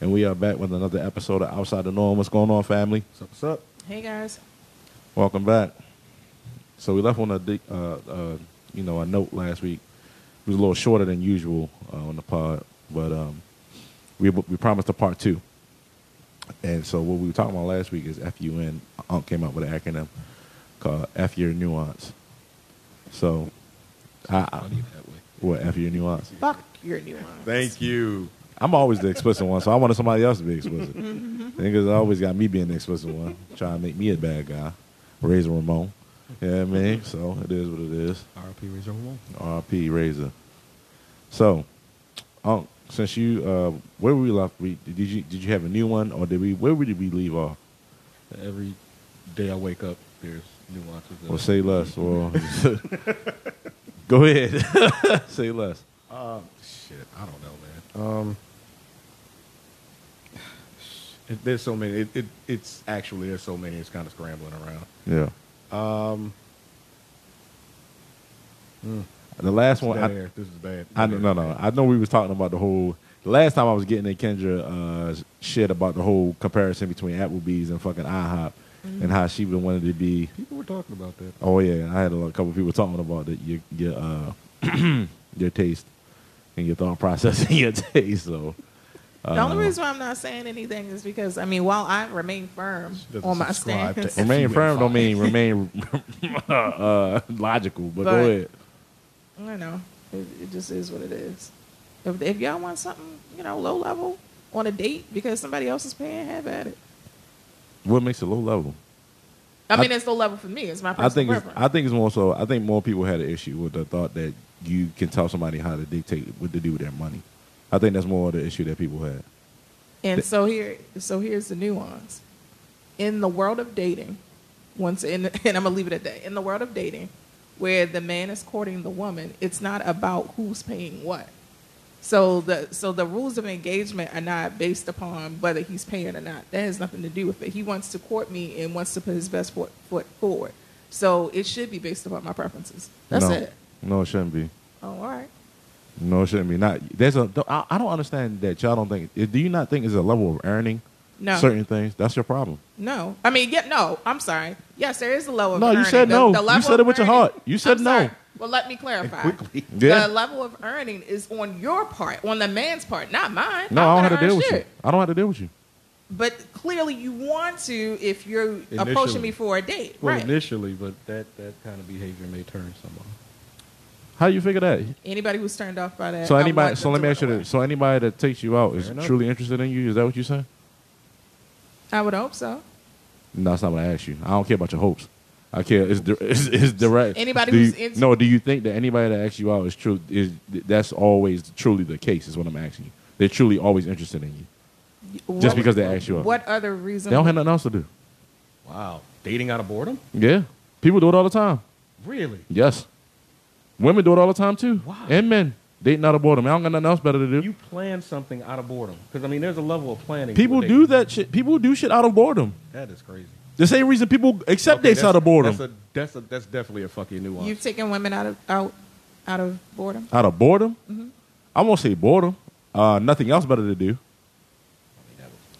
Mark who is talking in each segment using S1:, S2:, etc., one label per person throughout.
S1: and we are back with another episode of Outside the Norm. What's going on, family?
S2: What's up?
S3: Hey guys.
S1: Welcome back. So we left on a di- uh, uh, you know a note last week. It was a little shorter than usual uh, on the pod, but um, we we promised a part two. And so what we were talking about last week is FUN. Unc came up with an acronym called F Your Nuance. So, I, I
S2: Funny that way.
S1: what F Your Nuance?
S3: Fuck your nuance.
S1: Thank you. I'm always the explicit one, so I wanted somebody else to be explicit. Niggas always got me being the explicit one, trying to make me a bad guy. Razor Ramon. You know what I mean? So it is what it is.
S2: RP Razor Ramon.
S1: RP Razor. So, Unc, since you uh where were we left we did you did you have a new one or did we where did we leave off?
S2: Every day I wake up, there's nuances. of-
S1: Or say less or go ahead. say less.
S2: Um, shit, I don't know, man. Um, it- there's so many. It, it, it's actually there's so many. It's kind of scrambling around.
S1: Yeah.
S2: Um, mm,
S1: hmm. The last
S2: it's
S1: one
S2: bad
S1: I,
S2: air. this is bad.
S1: I know, no, no. I know we was talking about the whole. The last time I was getting in Kendra uh, shit about the whole comparison between Applebee's and fucking IHOP, and how she been wanted to be.
S2: People were talking about that.
S1: Oh yeah, I had a lot- couple people talking about that your your uh, your taste and your thought process and your taste. So
S3: the
S1: Uh,
S3: only reason why I'm not saying anything is because I mean, while I remain firm
S2: She doesn't
S3: on my
S2: subscribe to
S3: stance,
S2: any-
S1: remain
S2: Female
S1: firm don't
S2: fight.
S1: mean remain uh, logical, but, go
S3: But-
S1: ahead.
S3: you know, it, it just is what it is. If, if y'all want something, you know, low level on a date because somebody else is paying, have at it.
S1: What makes it low level?
S3: I
S1: I-
S3: mean, it's low level for me. It's my personal
S1: I think it's,
S3: preference.
S1: I think it's more so. I think more people had an issue with the thought that you can tell somebody how to dictate what to do with their money. I think that's more of the issue that people had.
S3: And so here, so here's the nuance. In the world of dating, once in, and I'm gonna leave it at that. In the world of dating, where the man is courting the woman, it's not about who's paying what. So the so the rules of engagement are not based upon whether he's paying or not. That has nothing to do with it. He wants to court me and wants to put his best foot, foot forward. So it should be based upon my preferences. That's
S1: no.
S3: it.
S1: No, it shouldn't be.
S3: Oh, all right.
S1: No, it shouldn't be. Not there's a. I, I don't understand that y'all don't think. Do you not think there's a level of earning
S3: No.
S1: certain things? That's your problem.
S3: No, I mean, yeah, no. I'm sorry. Yes, there is a level.
S1: No,
S3: of
S1: you
S3: earning.
S1: said
S3: The-
S1: no.
S3: the
S1: You
S3: level
S1: said it
S3: of
S1: with your
S3: earning-
S1: heart. You said
S3: I'm
S1: no.
S3: sorry. Well, let me clarify.
S2: Quickly.
S1: Yeah.
S3: The level of earning is on your part, on the man's part, not mine.
S1: No,
S3: I'm
S1: I don't
S3: gonna
S1: have to deal
S3: earn
S1: with you.
S3: shit.
S1: I don't have to deal with you.
S3: But clearly, you want to if you're
S2: Initially.
S3: approaching me for a date,
S2: Well,
S3: right?
S2: initially, but that that kind of behavior may turn someone.
S1: How you figure that?
S3: anybody who's turned off by that.
S1: So
S3: I
S1: anybody.
S3: want
S1: So let me
S3: them to
S1: ask you
S3: run
S1: this. So anybody that takes you out is
S2: Fair enough.
S1: truly interested in you. Is that what you're saying?
S3: away. I would hope so.
S1: No, that's not what I asked you. I don't care about your hopes. I care. It's, di- it's, it's direct.
S3: Anybody
S1: Do
S3: who's
S1: you,
S3: into-
S1: no. Do you think that anybody that asks you out is true? Is that's always truly the case? Is what I'm asking you. They're truly always interested in you, just
S3: What-
S1: because they ask you out.
S3: What other reason?
S1: They don't have nothing else to do.
S2: Wow, dating out of boredom?
S1: Yeah, people do it all the time.
S2: Really?
S1: Yes, women do it all the time too,
S2: Why?
S1: and men dating out of boredom. I don't got nothing else better to do.
S2: You plan something out of boredom because I mean, there's a level of planning.
S1: people
S2: with
S1: do
S2: dating.
S1: that shit. People do shit out of boredom.
S2: That is crazy.
S1: The same reason people accept
S2: Okay,
S1: dates out of boredom.
S2: That's a, that's a, that's definitely a fucking nuance.
S3: You've taken women out of out out of boredom.
S1: out of boredom.
S2: Mm-hmm.
S1: I won't say boredom. Uh, nothing else better to do.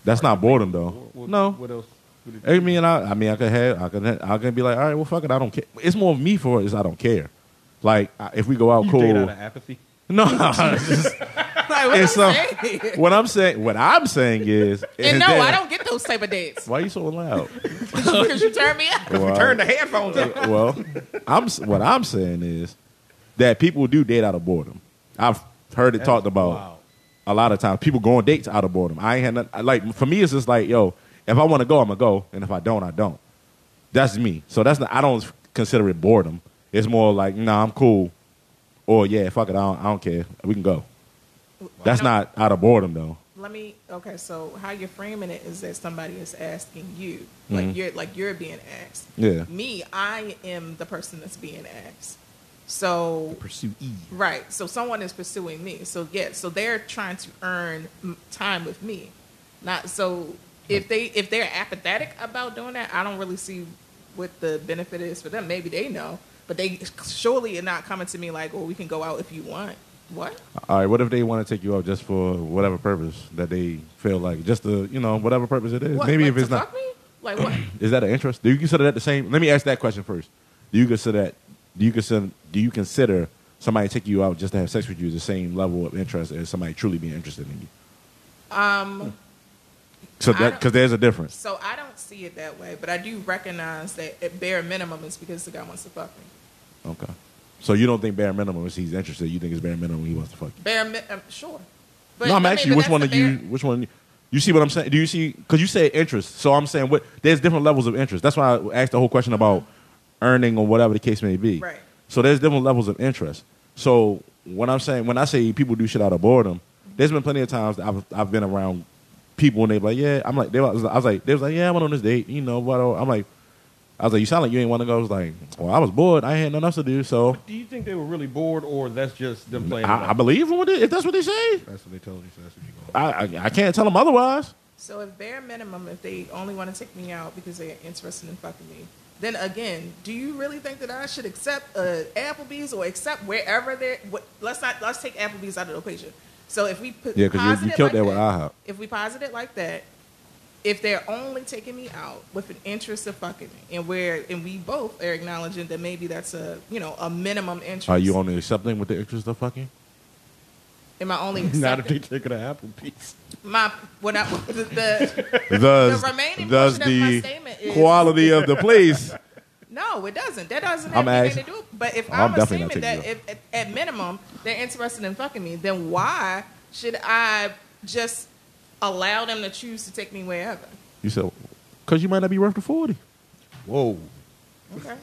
S1: That's not boredom though.
S2: What-
S1: No,
S2: What else? would it
S1: I
S2: be?
S1: mean, I, I mean, I could have, I could, I could be like, all right, well, fuck it, I don't care. It's more of me for it is I don't care. Like I- if we go out,
S2: you
S1: cool.
S2: date out of apathy.
S1: no, it's just-
S3: Like, what
S1: it's,
S3: I'm
S1: um,
S3: saying.
S1: what I'm saying, what I'm saying is,
S3: And no,
S1: that-
S3: I don't get those type of dates
S1: Why are you so loud?
S3: because you turn me out.
S1: Well,
S2: Turn the headphones up.
S1: well, I'm s- what I'm saying is that people do date out of boredom. I've heard it talked about
S2: wild.
S1: a lot of times. People go on dates out of boredom. I ain't had nothing, I- like for me it's just like yo, if I want to go, I'm gonna go, and if I don't, I don't. That's me. So that's not. I don't consider it boredom. It's more like nah, I'm cool, or yeah, fuck it, I don't, I don't care. We can go. That's
S3: No.
S1: not out of boredom though.
S3: Let me. Okay, so how you're framing it is that somebody is asking you, like you're like you're being asked.
S1: Yeah.
S3: Me, I am the person that's being asked. So
S2: Pursue E.
S3: right, so someone is pursuing me. So yeah, so they're trying to earn mm, time with me. Not so if they if they're apathetic about doing that, I don't really see what the "Oh, benefit is for them. Maybe they know, but they surely are not coming to me like, "Well, we can go out if you want." What?
S1: All right, what if they want to take you out just for whatever purpose that they feel like, just to you know whatever purpose it is.
S3: what?
S1: Maybe
S3: like
S1: if it's
S3: to
S1: not,
S3: Fuck me? Like what?
S1: is that an interest? Do you consider that the same? Let me ask that question first. Do you consider that? Do you consider? Do you consider somebody taking you out just to have sex with you the same level of interest as somebody truly being interested in you?
S3: um.
S1: So
S3: I
S1: that
S3: don't-
S1: because there's a difference.
S3: So I don't see it that way, but I do recognize that at bare minimum, it's because the guy wants to fuck me.
S1: Okay. So you don't think bare minimum is he's interested. You think it's bare minimum he wants to fuck you.
S3: Bare mi- um, sure.
S1: no, I'm
S3: I mean,
S1: asking
S3: but
S1: you which
S3: that's
S1: one
S3: the
S1: are you?
S3: bare-
S1: Which one? You see what I'm saying? Do you see? Because you said interest, so I'm saying what? There's different levels of interest. That's why I asked the whole question about earning or whatever the case may be.
S3: Right.
S1: So there's different levels of interest. So what I'm saying, when I say people do shit out of boredom, there's been plenty of times that I've I've been around people and they be like, yeah, I'm like, they was, I was like, they was like, yeah, I went on this date, you know, what? I'm like, I was like, you sound like you ain't want to go. I was like, well, I was bored, I had nothing else to do, so
S2: Do you think they were really bored, or that's just them playing? it
S1: I, I
S2: up?
S1: believe what they, if that's what they say.
S2: that's what they told you. So that's what you going.
S1: I, I I can't tell them otherwise.
S3: So if bare minimum, if they only want to take me out because they are interested in fucking me, then again, do you really think that I should accept uh, Applebee's or accept wherever they're? What, let's not let's take Applebee's out of the equation. So if we put
S1: Yeah, because
S3: posit
S1: you, you
S3: it
S1: killed
S3: like
S1: that with IHOP.
S3: If we posit it like that, if they're only taking me out with an interest of fucking me, and where and we both are acknowledging that maybe that's a you know a minimum interest.
S1: Are you only accepting with the interest of fucking?
S3: Am I only
S2: Not if they
S3: accepting
S2: take it to Applebee's.
S3: my when I the, the
S1: Thus,
S3: remaining
S1: thus
S3: portion of my
S1: the
S3: statement is-
S1: quality of the place.
S3: No, it doesn't. That doesn't
S1: I'm
S3: have anything
S1: asking-
S3: to do. But if
S1: Oh, I'm
S3: I'm,
S1: definitely not
S3: assuming that
S1: taking
S3: if, at, at minimum they're interested in fucking me, then why should I just allow them to choose to take me wherever?
S1: You said, because you might not be worth the 40.
S2: Whoa.
S3: Okay.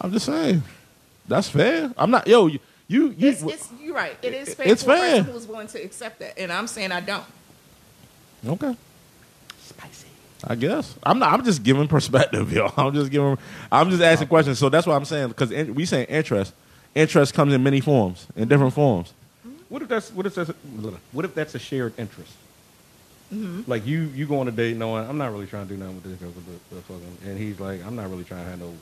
S1: I'm just saying. That's fair. I'm not, yo, you, you, you
S3: It's, it's, you're right. It is fair
S1: It's
S3: for a person
S1: fair.
S3: who's willing to accept that, and I'm saying I don't.
S1: okay. I guess I'm not. I'm just giving perspective, yo. I'm just giving. I'm just asking questions. So that's what I'm saying. Because in, we saying interest. Interest comes in many forms, in different forms.
S2: What if that's what if that's what if that's a shared interest? Like you you go on a date knowing I'm not really trying to do nothing with this girl, but, but fucking, and he's like I'm not really trying to have no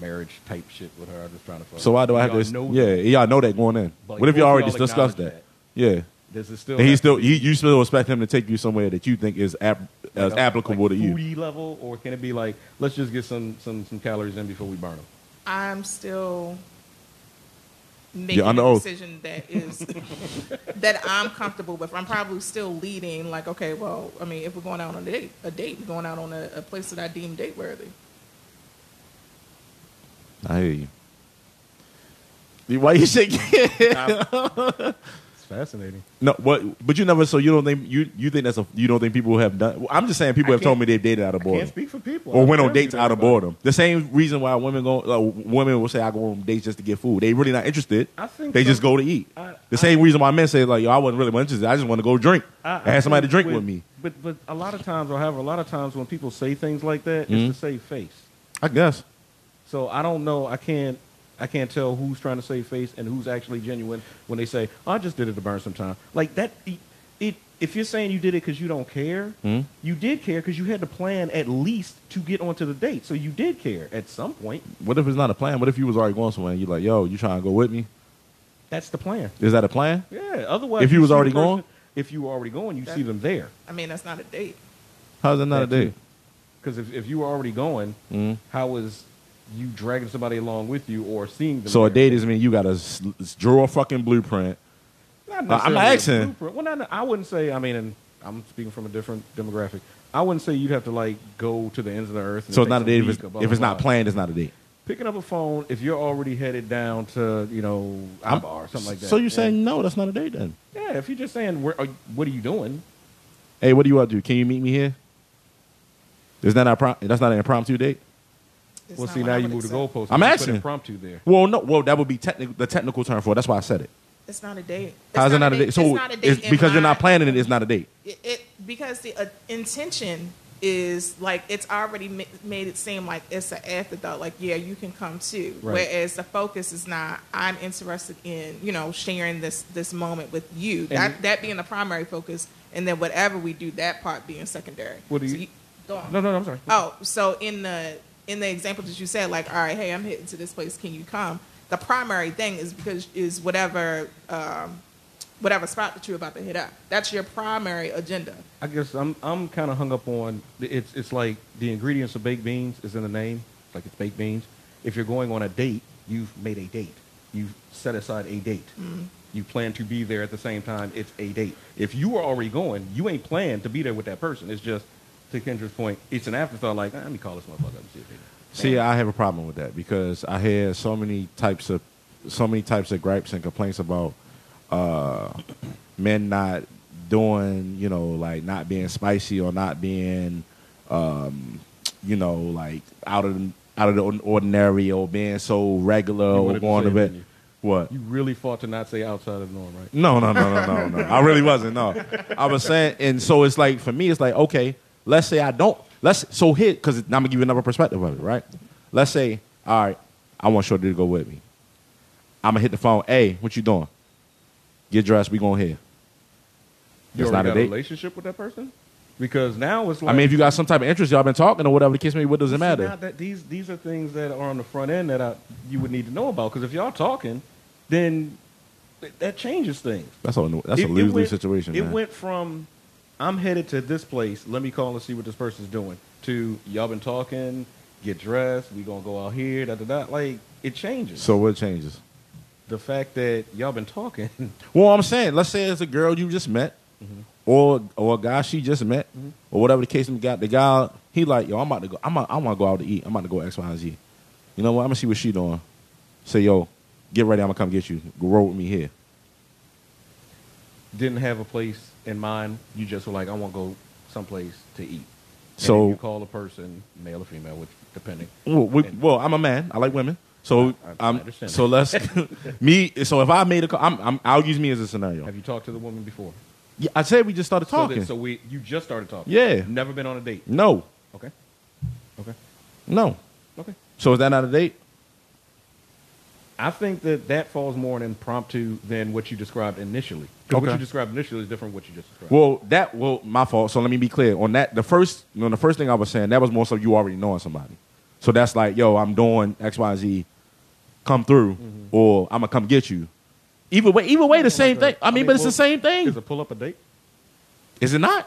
S2: marriage type shit with her. I'm just trying to fuck.
S1: So why do I have
S2: Y'all
S1: to?
S2: know
S1: yeah, y'all know that going in.
S2: But
S1: what if
S2: what
S1: you
S2: if
S1: already
S2: y'all
S1: discussed
S2: acknowledge
S1: that? Yeah.
S2: Does it still?
S1: And he
S2: have
S1: still
S2: to
S1: you, you still expect him to take you somewhere that you think is ap-
S2: be like
S1: as
S2: a-
S1: applicable
S2: like
S1: to you.
S2: foodie level, or can it be like let's just get some some some calories in before we burn them?
S3: I'm still making
S1: under
S3: a
S1: oath.
S3: decision that is that I'm comfortable with. I'm probably still leading like, okay, well, I mean, if we're going out on a date, a date, we're going out on a, a place that I deem date worthy.
S1: I hear you. You- Why you shaking?
S2: It's fascinating.
S1: no, what? But you never. So you don't think you you think that's a you don't think people have done? I'm just saying people
S2: I
S1: have told me
S2: can't-
S1: they've dated out of
S2: I can't
S1: boredom
S2: speak for people.
S1: or
S2: I'm
S1: went on
S2: interviewed
S1: dates out of
S2: everybody.
S1: boredom. The same reason why women go uh, women will say I go on dates just to get food. They really not interested.
S2: I think
S1: they
S2: so.
S1: just go to eat.
S2: I-
S1: the same reason why men say like yo I wasn't really interested. I just want to go drink. I,
S2: I,
S1: had somebody to
S2: think
S1: drink with me.
S2: But but a lot of times, or however, a lot of times when people say things like that,
S1: Mhm.
S2: it's to save face.
S1: I guess.
S2: So I don't know. I can't. I can't tell who's trying to save face and who's actually genuine when they say, "Oh, "I just did it to burn some time." Like that. It. it if you're saying you did it because you don't care,
S1: Mhm.
S2: you did care because you had to plan at least to get onto the date. So you did care at some point.
S1: What if it's not a plan? What if you was already going somewhere and you like yo you trying to go with me?
S2: That's the plan.
S1: Is that a plan?
S2: Yeah. Otherwise,
S1: If you was
S2: see the
S1: already
S2: person-
S1: going?
S2: if you were already going, you
S3: That-
S2: see them there.
S3: I mean, that's not a date.
S1: How's that not a
S2: That too.
S1: date?
S2: Because if, if you were already going,
S1: Mhm.
S2: how is you dragging somebody along with you or seeing them?
S1: So a
S2: there?
S1: date is mean you gotta s- s- draw a fucking blueprint. Uh,
S2: Not
S1: I'm
S2: necessarily
S1: asking.
S2: a blueprint. Well, not, I wouldn't say. I mean, and I'm speaking from a different demographic. I wouldn't say you'd have to like go to the ends of the earth. and
S1: So
S2: it
S1: it's not a
S2: takes
S1: date if
S2: week
S1: it's,
S2: or blah,
S1: if
S2: blah,
S1: it's not
S2: blah.
S1: planned. It's not a date.
S2: Picking up a phone if you're already headed down to you know
S1: I'm-
S2: Ibar or something like that.
S1: So you're
S2: Yeah.
S1: saying no? That's not a date then.
S2: yeah? If you're just saying where, are, what are you doing?
S1: Hey, what do you up to? Can you meet me here? Is that not pro- that's not an impromptu date?
S3: It's
S2: well,
S3: not
S2: see
S3: what
S2: now
S3: I
S2: you
S3: would
S2: move the
S3: accept.
S2: goalpost.
S1: I'm
S2: You put
S1: asking.
S2: impromptu there.
S1: Well, no. Well, that would be techni- the technical term for it. That's why I said it.
S3: It's not a date.
S1: How's
S3: It's
S1: it not a date? So
S3: It's not a date
S1: it's
S3: in
S1: because you're not
S3: my-
S1: planning it. It's not a date.
S3: It, it because the uh, intention is like it's already ma- made it seem like it's an afterthought. Like yeah, you can come too.
S2: Right.
S3: Whereas the focus is not. I'm interested in you know sharing this this moment with you. that that being the primary focus, and then whatever we do, that part being secondary.
S2: What do
S3: So
S2: you-
S3: go on.
S2: No, no, no I'm sorry.
S3: Oh, so in the in the example that you said, like, all right, hey, I'm heading to this place. Can you come? the primary thing is because is whatever um, whatever spot that you're about to hit up. That's your primary agenda.
S2: I guess I'm I'm kind of hung up on it's it's like the ingredients of baked beans is in the name, like it's baked beans. If you're going on a date, you've made a date. You've set aside a date. You plan to be there at the same time. It's a date. If you are already going, you ain't planned to be there with that person. It's just to Kendra's point, it's an afterthought. Like "Ah, let me call this motherfucker up and see if they.
S1: See, I have a problem with that because I hear so many types of so many types of gripes and complaints about uh, men not doing, you know, like not being spicy or not being, um, you know, like out of the, out of the ordinary or being so regular or
S2: wanted to
S1: going
S2: say
S1: to
S2: it,
S1: bed.
S2: didn't
S1: What?
S2: You really fought to not say outside of the norm, right?
S1: No, no, no, no, no, no. I really wasn't. No, I was saying, and so it's like for me, it's like okay, let's say I don't. Let's so here because I'm gonna give you another perspective of it, right? Let's say, all right, I want Shorty to go with me. I'm gonna hit the phone. Hey, what you doing? Get dressed. We going here.
S2: You
S1: It's not
S2: already
S1: a
S2: got a
S1: date.
S2: relationship with that person because now it's like
S1: I mean, if you got some type of interest, y'all been talking or whatever the case may be, what does it
S2: See, now
S1: matter?
S2: that these these are things that are on the front end that I, you would need to know about because if y'all talking, then th- that changes things.
S1: That's a that's
S2: It-
S1: a
S2: it
S1: lose lose
S2: went-
S1: situation.
S2: It
S1: man.
S2: went from I'm headed to this place. Let me call and see what this person's doing. To y'all been talking, get dressed. We gonna go out here. Da da da. Like it changes.
S1: So what changes?
S2: the fact that y'all been talking,
S1: Well, I'm saying, let's say it's a girl you just met,
S2: Mm-hmm.
S1: or or a guy she just met, or whatever the case we got. The guy he like, yo, I'm about to go. I'm about, I want to go out to eat. I'm about to go X, Y, and Z. You know what? I'm gonna see what she doing. Say, yo, get ready. I'm gonna come get you. Go roll with me here.
S2: didn't have a place in mind. You just were like, I want to go someplace to eat. And
S1: So-
S2: then you call a person, male or female, which depending.
S1: Well, we,
S2: And-
S1: well, I'm a man. I like women. So
S2: I- I
S1: I'm,
S2: understand
S1: so let's me. So if I made a call, I'm, I'm, I'll use me as a scenario.
S2: Have you talked to the woman before?
S1: Yeah, I said we just started
S2: So that-
S1: talking.
S2: So, we you just started talking.
S1: Yeah. Mm.
S2: Never been on a date.
S1: no,
S2: Okay. Okay.
S1: no.
S2: Okay.
S1: So is that not a date?
S2: I think that that falls more on impromptu than what you described initially. 'Cause What
S1: Okay.
S2: you described initially is different than what you just described.
S1: Well, that well, my fault. So let me be clear on that. The first, you know, the first thing I was saying that was more so you already knowing somebody. So that's like, yo, I'm doing X, Y, Z. Come through,
S2: Mm-hmm.
S1: or I'm gonna come get you. Either way, either way, the same thing. I mean, but it's the
S2: well,
S1: same thing,
S2: Is a pull up a date?
S1: is it not?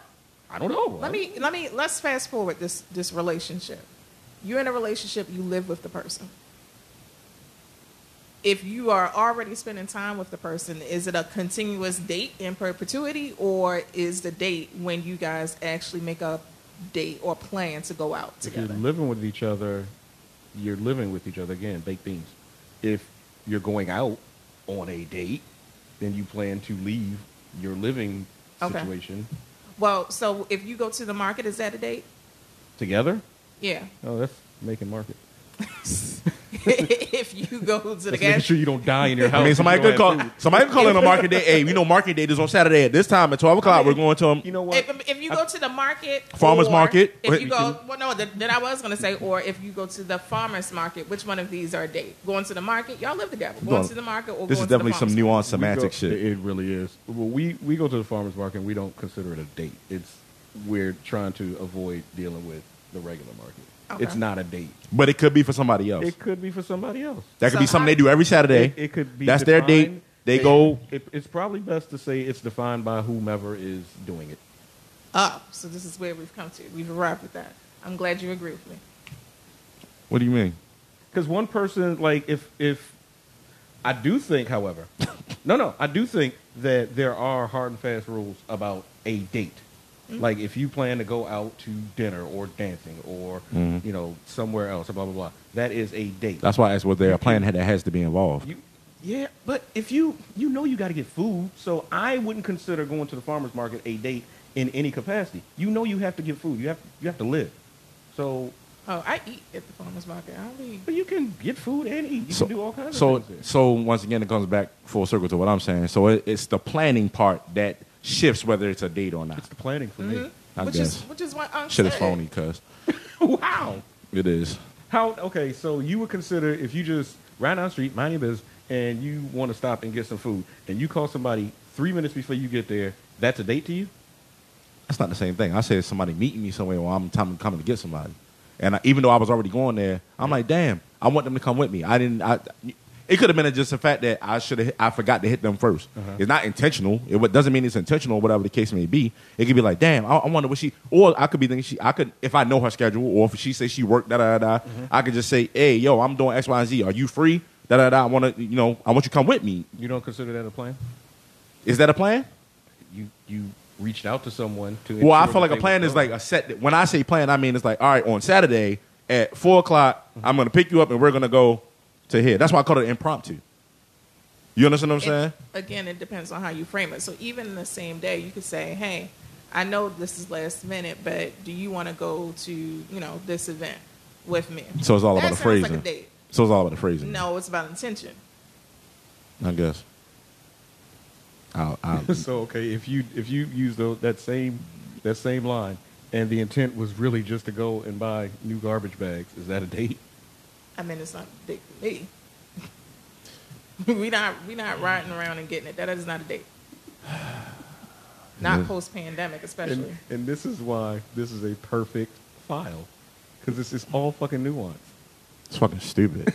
S2: I don't know.
S3: Let me let me let's fast forward this this relationship. You're in a relationship, you live with the person. If you are already spending time with the person, is it a continuous date in perpetuity or is the date when you guys actually make a date or plan to go out
S2: If you're
S3: together?
S2: living with each other, you're living with each other again, baked beans. If you're going out on a date, then you plan to leave your living
S3: Okay.
S2: situation
S3: Well, so if you go to the market, is that a date?
S2: together.
S3: Yeah.
S2: Oh, that's making market.
S3: if you go to the
S2: That's making
S3: gas
S2: sure you don't die in your house.
S1: I mean, somebody
S2: You don't
S1: could call.
S2: have food.
S1: Somebody could call in a market day. Hey, we know market date is on Saturday at this time at twelve o'clock.
S2: mean,
S1: we're going to 'em.
S2: You know what?
S3: If, if you go to the market,
S1: Farmer's
S3: or
S1: market.
S3: If you go, well, no, th- then I was going to say, or if you go to the farmer's market, which one of these are a date? Going to the market, y'all live together. Going
S1: on.
S3: to the market, or
S1: this
S3: going
S1: is definitely
S3: to the
S1: some
S3: farmer's
S1: nuanced
S2: We go-
S1: semantic shit.
S2: It really is. Well, we, we go to the farmer's market and we don't consider it a date. It's we're trying to avoid dealing with the regular market.
S3: Okay.
S2: It's not a date.
S1: But it could be for somebody else.
S2: It could be for somebody else.
S1: that could
S3: So
S1: be something
S3: I-
S1: they do every Saturday.
S2: It, it could be
S1: That's their
S2: defined-
S1: date. They go-
S2: It, it's probably best to say it's defined by whomever is doing it.
S3: Up. Oh, So this is where we've come to. We've arrived at that. I'm glad you agree with me.
S1: what do you mean?
S2: Because one person, like if if I do think, however, no, no, I do think that there are hard and fast rules about a date.
S1: Mm-hmm.
S2: Like if you plan to go out to dinner or dancing or
S1: Mhm.
S2: you know somewhere else, or blah blah blah, that is a date.
S1: That's why I asked. Was there a plan that has to be involved?
S2: You, yeah, but if you you know you got to get food, so I wouldn't consider going to the farmers market a date in any capacity. You know you have to get food. You have you have to live. So,
S3: Oh, I eat at the farmer's market. I don't eat.
S2: but you can get food and eat. You
S1: So-
S2: can do all kinds
S1: so,
S2: of things. there.
S1: So once again, it comes back full circle to what I'm saying. So it, it's the planning part that shifts whether it's a date or not.
S2: It's the planning for me.
S1: I
S3: which
S1: guess
S3: is which is what I'm
S1: shit is phony,
S3: saying.
S1: cuz
S2: wow.
S1: it is.
S2: How okay? So you would consider if you just ran down the street, mind your business, and you want to stop and get some food, and you call somebody three minutes before you get there. That's a date to you.
S1: That's not the same thing. I said somebody meeting me somewhere, or I'm time coming to get somebody, and I, even though I was already going there, I'm like, damn, I want them to come with me. I didn't. I, It could have been just the fact that I should have I forgot to hit them 1st It's not intentional. It wa- doesn't mean it's intentional. Whatever the case may be, it could be like, damn, I, I wonder what she. Or I could be thinking she. I could if I know her schedule, or if she says she worked da da da. da, I could just say, hey, yo, I'm doing X Y and Z. Are you free? Da da da. I want to, you know, I want you to come with me.
S2: You don't consider that a plan?
S1: Is that a plan?
S2: You you reached out to someone to.
S1: Well, I
S2: ensure that
S1: feel like
S2: they
S1: a
S2: would
S1: plan is
S2: go.
S1: like a set. That, when I say plan, I mean it's like, all right, on Saturday at four o'clock, I'm going to pick you up and we're going to go to here. That's why I call it impromptu. You understand what I'm saying?
S3: It- again, it depends on how you frame it. So even the same day, you could say, "Hey, I know this is last minute, but do you want to go to you know this event with me?"
S1: So it's all
S3: That
S1: about the
S3: sounds like
S1: phrasing.
S3: a date.
S1: So it's all about the phrasing.
S3: No, it's about intention.
S1: I guess. I'll, I'll,
S2: so okay, if you if you use tho- that same that same line, and the intent was really just to go and buy new garbage bags, is that a date?
S3: I mean, it's not a date for me. we not we not riding around and getting it. That is not a date. Not
S1: Yeah.
S3: post pandemic, especially.
S2: And, and this is why this is a perfect file, because this is all fucking nuance.
S1: it's fucking stupid.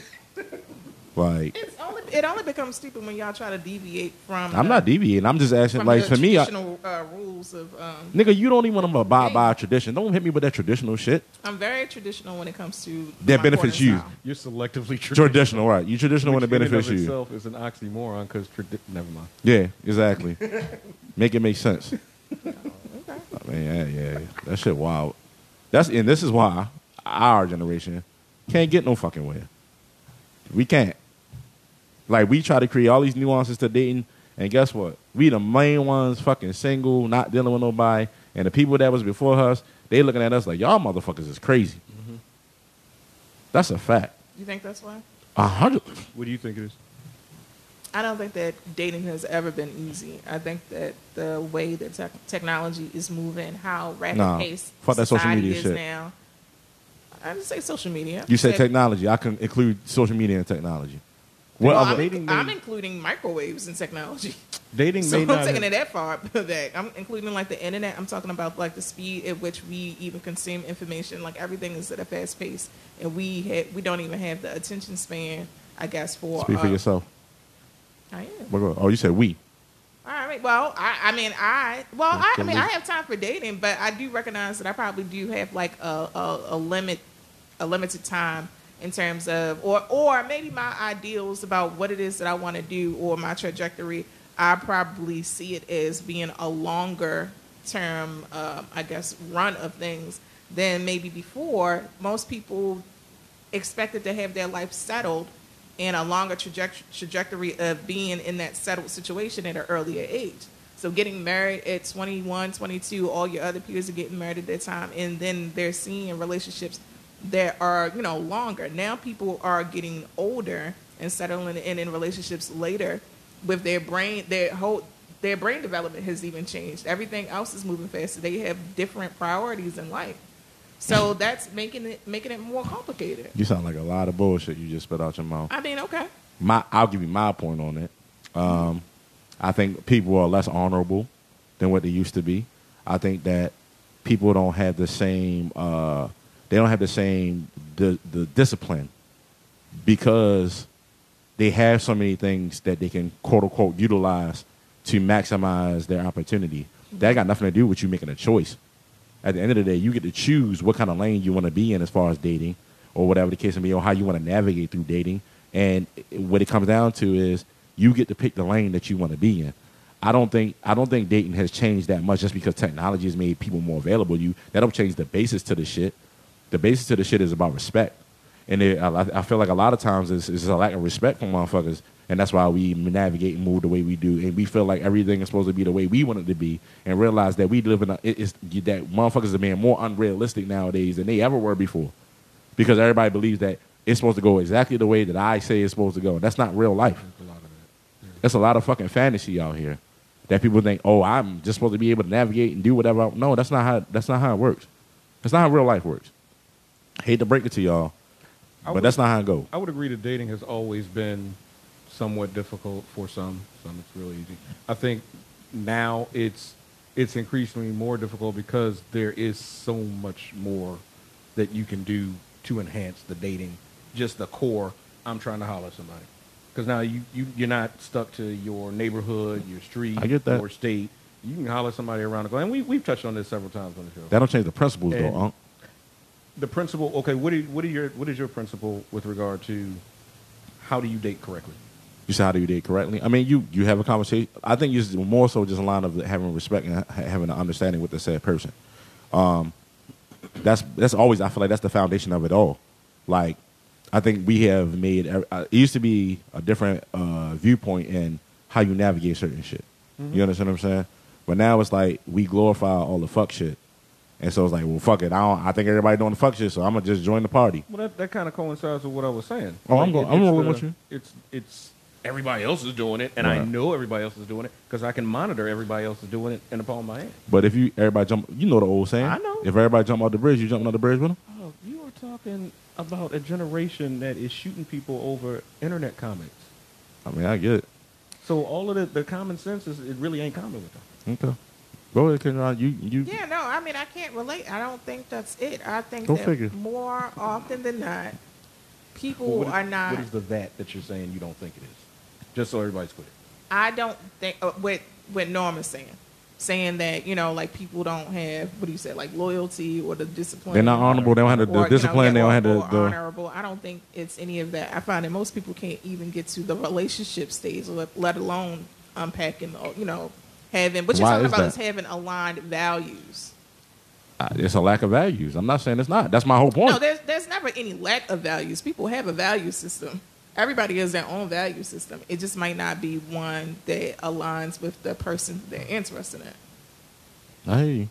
S1: like
S3: it's only it only becomes stupid when y'all try to deviate from.
S1: I'm
S3: the-
S1: not deviating. I'm just asking.
S3: from
S1: like
S3: the
S1: for me, I,
S3: traditional uh, rules of. Um,
S1: nigga, you don't even want to abide
S3: Hey.
S1: by a tradition. Don't hit me with that traditional shit.
S3: I'm very traditional when it comes to
S1: That
S3: my
S1: benefits
S3: courting
S1: you.
S3: style.
S2: You're selectively
S1: Traditional, right? You traditional when it benefits you.
S2: Itself is an oxymoron because tradi- never mind.
S1: Yeah, exactly. make it make sense. I mean, yeah, yeah, yeah. that shit wild. That's and this is why our generation can't get no fucking where. We can't. Like we try to create all these nuances to dating, and guess what? We the main ones fucking single, not dealing with nobody, and the people that was before us, they looking at us like y'all motherfuckers is crazy. That's a fact.
S3: You think that's why?
S1: A hundred.
S2: What do you think it is?
S3: I don't think that dating has ever been easy. I think that the way that tech technology is moving, how rapid
S1: Nah.
S3: pace
S1: Fuck that social
S3: society
S1: media
S3: is
S1: shit.
S3: now. I didn't say social media.
S1: You said
S3: technology.
S1: technology. I can include social media and technology. What
S3: Well,
S1: other-
S3: I'm,
S2: Dating
S3: I'm
S2: may-
S3: including microwaves in technology.
S2: Dating
S3: So
S2: may
S3: I'm
S2: not.
S3: taking it
S2: have-
S3: that far back. I'm including like the internet. I'm talking about like the speed at which we even consume information. Like everything is at a fast pace, and we had we don't even have the attention span. I guess for
S1: Speak for
S3: uh,
S1: yourself.
S3: I am.
S1: What- what- Oh, you said we.
S3: All right. Well, I, I mean, I well, I, I
S1: Okay.
S3: mean, I have time for dating, but I do recognize that I probably do have like a, a, a limit, a limited time in terms of, or or maybe my ideals about what it is that I want to do or my trajectory. I probably see it as being a longer term, um, I guess, run of things than maybe before. Most people expected to have their life settled in a longer traject- trajectory of being in that settled situation at an earlier age. So getting married at 21, 22, all your other peers are getting married at that time, and then they're seeing relationships that are, you know, longer. Now people are getting older and settling in in relationships later with their brain, their whole, their brain development has even changed. Everything else is moving faster. They have different priorities in life. So that's making it making it more complicated.
S1: You sound like a lot of bullshit you just spit out your mouth.
S3: I mean, okay.
S1: My, I'll give you my point on it. Um, I think people are less honorable than what they used to be. I think that people don't have the same. Uh, they don't have the same the the discipline because they have so many things that they can quote unquote utilize to maximize their opportunity. That got nothing to do with you making a choice. At the end of the day, you get to choose what kind of lane you want to be in as far as dating or whatever the case may be, or how you want to navigate through dating. And i- what it comes down to is you get to pick the lane that you want to be in. I don't think I don't think dating has changed that much just because technology has made people more available. to You that don't change the basis to the shit. The basis to the shit is about respect. And it, I, I feel like a lot of times it's, it's a lack of respect for motherfuckers. And that's why we navigate and move the way we do. And we feel like everything is supposed to be the way we want it to be. And realize that we live in a, it- it's, that motherfuckers are being more unrealistic nowadays than they ever were before. Because everybody believes that it's supposed to go exactly the way that I say it's supposed to go. And that's not real life. That's a lot of fucking fantasy out here. That people think, oh, I'm just supposed to be able to navigate and do whatever. I, no, that's not how. That's not how it works. That's not how real life works. Hate to break it to y'all,
S2: I
S1: but
S2: would-
S1: that's not how it goes.
S2: I would agree that dating has always been somewhat difficult for some. Some it's really easy. I think now it's it's increasingly more difficult because there is so much more that you can do to enhance the dating. Just the core. I'm trying to holler at somebody. Because now you, you you're not stuck to your neighborhood, your street,
S1: I get that.
S2: your state. You can holler at somebody around the globe. And we we've touched on this several times on the show.
S1: That don't change the principles
S2: And-
S1: though, Unc.
S2: the principle. Okay, what do you- what are your what is your principle with regard to how do you date correctly?
S1: You said how do you date correctly? I mean, you you have a conversation. I think you just more so just a line of having respect and ha- having an understanding with the said person. Um, that's that's always I feel like that's the foundation of it all. Like I think we have made ev- uh, it used to be a different uh, viewpoint in how you navigate certain shit.
S2: Mm-hmm.
S1: You understand what I'm saying? But now it's like we glorify all the fuck shit, and so it's like, well, fuck it. I don't, I think everybody doing the fuck shit, so I'm gonna just join the party.
S2: Well, that, that kind of coincides with what I was saying.
S1: Oh, I'm
S2: Like,
S1: go-
S2: it-
S1: I'm
S2: it's
S1: rolling
S2: the-
S1: with you.
S2: It's it's everybody else is doing it, and I
S1: Right.
S2: know everybody else is doing it because I can monitor everybody else is doing it in the palm of my hand.
S1: But if you everybody jump, you know the old saying.
S2: I know.
S1: If everybody jump out the bridge, you jumping out the bridge with them.
S2: Oh, you are talking about a generation that is shooting people over internet comments.
S1: I mean, I get it.
S2: So all of the, the common sense is it really ain't common with them.
S1: Okay. Go ahead, Kendra. You you
S3: Yeah, no, I mean, I can't relate. I don't think that's it. I think
S1: Go
S3: that
S1: figure.
S3: more often than not, people
S2: What is-
S3: are not.
S2: What is the that that you're saying you don't think it is? Just so everybody's clear.
S3: I don't think uh, what what Norm is saying, saying that you know, like people don't have what do you say, like loyalty or the discipline.
S1: they're not honorable. They don't have the,
S3: or, you
S1: the
S3: know,
S1: discipline.
S3: yeah,
S1: they don't
S3: or-
S1: have
S3: or
S1: the, the
S3: honorable. I don't think it's any of that. I find that most people can't even get to the relationship stage, let, let alone unpacking. the You know, having what you're
S1: Why
S3: talking
S1: is
S3: about
S1: that?
S3: is having aligned values.
S1: uh, it's a lack of values. I'm not saying it's not. That's my whole point.
S3: No, there's there's never any lack of values. People have a value system. Everybody has their own value system. It just might not be one that aligns with the person they're interested in.
S1: I hear you.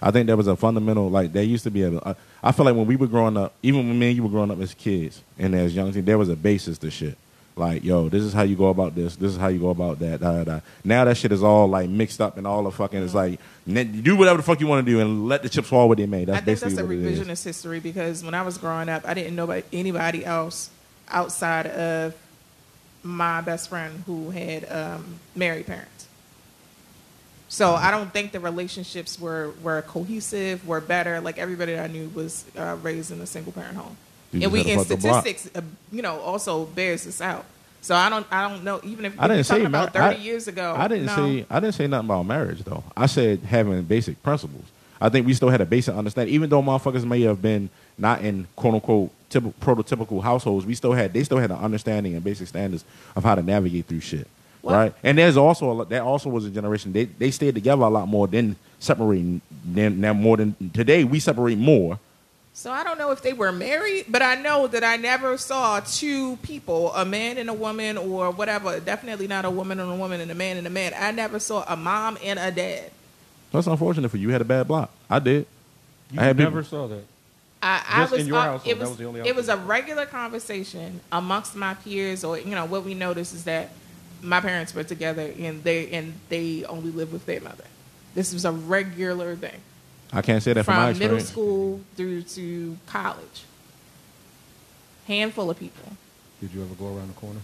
S1: I think that was a fundamental. Like there used to be a. I, I feel like when we were growing up, even when me and you were growing up as kids and as young teens, there was a basis to shit. Like yo, this is how you go about this. This is how you go about that. Da da da. Now that shit is all like mixed up and all the fucking. It's like n- do whatever the fuck you want to do and let the chips fall where they may. That's
S3: I think
S1: basically
S3: that's a
S1: what it is.
S3: revisionist history because when I was growing up, I didn't know about anybody else outside of my best friend who had um, married parents. So
S1: Mm-hmm.
S3: I don't think the relationships were, were cohesive, were better. Like everybody that I knew was uh, raised in a single parent home,
S1: You
S3: and
S1: just
S3: we
S1: had to
S3: in
S1: fuck the block.
S3: statistics, uh, you know, also bears this out. So I don't I don't know. Even if
S1: I
S3: you're
S1: didn't
S3: talking
S1: say
S3: about
S1: mar-
S3: thirty
S1: I-
S3: years ago,
S1: I didn't
S3: no.
S1: say I didn't say nothing about marriage though. I said having basic principles. I think we still had a basic understanding, even though motherfuckers may have been not in quote unquote typ- prototypical households. We still had they still had an understanding and basic standards of how to navigate through shit,
S3: Well-
S1: right? And there's also a, lot- there also was a generation they they stayed together a lot more than separating than now more than today we separate more.
S3: So I don't know if they were married, but I know that I never saw two people, a man and a woman or whatever, definitely not a woman and a woman and a man and a man. I never saw a mom and a dad.
S1: That's unfortunate for you. You had a bad block. I did.
S2: You
S1: I had people-
S2: never saw that.
S3: I,
S2: Just
S3: I was,
S2: in your
S3: uh,
S2: household,
S3: it
S2: that
S3: was,
S2: was the only
S3: it was a
S2: option.
S3: regular conversation amongst my peers, or you know what we noticed is that my parents were together and they and they only lived with their mother. This was a regular thing
S1: I can't say that from, my
S3: from
S1: experience.
S3: middle school through to college. Handful of people.
S2: Did you ever go around the corner?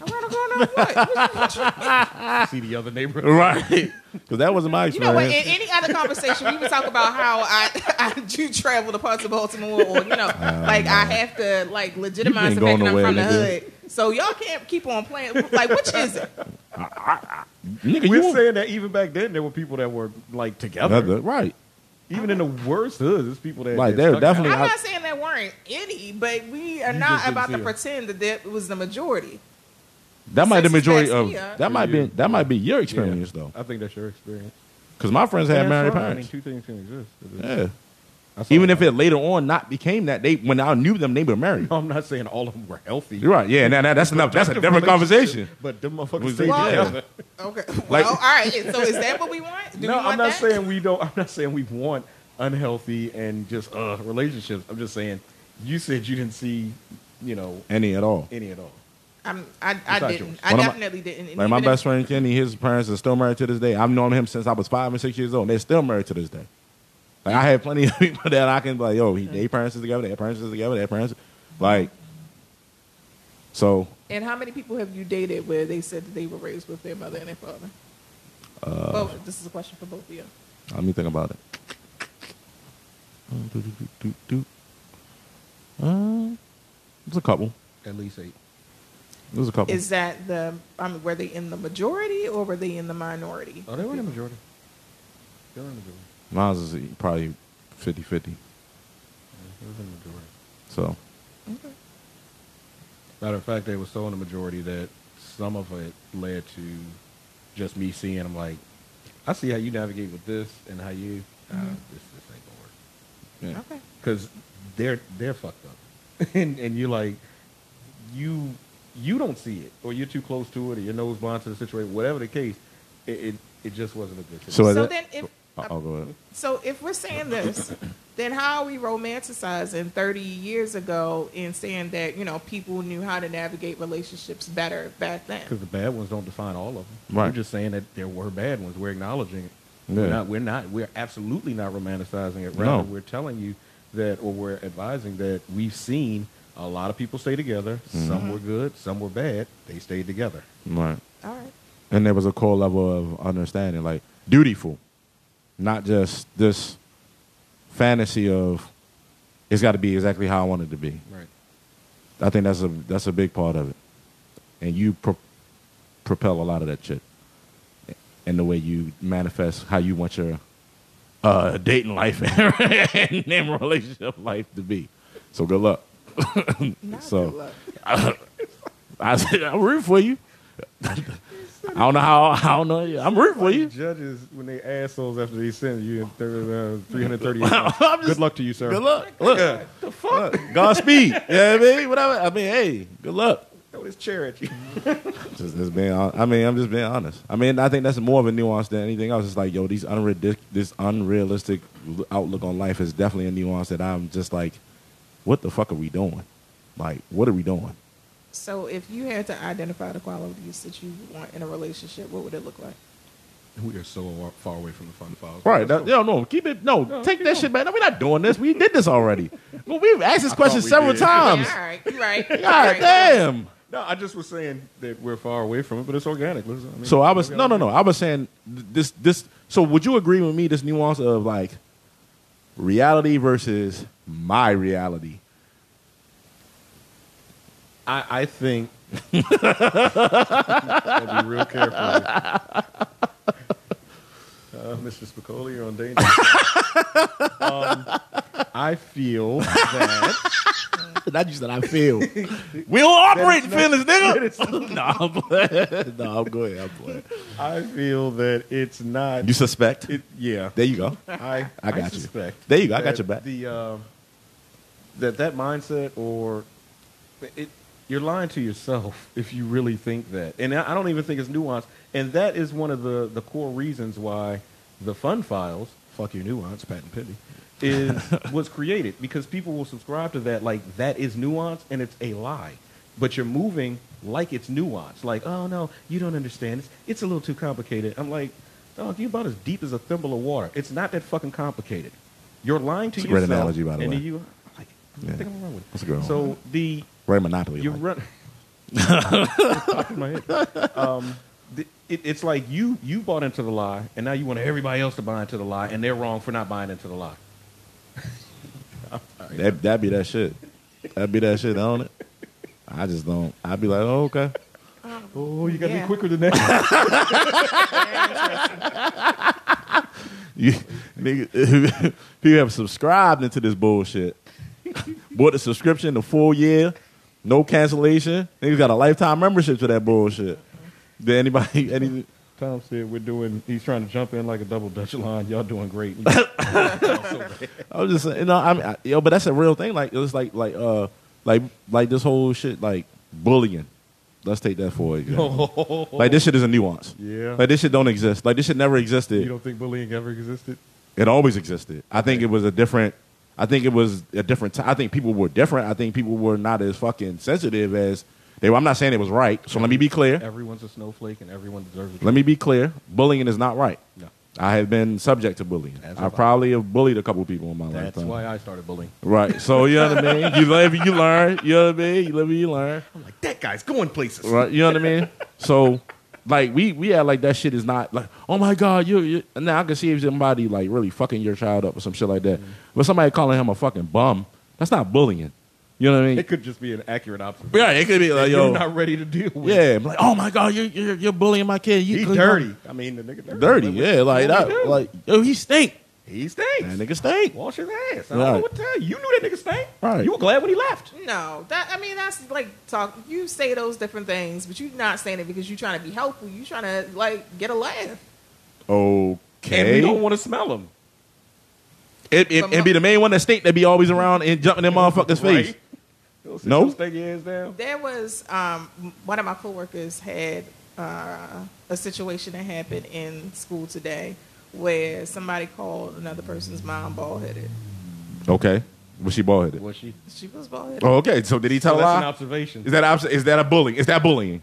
S3: Around the corner, what? What you- what you- Ah.
S2: See the other neighbor.
S1: right? Because that wasn't my
S3: You
S1: experience.
S3: know what? In any other conversation, we would talk about how I, I do travel to parts of Baltimore, or you know, like I have to like legitimize
S1: Oh, You
S3: the
S1: been
S3: fact
S1: going
S3: that I'm
S1: nowhere,
S3: from the
S1: nigga.
S3: hood. So y'all can't keep on playing. Like, which is it?
S1: Nigga,
S2: We're
S1: you were-
S2: saying that even back then there were people that were like together.
S1: Another- right?
S2: Even in the worst hoods, there's people that
S1: Like,
S2: that
S1: they're
S2: stuck out.
S1: definitely-
S3: I'm not saying there weren't any, but we are
S2: You just
S3: not
S2: didn't
S3: about to
S2: see 'em.
S3: pretend that that was the majority.
S1: That might be the
S3: Since it's
S1: majority
S3: past
S1: of.
S3: here.
S1: That might be
S2: Yeah.
S1: that might be your experience
S2: Yeah.
S1: though,
S2: I think that's your experience.
S1: because my friends had
S2: And
S1: married
S2: that's fine.
S1: parents.
S2: I mean, two things can exist.
S1: Yeah,
S2: I saw
S1: even if
S2: that.
S1: it later on not became that they when I knew them they were married.
S2: No, I'm not saying all of them were healthy.
S1: You're right. Yeah, now, now that's enough. That's a different conversation.
S2: But them motherfuckers
S1: Was
S2: stayed
S1: it-
S3: Well,
S1: yeah.
S2: together.
S3: Okay.
S1: Like-
S3: well, all right. So is that what we want? Do
S2: no,
S3: we want
S2: I'm not
S3: that?
S2: saying we don't. I'm not saying we want unhealthy and just uh relationships. I'm just saying you said you didn't see, you know,
S1: Any at all?
S2: any at all.
S3: I'm, I, I
S2: not
S3: didn't.
S2: yours.
S3: I
S1: One of my-
S3: definitely didn't. And
S1: Like my
S3: even if-
S1: best friend Kenny, his parents are still married to this day. I've known him since I was five and six years old. and They're still married to this day. Like I had plenty of people that I can be like, yo, he, they parents is together, their parents is together, their parents, like. So
S3: And how many people have you dated where they said that they were raised with their mother and their father?
S1: Uh,
S3: both. This is a question for both of you.
S1: Let me think about it. Um, do, do, do, do, do. Uh, there's a couple.
S2: At least eight.
S1: There's a couple.
S3: Is that the? I mean, were they in the majority or were they in the minority?
S2: Oh, they were in the majority. They were in the majority.
S1: Mine's is probably 50-50.
S2: Yeah, They was in the majority.
S1: So
S3: Okay.
S2: Matter of fact, they were so in the majority that some of it led to just me seeing them like, I see how you navigate with this and how you, uh, this, this ain't gonna work.
S1: yeah.
S3: Okay.
S2: because they're they're fucked up, and and you're like, you you don't see it, or you're too close to it, or your nose blind to the situation. Whatever the case, it it, it just wasn't a good situation.
S1: So,
S3: So
S1: is that,
S3: then if-
S1: Oh, oh, go ahead.
S3: So if we're saying this, then how are we romanticizing 30 years ago and saying that you know people knew how to navigate relationships better back
S2: Because
S3: then?
S2: the bad ones don't define all of them.
S1: Right.
S2: We're just saying that there were bad ones. We're acknowledging it.
S1: Yeah.
S2: We're not. We're not. We're absolutely not romanticizing it.
S1: No.
S2: Rather, we're telling you that, or we're advising that we've seen a lot of people stay together.
S1: Mm-hmm.
S2: Some were good. Some were bad. They stayed together.
S1: Right.
S3: All right.
S1: And there was a core level of understanding, like dutiful, not just this fantasy of it's got to be exactly how I want it to be.
S2: Right.
S1: I think that's a that's a big part of it, and you pro- propel a lot of that shit, and the way you manifest how you want your uh, dating life and then relationship life to be. So good luck.
S3: Not
S1: So-
S3: good luck.
S1: I said I'm rooting for you. I don't know how. I don't know. I'm rooting for you.
S2: Judges, when they assholes after they send you in thir- uh, 330
S1: I'm just-
S2: Good luck to you, sir.
S1: Good luck. Look, the fuck. Godspeed. Yeah, I mean, whatever. I mean, hey, good luck.
S2: Throw this chair at you.
S1: Just, just being, hon- I mean, I'm just being honest. I mean, I think that's more of a nuance than anything else. It's like, yo, these unredic- this unrealistic l- outlook on life is definitely a nuance that I'm just like, what the fuck are we doing? Like, what are we doing?
S3: So if you had to identify the qualities that you want in a relationship, what would it look like?
S2: We are so wa- far away from the fun files.
S1: Right? That, yo, no, keep it. No, take that shit back. No, we're not doing this. We did this already. well, we've asked this question
S2: we
S1: several
S2: did.
S1: times.
S3: Yeah, all right. You're right. You're
S1: God
S3: right.
S1: damn.
S2: No, I just was saying that we're far away from it, but it's organic. Listen, I mean,
S1: So I was
S2: we
S1: no
S2: got-
S1: no no. I was saying th- this this. So would you agree with me? This nuance of like reality versus my reality.
S2: I, I think. Gotta be real careful. Uh, Mr. Spicoli, you're on danger. um, I feel that
S1: Not just that I feel. we don't operate in feelings, nigga. no, I'm playing. No, I'm going. I'm playing.
S2: I feel that it's not.
S1: You suspect?
S2: it, yeah.
S1: There you go.
S2: I,
S1: I got you.
S2: suspect
S1: There you go. I got
S2: that
S1: your back.
S2: The um, that that mindset or it, you're lying to yourself if you really think that. And I I don't even think it's nuanced. And that is one of the the core reasons why the Fun Files, fuck your nuance, patent pendy, is was created because people will subscribe to that like that is nuance and it's a lie. But you're moving like it's nuanced. Like, oh no, you don't understand. It's, it's a little too complicated. I'm like, dog, you about as deep as a thimble of water. It's not that fucking complicated. You're lying to
S1: It's a great
S2: yourself.
S1: analogy, by the
S2: and
S1: way.
S2: to you, I like it.
S1: Yeah.
S2: I think I'm wrong with it.
S1: That's a good one.
S2: So the
S1: Right, monopoly.
S2: you
S1: like.
S2: run. Top of my head. Um, th- it, it's like you you bought into the lie, and now you want everybody else to buy into the lie, and they're wrong for not buying into the lie.
S1: That that be that shit. That be that shit, don't it? I just don't. I'd be like, oh, okay.
S2: Oh, you gotta
S3: Yeah.
S2: be quicker than that.
S1: You, nigga, people have subscribed into this bullshit. Bought the subscription the full year, no cancellation. Niggas got a lifetime membership to that bullshit. Did anybody? Any,
S2: Tom said we're doing. He's trying to jump in like a double dutch line. Y'all doing great.
S1: I was just saying, you know, I mean, I, yo, but that's a real thing. Like it's like like uh like like this whole shit like bullying. Let's take that for example. Like this shit is a nuance.
S2: Oh. Yeah.
S1: Like this shit don't exist. Like this shit never existed.
S2: you don't think bullying ever existed?
S1: It always existed. I think it was a different. I think it was a different time. I think people were different. I think people were not as fucking sensitive as they were. I'm not saying it was right. So let me be clear.
S2: Everyone's a snowflake, and everyone deserves. A
S1: Let me be clear. Bullying is not right.
S2: No.
S1: I have been subject to bullying.
S2: As
S1: I
S2: have I.
S1: probably have bullied a couple people in my
S2: That's
S1: lifetime.
S2: why I started bullying.
S1: Right. So you know what I mean. You live, you learn. You know what I mean. You live, and you learn.
S2: I'm like that guy's going places.
S1: Right. You know what I mean. So, like we we act like that shit is not like oh my god you you now I can see if somebody like
S2: Mm-hmm.
S1: really fucking your child up or some shit like that, but somebody calling him a fucking bum that's not bullying. You know what I mean?
S2: It could just be an accurate observation.
S1: Yeah, it could be
S2: that
S1: like
S2: you're
S1: yo,
S2: not ready to deal with.
S1: yeah, I'm like oh my god, you're you're, you're bullying my kid. You
S2: he's
S1: could-
S2: dirty. I mean, the nigga dirty.
S1: dirty,
S2: What-
S1: yeah, like
S2: what we
S1: that,
S2: do?
S1: like yo, he stink.
S2: he stinks.
S1: That nigga stink.
S2: Wash his ass. I don't know
S1: Right.
S2: what to tell you. You knew that nigga stank.
S1: Right.
S2: You were glad when he left.
S3: No, that I mean that's like talk. You say those different things, but you're not saying it because you're trying to be helpful. You're trying to like get a laugh.
S2: And we
S1: Okay,
S2: don't want to smell him.
S1: it, it, it be the main one that stink that be always around and jumping in motherfuckers' face.
S2: Right? He'll sit
S1: No.
S2: your stinky ass down.
S3: There was um, one of my coworkers had uh, a situation that happened in school today where somebody called another person's mom bald headed.
S1: Okay, was she bald headed?
S2: Was she?
S3: She was bald headed.
S1: Oh, okay. So did he
S2: So
S1: tell a
S2: that's an
S1: lie?
S2: observation.
S1: Is that obs- is that a bullying? Is that bullying?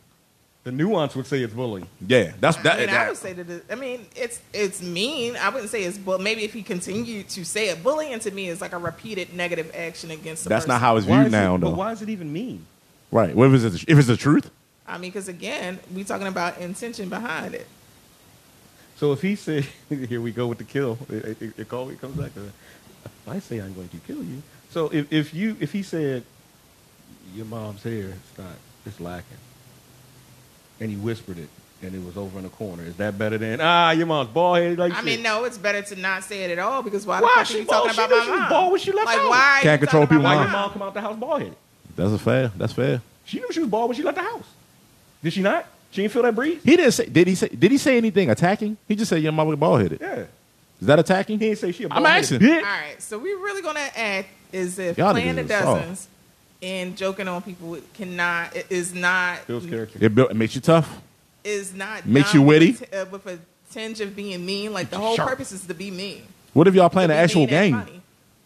S2: the nuance would say it's bullying.
S1: Yeah, that's
S3: I
S1: that.
S3: mean, I
S1: that-
S3: would say that. It, I mean, it's it's mean. I wouldn't say it's but maybe if he continued to say it, bullying to me is like a repeated negative action against. The
S1: that's
S3: person.
S1: not how it's
S2: Why
S1: viewed
S2: is
S1: now,
S2: it,
S1: though.
S2: But why is it even mean?
S1: Right. What if it's if it's the truth?
S3: I mean, because again, we talking about intention behind it.
S2: So if he said, "Here we go with the kill," it, it, it, call, it comes back to that. I say I'm going to kill you. So if, if you if he said, "Your mom's hair, it's not, it's lacking," and he whispered it, and it was over in the corner, is that better than ah, your mom's bald head like
S3: I
S2: shit?
S3: mean, no, it's better to not say it at all because why,
S2: Why?
S3: the fuck
S2: She
S3: are you talking
S2: bald. She
S3: about
S2: knew
S3: my
S2: she was
S3: mom?
S2: bald when she left
S3: like,
S2: home.
S3: why? are
S1: Can't
S3: you
S1: control
S3: talking about
S2: Why
S1: people's
S3: my
S2: your
S1: mom.
S2: mom come out the house bald headed?
S1: That's a fair. That's fair.
S2: She knew she was bald when she left the house. Did she not? She didn't feel that breeze.
S1: He didn't say. Did he say? Did he say anything attacking? He just said your mama bald headed.
S2: Yeah.
S1: Is that attacking?
S2: He didn't say she. A
S1: I'm
S2: bald-headed
S1: asking.
S2: bitch.
S3: All right, so we really gonna act as if
S1: Y'all
S3: playing the
S1: niggas is soft.
S3: dozens and joking on people cannot is not
S2: Bill's character.
S1: It, built, it makes you tough.
S3: is not
S1: Makes
S3: done
S1: you witty.
S3: with, a t- uh, with a tinge of being mean. Like the whole
S2: Sharp.
S3: purpose is to be mean.
S1: What if y'all
S3: To
S1: playing
S3: be
S1: an actual
S3: mean and
S1: game?
S3: funny.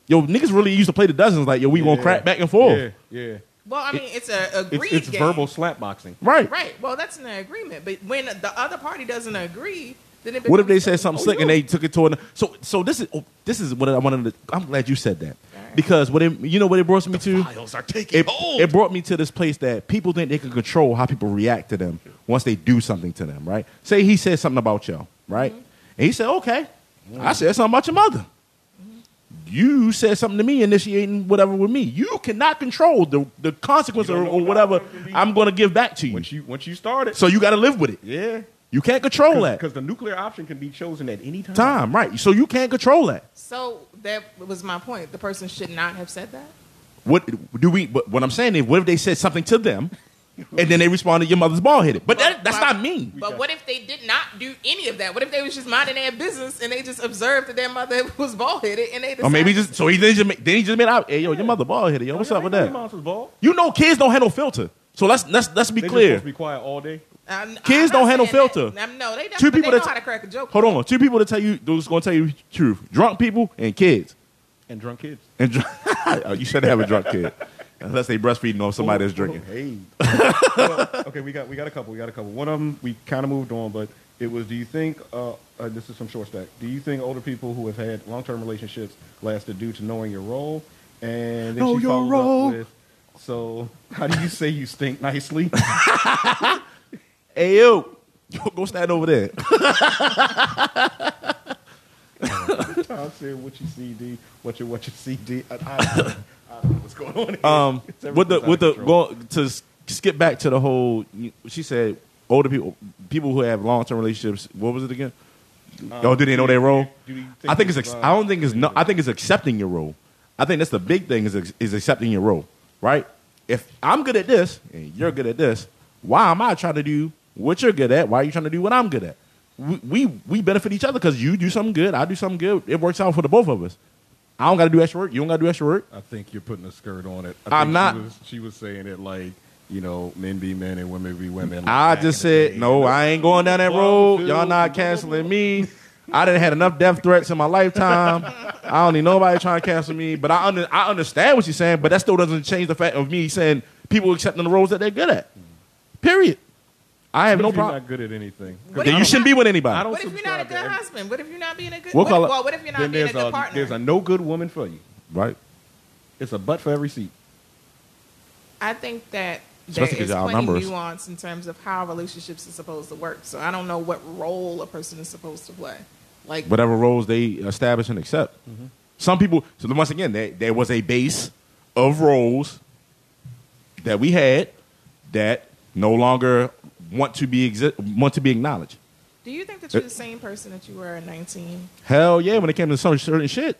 S1: Yo, niggas really used to play the dozens. Like yo, we gonna
S2: Yeah.
S1: crack back and forth.
S2: Yeah. yeah.
S3: Well, I mean, it's a agreed
S2: It's, it's
S3: game.
S2: verbal slap boxing.
S1: Right.
S3: right? Well, that's an agreement. But when the other party doesn't agree, then it
S1: What if they
S3: becomes-
S1: said something slick and they took it toward? So, so this is oh, this is what I wanted. To, I'm glad you said that
S3: Alright.
S1: because what it, you know what it brought me to.
S2: Files are taking
S1: it, it brought me to this place that people think they can control how people react to them once they do something to them, right? Say he said something about y'all, right?
S2: Mm-hmm.
S1: And he said, okay, I said something about your mother.
S2: Mm-hmm.
S1: You said something to me, initiating whatever with me. You cannot control the, the consequence
S2: You
S1: or,
S2: don't know
S1: or
S2: what I'm
S1: whatever
S2: gonna be.
S1: I'm going to give back to you.
S2: Once you once you start it,
S1: So you got to live with it.
S2: yeah,
S1: You can't control that.
S2: because the nuclear option can be chosen at any time.
S1: Time, right. So you can't control that.
S3: So that was my point. The person should not have said that.
S1: What do we? But what I'm saying is, what if they said something to them, and then they responded, "Your mother's bald headed." But that, that's
S3: Why-
S1: not mean.
S3: But what if they did not do any of that? What if they was just minding their business and they just observed that their mother was bald headed and they decided
S1: Or maybe just so he then just made, then he just made out. Hey yo, your mother bald headed. Yo, what's
S2: Yeah,
S1: up with
S2: they know
S1: that?
S2: your mom's was bald.
S1: You know, kids don't have no filter. So let's let's let's be
S2: They just
S1: clear.
S2: supposed to be quiet all day.
S3: I'm-
S1: Kids
S3: I'm
S1: don't
S3: not
S1: handle
S3: saying that.
S1: filter.
S3: Um, no, they don't.
S1: Two
S3: Two people
S1: people
S3: they know
S1: that-
S3: how to crack a joke.
S1: Hold on, two people to tell you those gonna tell you the truth. Drunk people and kids.
S2: And drunk kids.
S1: And dr- Oh, you shouldn't have a drunk kid unless they breastfeeding on somebody that's drinking.
S2: Oh, hey. Well, okay, we got we got a couple. We got a couple. One of them we kind of moved on, but it was. Do you think uh, uh, this is from short stack? Do you think older people who have had long term relationships lasted due to knowing your role? And then
S1: Know
S2: she
S1: your
S2: follows
S1: role.
S2: up with, so how do you say you stink nicely?
S1: Hey yo, yo, go stand over there.
S2: Tom said, "What you CD? What you what you CD?" I, I, I don't know what's going on. Here.
S1: Um,
S2: It's
S1: with the
S2: everything's out
S1: with the
S2: of control.
S1: going to s- skip back to the whole. you- She said older people people who have long term relationships. What was it again? oh, do they know their role?
S2: Uh, do you
S1: I think it's.
S2: it's,
S1: Ex-
S2: uh,
S1: I don't think it's. No, I think it's accepting your role. I think that's the big thing is ex- is accepting your role, right? If I'm good at this and you're good at this, why am I trying to do what you're good at? Why are you trying to do what I'm good at? We we, we benefit each other because you do something good, I do something good. It works out for the both of us. I don't got to do extra work. You don't got to do extra work.
S2: I think you're putting a skirt on it.
S1: I'm
S2: think
S1: not-
S2: She was, she was saying it like you know, men be men and women be women.
S1: I
S2: Back in
S1: just
S2: the
S1: said,
S2: day.
S1: no, I ain't going down that
S2: Well,
S1: road.
S2: dude,
S1: Y'all not canceling me. I didn't had enough death threats in my lifetime. I don't need nobody trying to cancel me. But I under, I understand what you're saying, but that still doesn't change the fact of me saying people accepting the roles that they're good at. Period. I have
S2: What
S1: no
S2: if you're
S1: problem.
S2: Not good at anything. 'Cause
S3: What
S1: Then
S3: if
S1: you
S3: you're
S1: shouldn't
S3: not-
S1: be with anybody.
S2: I don't-
S3: What if you're not a
S2: subscribe to
S3: good
S2: every-
S3: husband? What if you're not being a good?
S1: We'll
S3: what,
S1: call it-
S3: well, what if you're not
S2: Then
S3: being
S2: there's
S3: a good
S1: uh,
S2: a,
S3: partner?
S2: there's a no good woman for you.
S1: Right.
S2: It's a butt for every seat.
S3: I think that there
S1: Especially
S3: is
S1: 'cause y'all
S3: plenty
S1: numbers.
S3: nuance in terms of how relationships are supposed to work. So I don't know what role a person is supposed to play. Like
S1: Whatever roles they
S4: Mm-hmm.
S1: establish and accept. Some people, so then once again, there, there was a base of roles that we had that no longer want to be exi- want to be acknowledged.
S3: Do you think that you're the same person that you were at 19?
S1: Hell yeah, when it came to some certain shit.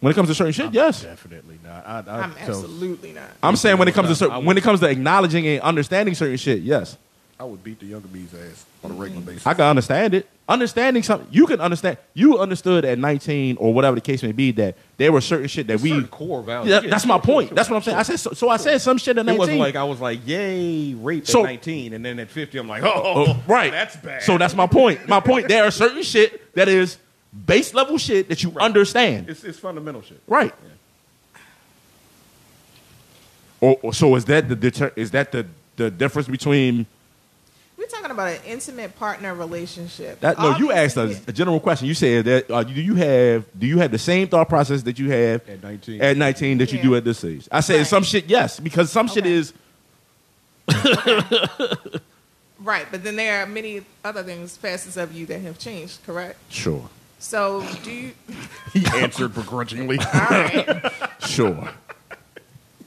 S1: When it comes to certain shit, yes.
S2: Definitely not. I, I,
S3: I'm
S2: so
S3: absolutely not.
S1: I'm saying when it comes to
S2: I
S1: certain,
S2: would-
S1: when it comes to acknowledging and understanding certain shit, yes. Mm.
S4: I would beat the younger bees ass on a regular basis.
S1: I can understand it. Understanding something, you can understand. You understood at 19 or whatever the case may be that there were certain shit that
S2: There's
S1: we.
S2: certain core values.
S1: Yeah,
S2: Oh, Yeah,
S1: that's my
S2: sure, sure,
S1: point.
S2: sure,
S1: that's what I'm saying. I said so, so I said some shit at 19.
S2: It wasn't like I was like, yay, rape
S1: So-
S2: at 19. And then at 50, I'm like, oh,
S1: Oh, right.
S2: That's bad.
S1: So that's my point. My point. There are certain shit that is base level shit that you understand.
S2: it's, it's fundamental shit.
S1: right. Or, or so is that the deter- is that the the difference between
S3: We're talking about an intimate partner relationship.
S1: that? No, you asked
S3: Obviously,
S1: a, a general question. You said that uh, do you have do you have the same thought process that you have
S2: At 19.
S1: at 19 that you
S3: Yeah.
S1: do at this age? I said
S3: Right.
S1: some shit yes because some shit
S3: Okay.
S1: is
S3: Right, but then there are many other things, facets of you that have changed, correct?
S1: sure,
S3: So do you,
S4: He answered begrudgingly.
S3: all right,
S1: sure.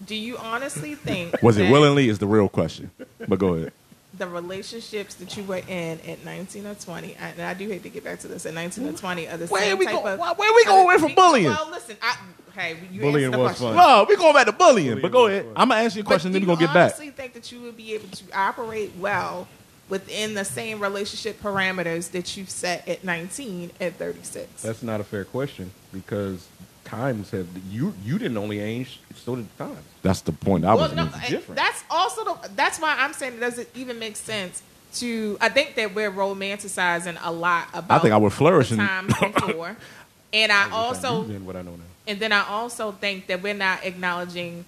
S3: do you honestly think
S1: Was it
S3: that
S1: willingly is the real question. But go ahead.
S3: the relationships that you were in at 19 or 20, I- and I do hate to get back to this, at 19 or 20 are the
S1: Where
S3: same
S1: we
S3: type
S1: go-
S3: of...
S1: why- where we going away from bullying?
S3: Well, listen, I, hey, you
S2: Bullying
S3: answered the
S2: was fun.
S3: question.
S1: No, we're going back to bullying.
S2: Bullying
S1: But go
S2: is
S1: ahead.
S2: fun.
S1: I'm gonna ask you a question, then we're gonna get back.
S3: honestly think that you would be able to operate well within the same relationship parameters that you set at 19 and 36?
S2: That's not a fair question because times have, you you didn't only age, so did times.
S1: That's the point I
S3: well,
S1: was
S3: no,
S1: making.
S3: I-
S2: different.
S3: that's also the, that's why I'm saying it doesn't even make sense to. I think that we're romanticizing a lot about.
S1: think I would flourish
S3: the
S1: in-
S3: times before, and I also
S2: Then what I know now.
S3: and then I also think that we're not acknowledging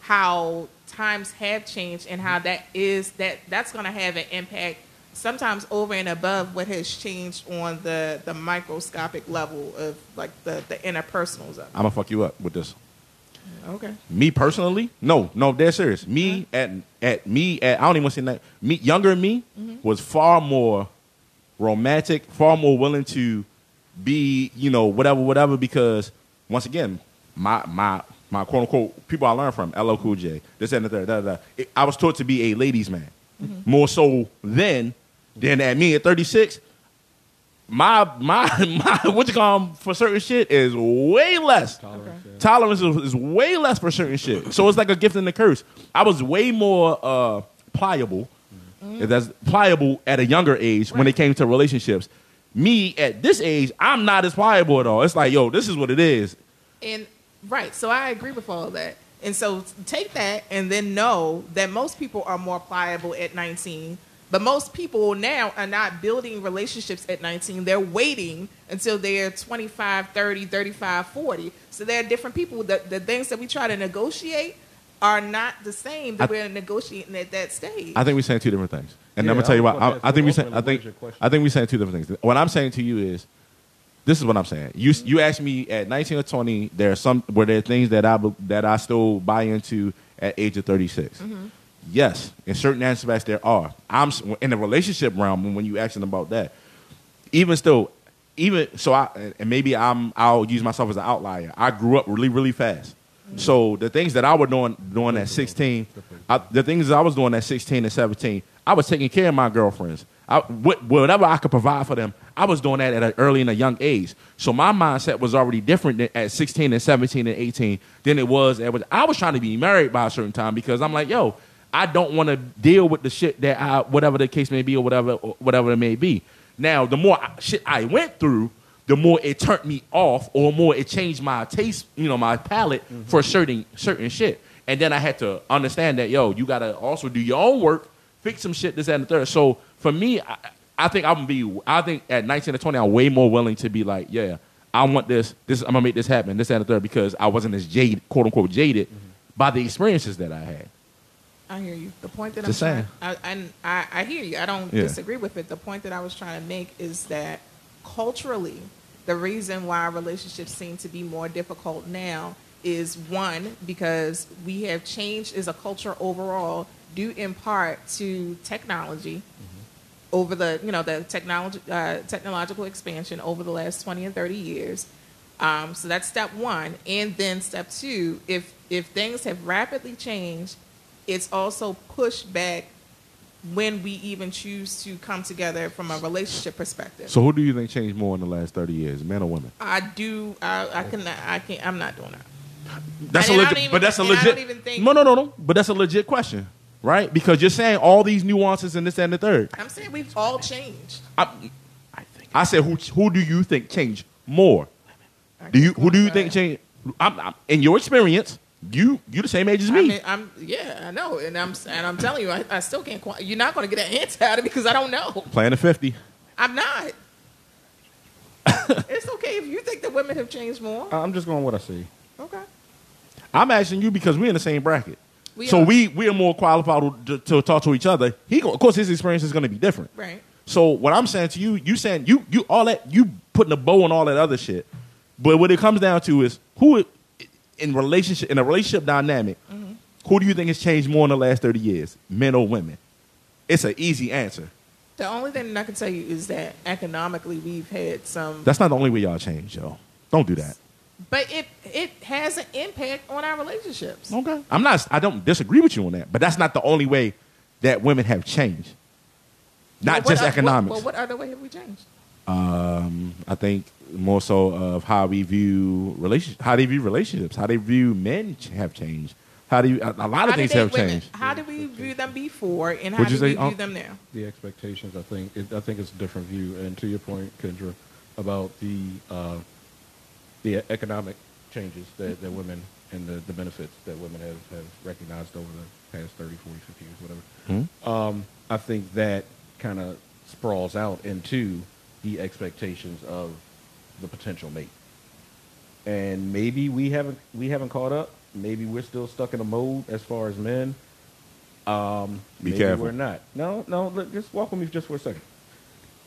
S3: how times have changed and how that is that that's going to have an impact sometimes over and above what has changed on the the microscopic level of like the the interpersonals of
S1: I'm gonna fuck you up with this.
S3: it. Okay.
S1: Me personally, no, no, they're serious. Me at at me at I don't even want to say that. Me younger me was far more romantic, far more willing to be you know whatever whatever because once again my my my quote unquote people I learned from LL Cool J this that, and the third da, da, da. It- I was taught to be a ladies man more so then than at me at 36 my my my what you call 'em for certain shit is way less.
S2: Tolerance, yeah.
S1: Tolerance is, is way less for certain shit. So it's like a gift and a curse. I was way more uh, pliable.
S2: Mm-hmm.
S1: If that's pliable at a younger age when it came to relationships. Me at this age, I'm not as pliable at all. It's like, yo, this is what it is.
S3: And right, so I agree with all of that. And so take that and then know that most people are more pliable at 19. But most people now are not building relationships at 19. They're waiting until they're 25, 30, 35, 40. So there are different people. The, the things that we try to negotiate are not the same that
S1: I-
S3: we're negotiating at that stage.
S1: I think we're saying two different things. And
S2: Yeah,
S1: I'm gonna tell you why.
S2: I was
S1: I,
S2: about to
S1: I think we
S2: ask,
S1: saying I
S2: ultimately,
S1: think
S2: what was your
S1: I think we're saying two different things. What I'm saying to you is, this is what I'm saying. You s- you asked me at 19 or 20. There are some were there things that I be- that I still buy into at age of 36.
S2: Mm-hmm.
S1: Yes, in certain aspects there are. I'm s- in the relationship realm when you asking about that. Even still, even so, I and maybe I'm I'll use myself as an outlier. I grew up really really fast. So the things that I was doing doing at 16, I, the things that I was doing at 16 and 17, I was taking care of my girlfriends. I, wh- whatever I could provide for them, I was doing that at an early and a young age. So my mindset was already different than at 16 and 17 and 18 than it was. At, I was trying to be married by a certain time because I'm like, yo, I don't want to deal with the shit that I, whatever the case may be or whatever, or whatever it may be. Now, the more I- shit I went through, the more it turned me off or more it changed my taste, you know, my palate for certain certain shit. And then I had to understand that, yo, you gotta also do your own work, fix some shit, this, that, and the third. So for me, I, I think I'm gonna be I think at 19 or 20, I'm way more willing to be like, yeah, I want this, this I'm gonna make this happen, this, that, and the third, because I wasn't as jaded, quote unquote jaded by the experiences that I had.
S3: I hear you. The point that
S1: Just
S3: I'm
S1: saying.
S3: trying, I, and I, I hear you. I don't
S1: Yeah.
S3: disagree with it. The point that I was trying to make is that culturally, the reason why relationships seem to be more difficult now is one because we have changed as a culture overall, due in part to technology over the you know the technology uh, technological expansion over the last 20 and 30 years um, so that's step one and then step two if if things have rapidly changed It's also pushback when we even choose to come together from a relationship perspective.
S1: So who do you think changed more in the last thirty years, men or women?
S3: I do. I, I can. I can. I'm not doing that.
S1: That's
S3: And
S1: a
S3: I don't
S1: legit,
S3: even-
S1: but that's a
S3: and I
S1: legit.
S3: don't even think-
S1: no, no, no, no. But that's a legit question, right? Because you're saying all these nuances and this and the third.
S3: I'm saying we've all changed.
S1: I, I said, who who do you think changed more? Do you who do you think changed? I'm, I'm, in your experience, you you the same age as
S3: I
S1: me.
S3: mean, I'm yeah, I know, and I'm and I'm telling you, I, I still can't. Quite, you're not going to get an answer out of it because I don't know.
S1: Playing a fifty.
S3: I'm not. it's okay if you think that women have changed more.
S2: I'm just going what I see.
S3: Okay.
S1: I'm asking you because we're in the same bracket.
S3: We
S1: so
S3: are.
S1: we we are more qualified to, to talk to each other. He go- of course his experience is going to be different.
S3: Right.
S1: So what I'm saying to you, you saying you you all that you putting a bow on all that other shit. But what it comes down to is who in relationship in a relationship dynamic, who do you think has changed more in the last 30 years, men or women? It's an easy answer.
S3: The only thing that I can tell you is that economically we've had some,
S1: That's not the only way y'all change, yo. Don't do that.
S3: but it it has an impact on our relationships.
S1: Okay. I'm not I don't disagree with you on that, but that's not the only way that women have changed. Not
S3: Well, what
S1: just
S3: oth-
S1: economics.
S3: Well, what other way have we changed?
S1: um, I think more so of how we view relation, how they view relationships, how they view men ch- have changed, how do you, a, a lot of
S3: How did
S1: things
S3: they-
S1: have
S3: wait a minute,
S1: changed.
S3: How did we view them before, and how
S1: What'd
S3: do
S1: you
S3: we
S1: say, um,
S3: view them now?
S2: the expectations. I think it, I think it's a different view. And to your point, Kendra, about the uh, the economic changes that, that women and the, the benefits that women have, have recognized over the past 30, 40, 50 years, whatever.
S1: Hmm?
S2: Um, I think that kind of sprawls out into the expectations of the potential mate. And maybe we haven't we haven't caught up. Maybe we're still stuck in a mode as far as men. Um,
S1: Be
S2: maybe
S1: careful.
S2: We're not. No, no. Look, just walk with me just for a second.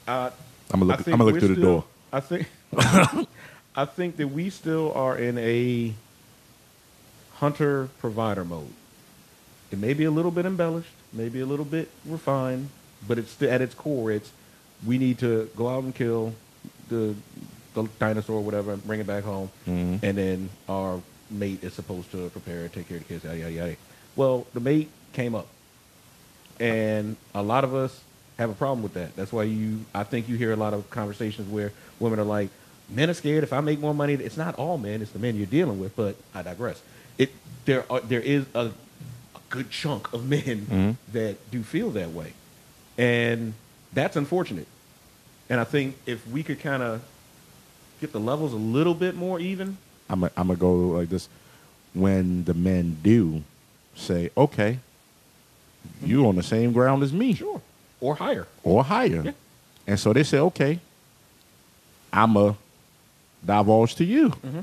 S2: Uh,
S1: I'm gonna
S2: I
S1: look,
S2: think
S1: I'm gonna
S2: we're
S1: look through the
S2: still-
S1: door.
S2: I think I think that we still are in a hunter provider mode. It may be a little bit embellished, maybe a little bit refined, but it's still, at its core, it's we need to go out and kill the the dinosaur, or whatever, and bring it back home,
S1: Mhm.
S2: and then our mate is supposed to prepare and take care of the kids. Yada yada yada. Well, the mate came up, and a lot of us have a problem with that. That's why you, I think you hear a lot of conversations where women are like, "Men are scared. If I make more money, it's not all men; it's the men you're dealing with." But I digress. It there are there is a, a good chunk of men
S1: Mm-hmm.
S2: that do feel that way, and that's unfortunate. And I think if we could kind of get the levels a little bit more even,
S1: I'm gonna I'm gonna go like this. When the men do say, okay, you on the same ground as me
S2: sure, or higher.
S1: or higher,
S2: Yeah.
S1: and so they say, okay, I'm a divulge to you.
S2: Mm-hmm.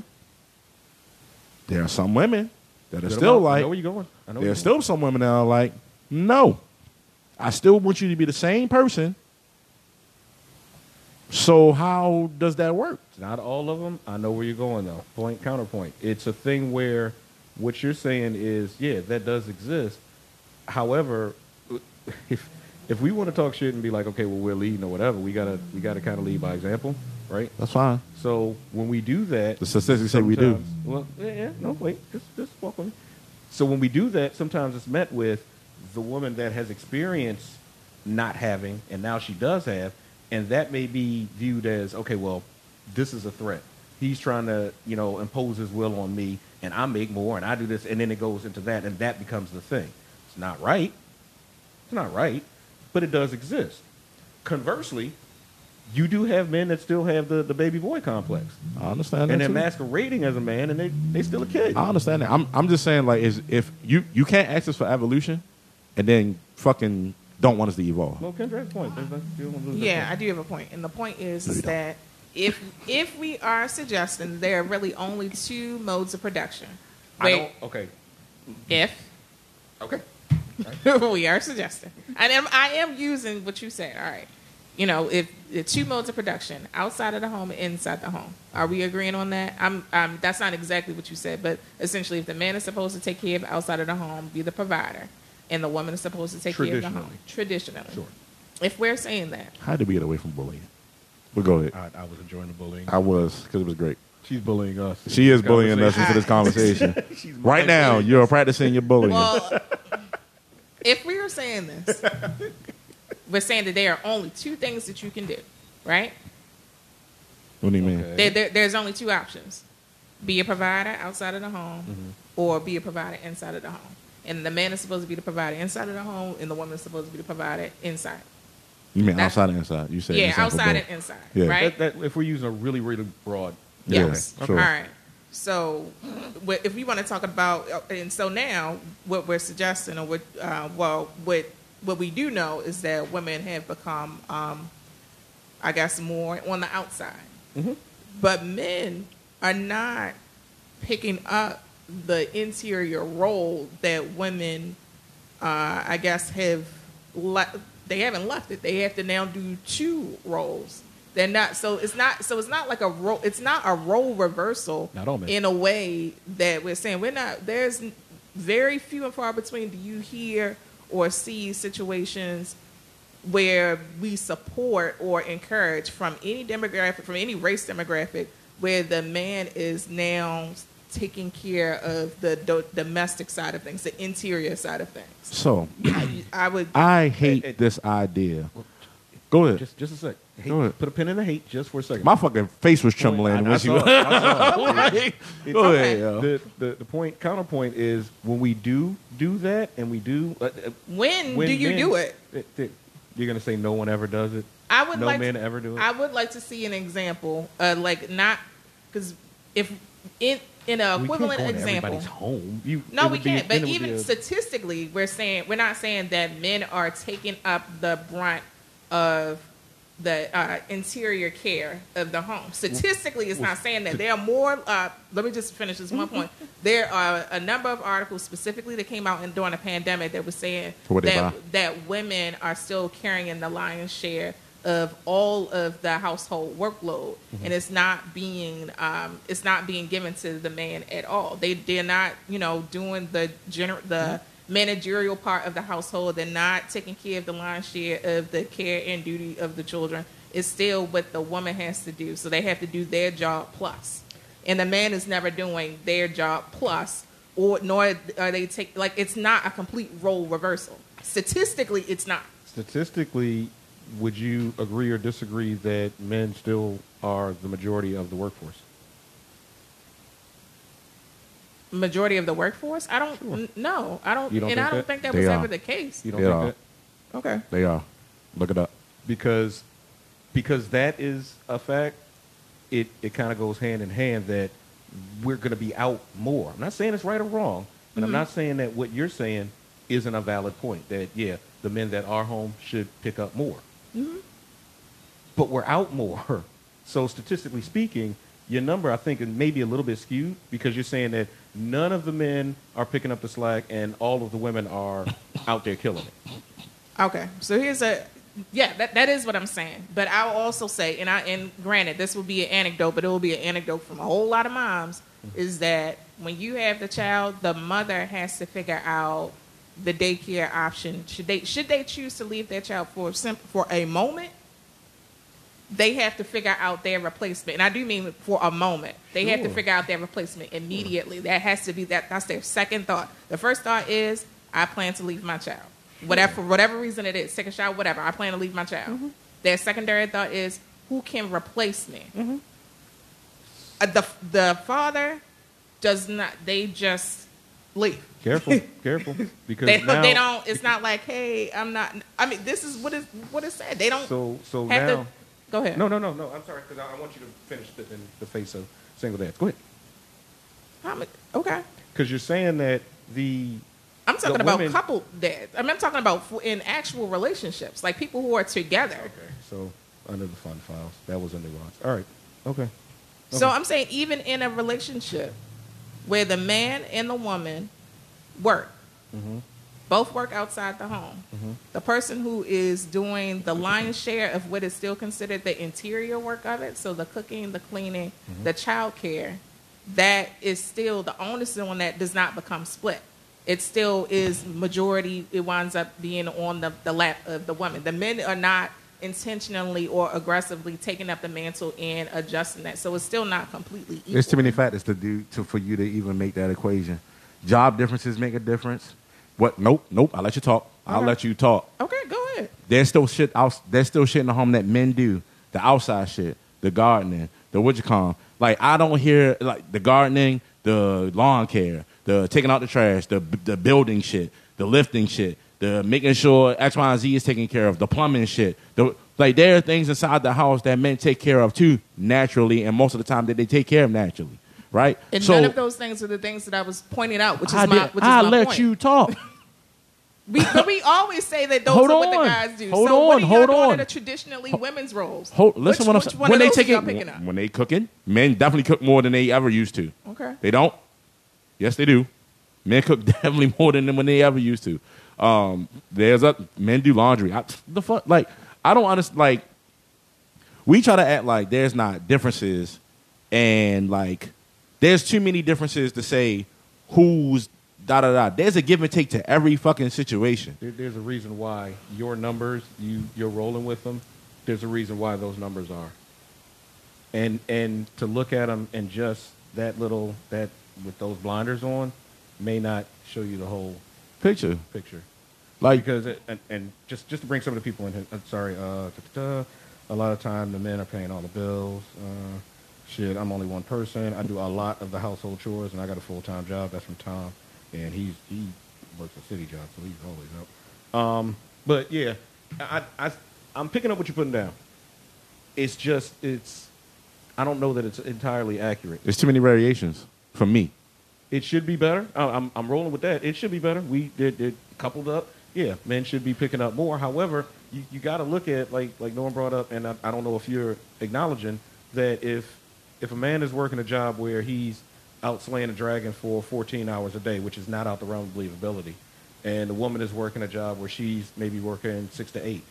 S1: There are some women that are
S2: Good
S1: still
S2: amount. I
S1: like,
S2: know where you going. I know where
S1: There's
S2: you
S1: still
S2: going.
S1: some women that are like, no, I still want you to be the same person. So how does that work?
S2: Not all of them. I know where you're going though. Point counterpoint. It's a thing where what you're saying is, yeah, that does exist. However, if if we want to talk shit and be like, okay, well we're leading or whatever, we gotta we gotta kind of lead by example, right?
S1: That's fine.
S2: So when we do that,
S1: The statistics say we do.
S2: sometimes- Well, yeah, yeah, no, wait, just just walk with me. So when we do that, sometimes it's met with the woman that has experience not having, and now she does have, and that may be viewed as okay, well, this is a threat. He's trying to, you know, impose his will on me, and I make more, and I do this, and then it goes into that, and that becomes the thing. It's not right. It's not right, but it does exist. Conversely, you do have men that still have the, the baby boy complex
S1: I understand that.
S2: and they're
S1: too.
S2: masquerading as a man, and they they still a kid.
S1: I understand that. I'm, I'm just saying, like, is if you, you can't ask us for evolution and then fucking don't want us to evolve.
S2: well, Kendra has a point. There's no- you don't lose that
S3: Yeah, I
S2: point.
S3: do have a point, and the point is,
S1: No, you
S3: is
S1: don't.
S3: that if if we are suggesting there are really only two modes of production,
S2: I
S3: wait,
S2: don't. Okay,
S3: if
S2: okay.
S3: we are suggesting, and I'm, I am using what you said. All right, you know, if the two modes of production outside of the home, and inside the home, are we agreeing on that? I'm, um, that's not exactly what you said, but essentially, if the man is supposed to take care of outside of the home, be the provider, and the woman is supposed to take care of the home, traditionally,
S2: Sure.
S3: If we're saying that,
S1: How did we get away from bullying? We'll go ahead.
S2: I, I was enjoying the bullying.
S1: I was, because it was great.
S2: She's bullying us.
S1: She is bullying us into this conversation. right now, you're practicing your bullying.
S3: well, if we are saying this, we're saying that there are only two things that you can do, right?
S1: What do you mean?
S2: Okay.
S3: There, there, there's only two options be a provider outside of the home
S1: Mm-hmm.
S3: or be a provider inside of the home. And the man is supposed to be the provider inside of the home, and the woman is supposed to be the provider inside.
S1: You mean
S3: That-
S1: outside and inside? You said
S3: yeah,
S1: inside for
S3: outside
S1: both.
S3: and inside,
S1: Yeah.
S3: right?
S2: That, that, if we're using a really, really broad.
S1: Yeah,
S3: Yes.
S1: sure.
S3: All right. So, what- if we want to talk about, uh, and so now what we're suggesting, or what, uh, well, what what we do know is that women have become, um, I guess, more on the outside,
S1: Mm-hmm.
S3: but men are not picking up the interior role that women, uh, I guess, have le- they haven't left it. They have to now do two roles. They're not so it's not so it's not like a role. It's not a role reversal.
S2: Not all men.
S3: in a way that we're saying we're not. There's n- very few and far between. Do you hear or see situations? where we support or encourage from any demographic, from any race demographic, where the man is now taking care of the do- domestic side of things, the interior side of things.
S1: So
S3: I, I would.
S1: I hate
S2: It- it-
S1: this idea. Go ahead.
S2: Just, just a sec. Hate-
S1: Go ahead.
S2: put a pin in the hate just for a second.
S1: My fucking face was trembling
S2: I- I
S1: when she
S2: saw it. I saw it.
S1: Go ahead, yo.
S2: the, the, the point counterpoint is when we do do that and we do uh, uh,
S3: when,
S2: when
S3: do you
S2: men-
S3: do it?
S2: th- th- you're gonna say no one ever does it
S3: I would
S2: no
S3: like
S2: man
S3: to,
S2: ever do it
S3: I would like to see an example, uh, like not because if in in an
S2: We can't
S3: equivalent
S2: go into
S3: example,
S2: everybody's home You-
S3: No,
S2: it
S3: we
S2: would be-
S3: can't.
S2: then
S3: but
S2: it would
S3: even
S2: be a-
S3: statistically, we're saying we're not saying that men are taking up the brunt of the uh, interior care of the home. Statistically, it's not saying that. There are more. Uh, let me just finish this one point.
S2: Mm-hmm.
S3: There are a number of articles specifically that came out in, during the pandemic that was saying
S1: For what they
S3: that
S1: buy.
S3: that women are still carrying in the lion's share of all of the household workload, and it's not being um, it's not being given to the man at all. They they're not you know doing the gener- the managerial part of the household. They're not taking care of the lion's share of the care and duty of the children. It's still what the woman has to do. So they have to do their job plus, and the man is never doing their job plus or nor are they take like it's not a complete role reversal. Statistically, it's not.
S2: statistically would you agree or disagree that men still are the majority of the workforce
S3: Majority of the workforce, I don't n- no, I don't,
S2: You don't
S3: and
S2: think
S3: I don't
S2: that?
S3: think that
S1: They
S3: was
S1: are.
S3: ever the case.
S2: you don't
S1: They
S2: think
S1: are.
S2: that
S3: Okay,
S1: They are. Look it up.
S2: because because that is a fact it it kind of goes hand in hand that we're going to be out more i'm not saying it's right or wrong but
S3: Mm-hmm.
S2: i'm not saying that what you're saying isn't a valid point that yeah the men that are home should pick up more
S3: Mm-hmm.
S2: but we're out more so statistically speaking your number i think is maybe a little bit skewed because you're saying that none of the men are picking up the slack and all of the women are out there killing it
S3: okay. So here's a yeah, that, that is what I'm saying. But I'll also say, and I and granted, this will be an anecdote, but it will be an anecdote from a whole lot of moms. Is that when you have the child, the mother has to figure out the daycare option. Should they should they choose to leave their child for sim- for a moment? they have to figure out their replacement. And I do mean for a moment. They have to
S2: Sure.
S3: figure out their replacement immediately. That has to be that that's their second thought. The first thought is I plan to leave my child. Whatever for whatever reason it is, take a shower, whatever, I plan to leave my child.
S2: Mm-hmm.
S3: Their secondary thought is who can replace me?
S2: Mm-hmm.
S3: Uh, the the father does not they just leave.
S2: Careful, careful, because
S3: They,
S2: now
S3: they don't it's not like, hey, I'm not I mean this is what is what it said. They don't
S2: So, so
S3: have
S2: now,
S3: to go ahead.
S2: no, no, no, no. I'm sorry, because I, I want you to finish the, in the face of single dads. Go ahead,
S3: I'm- okay.
S2: because you're saying that the
S3: I'm talking
S2: The
S3: about
S2: women-
S3: couple dads. I mean, I'm talking about f- in actual relationships, like people who are together.
S2: okay, so under the fun files, that was a nuance. All right, okay,
S3: So
S2: Uh-huh.
S3: I'm saying, even in a relationship where the man and the woman work, both work outside the home, the person who is doing the lion's share of what is still considered the interior work of it, so the cooking, the cleaning, the child care, that is still the onus on that does not become split. It still is majority, it winds up being on the, the lap of the woman. The men are not intentionally or aggressively taking up the mantle and adjusting that. So it's still not completely equal.
S5: There's too many factors to do to for you to even make that equation. Job differences make a difference.
S1: What? Nope, nope. I'll let you talk. I'll
S2: Uh-huh.
S3: Okay.
S1: let you talk.
S3: Okay, go ahead.
S1: There's still shit out. There's still shit in the home that men do. The outside shit, the gardening, the what you call 'em. Like I don't hear like the gardening, the lawn care, the taking out the trash, the the building shit, the lifting shit, the making sure X, Y, and Z is taken care of, the plumbing shit. The like there are things inside the house that men take care of too naturally, and most of the time that they take care of naturally, right?
S3: And
S1: So,
S3: none of those things are the things that I was pointing out, which is
S1: I,
S3: my
S1: did-
S3: which is
S1: I
S3: my
S1: let
S3: point.
S1: you talk.
S3: We, but we always say that those
S1: Hold
S3: are what the
S1: on.
S3: guys do.
S1: Hold
S3: so what are
S1: on,
S3: y'all
S1: hold
S3: doing
S1: on.
S3: in the traditionally women's roles?
S1: Hold, listen
S3: which,
S1: what I'm
S3: which
S1: saying.
S3: one
S1: When
S3: of
S1: they
S3: those
S1: take
S3: are y'all
S1: it,
S3: picking up?
S1: when they cooking, men definitely cook more than they ever used to.
S3: Okay.
S1: They don't. Yes, they do. Men cook definitely more than them when they ever used to. Um, there's a men do laundry. I, the fuck, like I don't understand. Like we try to act like there's not differences, and like there's too many differences to say who's da da da. There's a give and take to every fucking situation.
S2: There, there's a reason why your numbers you you're rolling with them. There's a reason why those numbers are. And and to look at them and just that little that with those blinders on may not show you the whole
S1: Picture
S2: picture.
S1: like
S2: because it, and, and just just to bring some of the people in here. I'm sorry. Uh, da-da-da. a lot of time the men are paying all the bills. Uh, shit, I'm only one person. I do a lot of the household chores, and I got a full time job. That's from Tom, and he's he works a city job, so he's always up. Um, but yeah, I, I I- I'm picking up what you're putting down. It's just it's I don't know that it's entirely accurate.
S1: there's too many variations for me.
S2: It should be better. I- I'm, I'm rolling with that. It should be better. We did, did coupled up. Yeah, men should be picking up more. However, you, you got to look at like like Norm brought up, and I, I don't know if you're acknowledging that if if a man is working a job where he's out slaying a dragon for 14 hours a day, which is not out the realm of believability, and a woman is working a job where she's maybe working six to eight,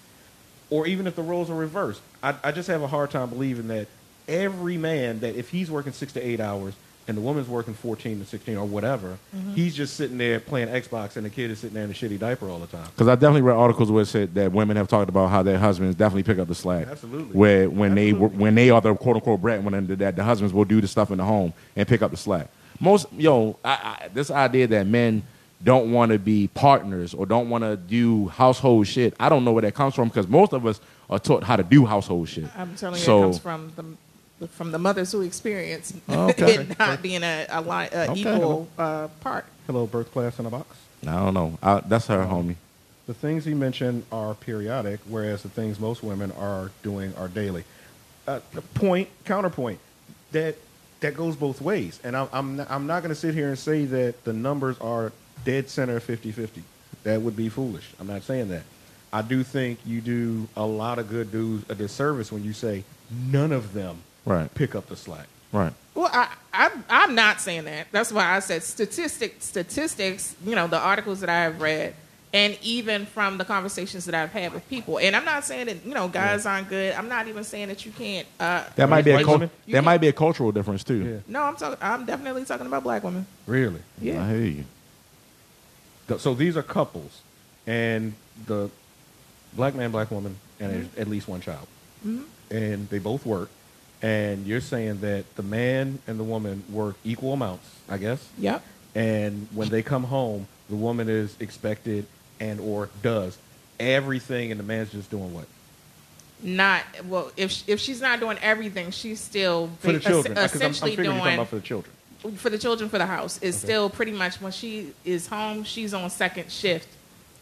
S2: or even if the roles are reversed. I, I just have a hard time believing that every man that if he's working six to eight hours and the woman's working fourteen to sixteen or whatever, he's just sitting there playing Xbox and the kid is sitting there in a shitty diaper all the time.
S1: Because I definitely read articles where it said that women have talked about how their husbands definitely pick up the slack.
S2: Absolutely.
S1: Where when they
S2: Absolutely.
S1: when they are the quote unquote breadwinner, and that the husbands will do the stuff in the home and pick up the slack. Most yo, I, I, this idea that men don't want to be partners or don't want to do household shit. I don't know where that comes from because most of us are taught how to do household shit.
S3: I'm telling you,
S1: So-
S3: it comes from the the- from the mothers who experience
S1: Okay.
S3: it not being a, a, li- a
S1: Okay.
S3: equal uh, part.
S2: Hello, birth class in a box.
S1: I don't know. I, that's her homie.
S2: The things he mentioned are periodic, whereas the things most women are doing are daily. Uh, the point counterpoint that that goes both ways, and I'm I'm not, I'm not going to sit here and say that the numbers are dead center 50-50. That would be foolish. I'm not saying that. I do think you do a lot of good dudes a disservice when you say none of them
S1: Right.
S2: pick up the slack.
S1: Right.
S3: Well, I, I, I'm not saying that. That's why I said statistics, statistics, you know, the articles that I have read, and even from the conversations that I've had with people. And I'm not saying that, you know, guys aren't good. I'm not even saying that you can't. Uh,
S1: That might be a
S2: White
S1: cul-
S2: women?
S1: that might be a cultural difference too.
S3: no, I'm talking. I'm definitely talking about black women.
S2: Really?
S3: Yeah.
S1: I hear you.
S2: Th- So these are couples, and the black man, black woman, and there's
S3: Mm-hmm.
S2: at least one child, and they both work. And you're saying that the man and the woman work equal amounts, I guess.
S3: Yep.
S2: And when they come home, the woman is expected and or does everything, and the man's just doing what?
S3: Not well. If sh- if she's not doing everything, she's still
S2: For the
S3: ba-
S2: children,
S3: es-
S2: 'cause I'm, I'm
S3: essentially
S2: figuring you're talking
S3: doing
S2: about for the children.
S3: for the children for the house is still pretty much when she is home she's on second shift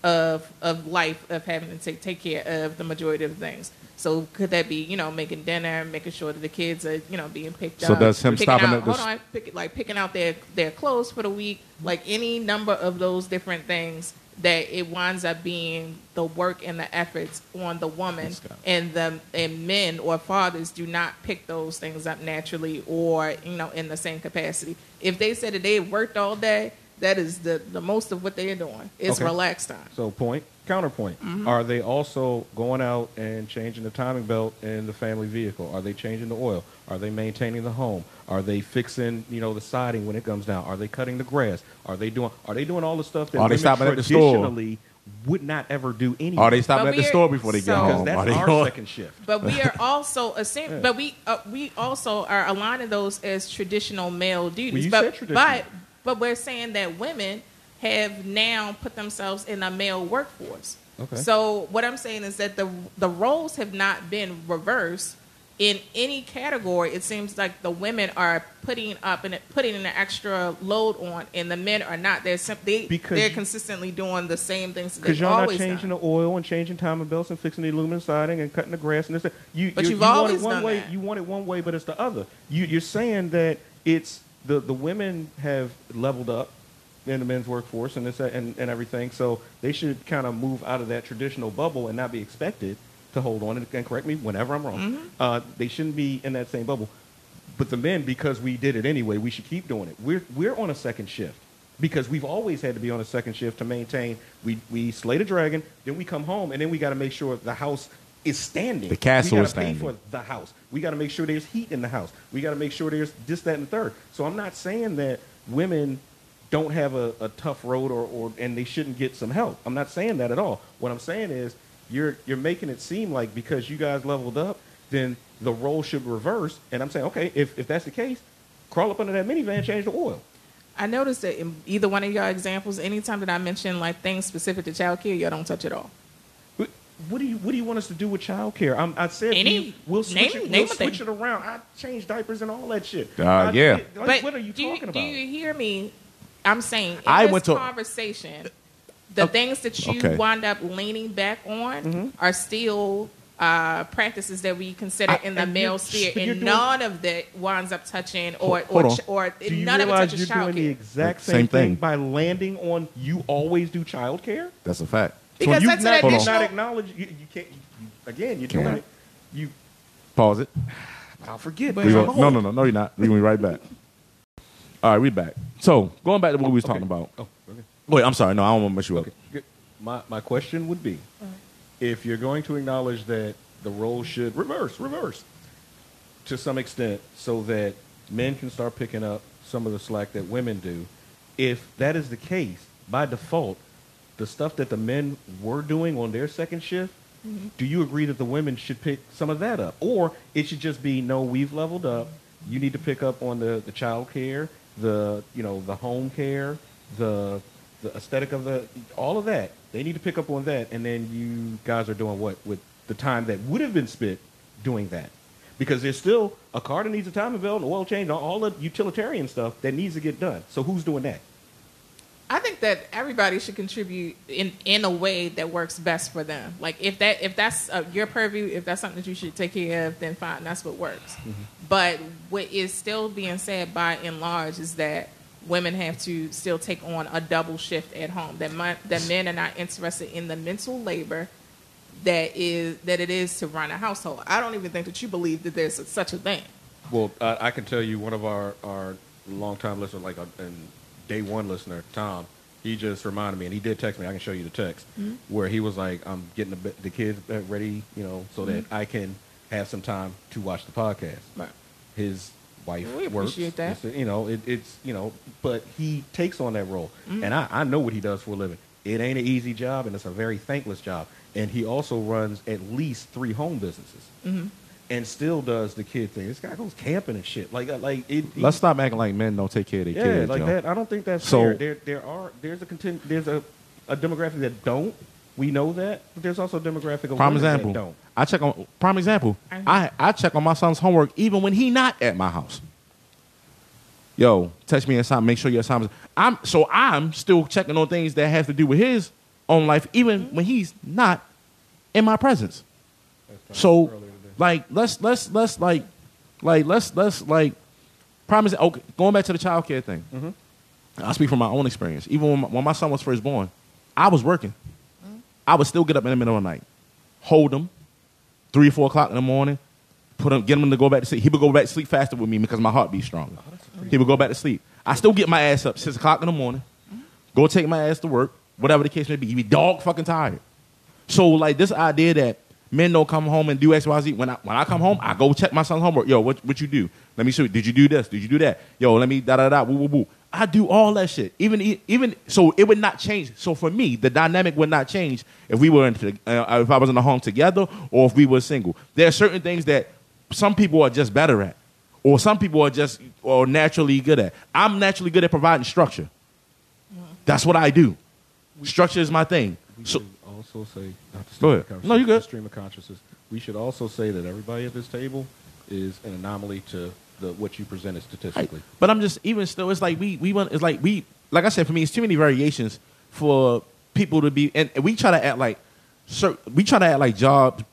S3: of of life of having to take, take care of the majority of things so could that be you know making dinner making sure that the kids are you know being picked
S1: So
S3: up
S1: does him
S3: picking
S1: stopping
S3: out,
S1: at the
S3: hold on, pick, like picking out their their clothes for the week like any number of those different things that it winds up being the work and the efforts on the woman
S1: Scott.
S3: and the and men or fathers do not pick those things up naturally or you know in the same capacity. If they said that they worked all day, that is the the most of what they're doing. It's
S2: Okay.
S3: relaxed time.
S2: So point counterpoint.
S3: Mm-hmm.
S2: Are they also going out and changing the timing belt in the family vehicle? Are they changing the oil? Are they maintaining the home? Are they fixing you know the siding when it comes down? Are they cutting the grass? Are they doing Are they doing all the stuff that
S1: Are they
S2: women
S1: stopping at the store?
S2: traditionally would not ever do anyway?
S1: Are they stopping
S3: But
S1: at the
S3: we're-
S1: store before they get
S3: so-
S2: Because
S1: home? Are
S2: that's
S1: they
S2: our
S1: going-
S2: second shift.
S3: But we are also assume, but we uh, we also are aligning those as traditional male duties.
S2: you
S3: but
S2: said traditional.
S3: but but we're saying that women have now put themselves in a male workforce.
S2: Okay.
S3: So what I'm saying is that the the roles have not been reversed in any category. It seems like the women are putting up and putting an extra load on, and the men are not. They're sim- they
S2: Because
S3: they're
S2: you-
S3: consistently doing the same things that
S2: Because
S3: they've
S2: y'all not
S3: always
S2: changing
S3: done.
S2: the oil and changing timing belts and fixing the aluminum siding and cutting the grass and this. that. You,
S3: But
S2: you,
S3: you've
S2: you want it
S3: always
S2: one
S3: done
S2: way.
S3: that.
S2: You want it one way, but it's the other. You, you're saying that it's the, the women have leveled up in the men's workforce and this that, and, and everything, so they should kind of move out of that traditional bubble and not be expected to hold on. And, and correct me whenever I'm wrong. Uh, they shouldn't be in that same bubble. But the men, because we did it anyway, we should keep doing it. We're, we're on a second shift because we've always had to be on a second shift to maintain. We, we slay the dragon, then we come home, and then we got to make sure the house is standing.
S1: The castle
S2: we
S1: is
S2: gotta pay
S1: standing.
S2: for the house. We got to make sure there's heat in the house. We got to make sure there's this, that, and the third. So I'm not saying that women don't have a, a tough road or, or and they shouldn't get some help. I'm not saying that at all. What I'm saying is you're you're making it seem like because you guys leveled up, then the role should reverse. And I'm saying, okay, if, if that's the case, crawl up under that minivan, change the oil.
S3: I noticed that in either one of your examples, anytime that I mention like things specific to childcare, y'all don't touch at all.
S2: What what do you What do you want us to do with childcare? I'm, I said
S3: Any-
S2: we, will switch,
S3: name-
S2: it,
S3: name
S2: we'll
S3: a thing.
S2: switch it around. I change diapers and all that shit.
S1: Uh,
S2: I
S1: yeah.
S2: did- like, what are you
S3: do
S2: talking about?
S3: Do you hear me? I'm saying in
S1: I
S3: this
S1: went to-
S3: conversation, the things that you
S1: Okay.
S3: wind up leaning back on
S2: Mm-hmm.
S3: are still uh, practices that we consider
S2: I-
S3: in the
S2: and
S3: male
S2: you're-
S3: sphere,
S2: but you're
S3: and
S2: doing-
S3: none of that winds up touching or
S1: Hold-
S3: or,
S1: hold
S3: ch- or
S2: do you
S3: none of it
S2: realize
S3: touches
S2: you're doing the
S3: childcare.
S2: exact same,
S1: Same
S2: thing.
S1: thing.
S2: by landing on you always do childcare?
S1: That's a fact.
S3: Because
S2: you
S3: that's an
S2: not, you
S3: additional.
S2: not acknowledge you, you can't you, again. You're doing
S1: Can't.
S2: it. You
S1: Pause it.
S4: I'll forget.
S1: We
S4: man.
S1: gon- no, no, no, no, you're not. We're going to be right back. All right, we back. So, going back to what we was talking about.
S2: oh okay.
S1: Wait, I'm sorry. No, I don't want to mess you up.
S2: Okay. Good. My, my question would be
S3: Uh.
S2: if you're going to acknowledge that the role should reverse, reverse to some extent so that men can start picking up some of the slack that women do, if that is the case, by default, the stuff that the men were doing on their second shift, do you agree that the women should pick some of that up? Or it should just be no, we've leveled up. You need to pick up on the, the child care, the you know, the home care, the the aesthetic of the all of that. They need to pick up on that, and then you guys are doing what with the time that would have been spent doing that, because there's still a car that needs a timing belt, an oil change, all the utilitarian stuff that needs to get done. So who's doing that?
S3: I think that everybody should contribute in in a way that works best for them. Like if that if that's uh, your purview, if that's something that you should take care of, then fine, that's what works. But what is still being said by and large is that women have to still take on a double shift at home. That my, that men are not interested in the mental labor that is that it is to run a household. I don't even think that you believe that there's such a thing.
S2: Well, I, I can tell you, one of our our longtime listener, like a, and day one listener, Tom, he just reminded me, and he did text me. I can show you the text where he was like, "I'm getting the, be- the kids uh, ready, you know, so that I can have some time to watch the podcast."
S3: Right.
S2: His wife
S3: We
S2: works,
S3: appreciate that.
S2: It's, you know, it, it's you know, but he takes on that role,
S3: Mm.
S2: and I, I know what he does for a living. It ain't an easy job, and it's a very thankless job. And he also runs at least three home businesses
S3: Mm-hmm.
S2: and still does the kid thing. This guy goes camping and shit. Like, uh, like it.
S1: Let's stop acting like men don't take care of their
S2: yeah,
S1: kids.
S2: like
S1: yo.
S2: that. I don't think that's
S1: So-
S2: fair. There, there are there's a content, there's a, a demographic that don't. We know that, but there's also a demographic of
S1: Prime
S2: women
S1: example.
S2: that don't. Uh-huh.
S1: I check on prime example.
S3: Mhm.
S1: I, I check on my son's homework even when he not at my house. Yo, text me assignment. Make sure your assignments. I'm so I'm still checking on things that have to do with his own life, even
S2: Mm-hmm.
S1: when he's not in my presence. So, like, let's let's let's like, like let's let's like, prime exa- Okay, going back to the child care thing.
S2: Mm-hmm.
S1: I speak from my own experience. Even when my, when my son was first born, I was working. I would still get up in the middle of the night, hold him, three or four o'clock in the morning, put him, get him to go back to sleep. He would go back to sleep faster with me because my heart beats stronger. he would go back to sleep. I still get my ass up six o'clock in the morning, go take my ass to work, whatever the case may be. You be dog fucking tired. So like this idea that men don't come home and do X, Y, Z. When I when I come home, I go check my son's homework. Yo, what what you do? Let me see. Did you do this? Did you do that? Yo, let me da da da. Woo woo woo. I do all that shit. Even e, even so, it would not change. So for me, the dynamic would not change if we were in the- uh, if I was in a home together or if we were single. There are certain things that some people are just better at, or some people are just or naturally good at. I'm naturally good at providing structure That's what I do. Structure is my thing.
S2: We
S1: So
S2: should also say, not
S1: Go
S2: to steal the
S1: ahead.
S2: conversation,
S1: No, you good.
S2: the Stream of consciousness. We should also say that everybody at this table is an anomaly to the what you presented statistically.
S1: But I'm just even still. It's like we we want. It's like we like I said for me. It's too many variations for people to be. And and we try to act like so we try to act like jobs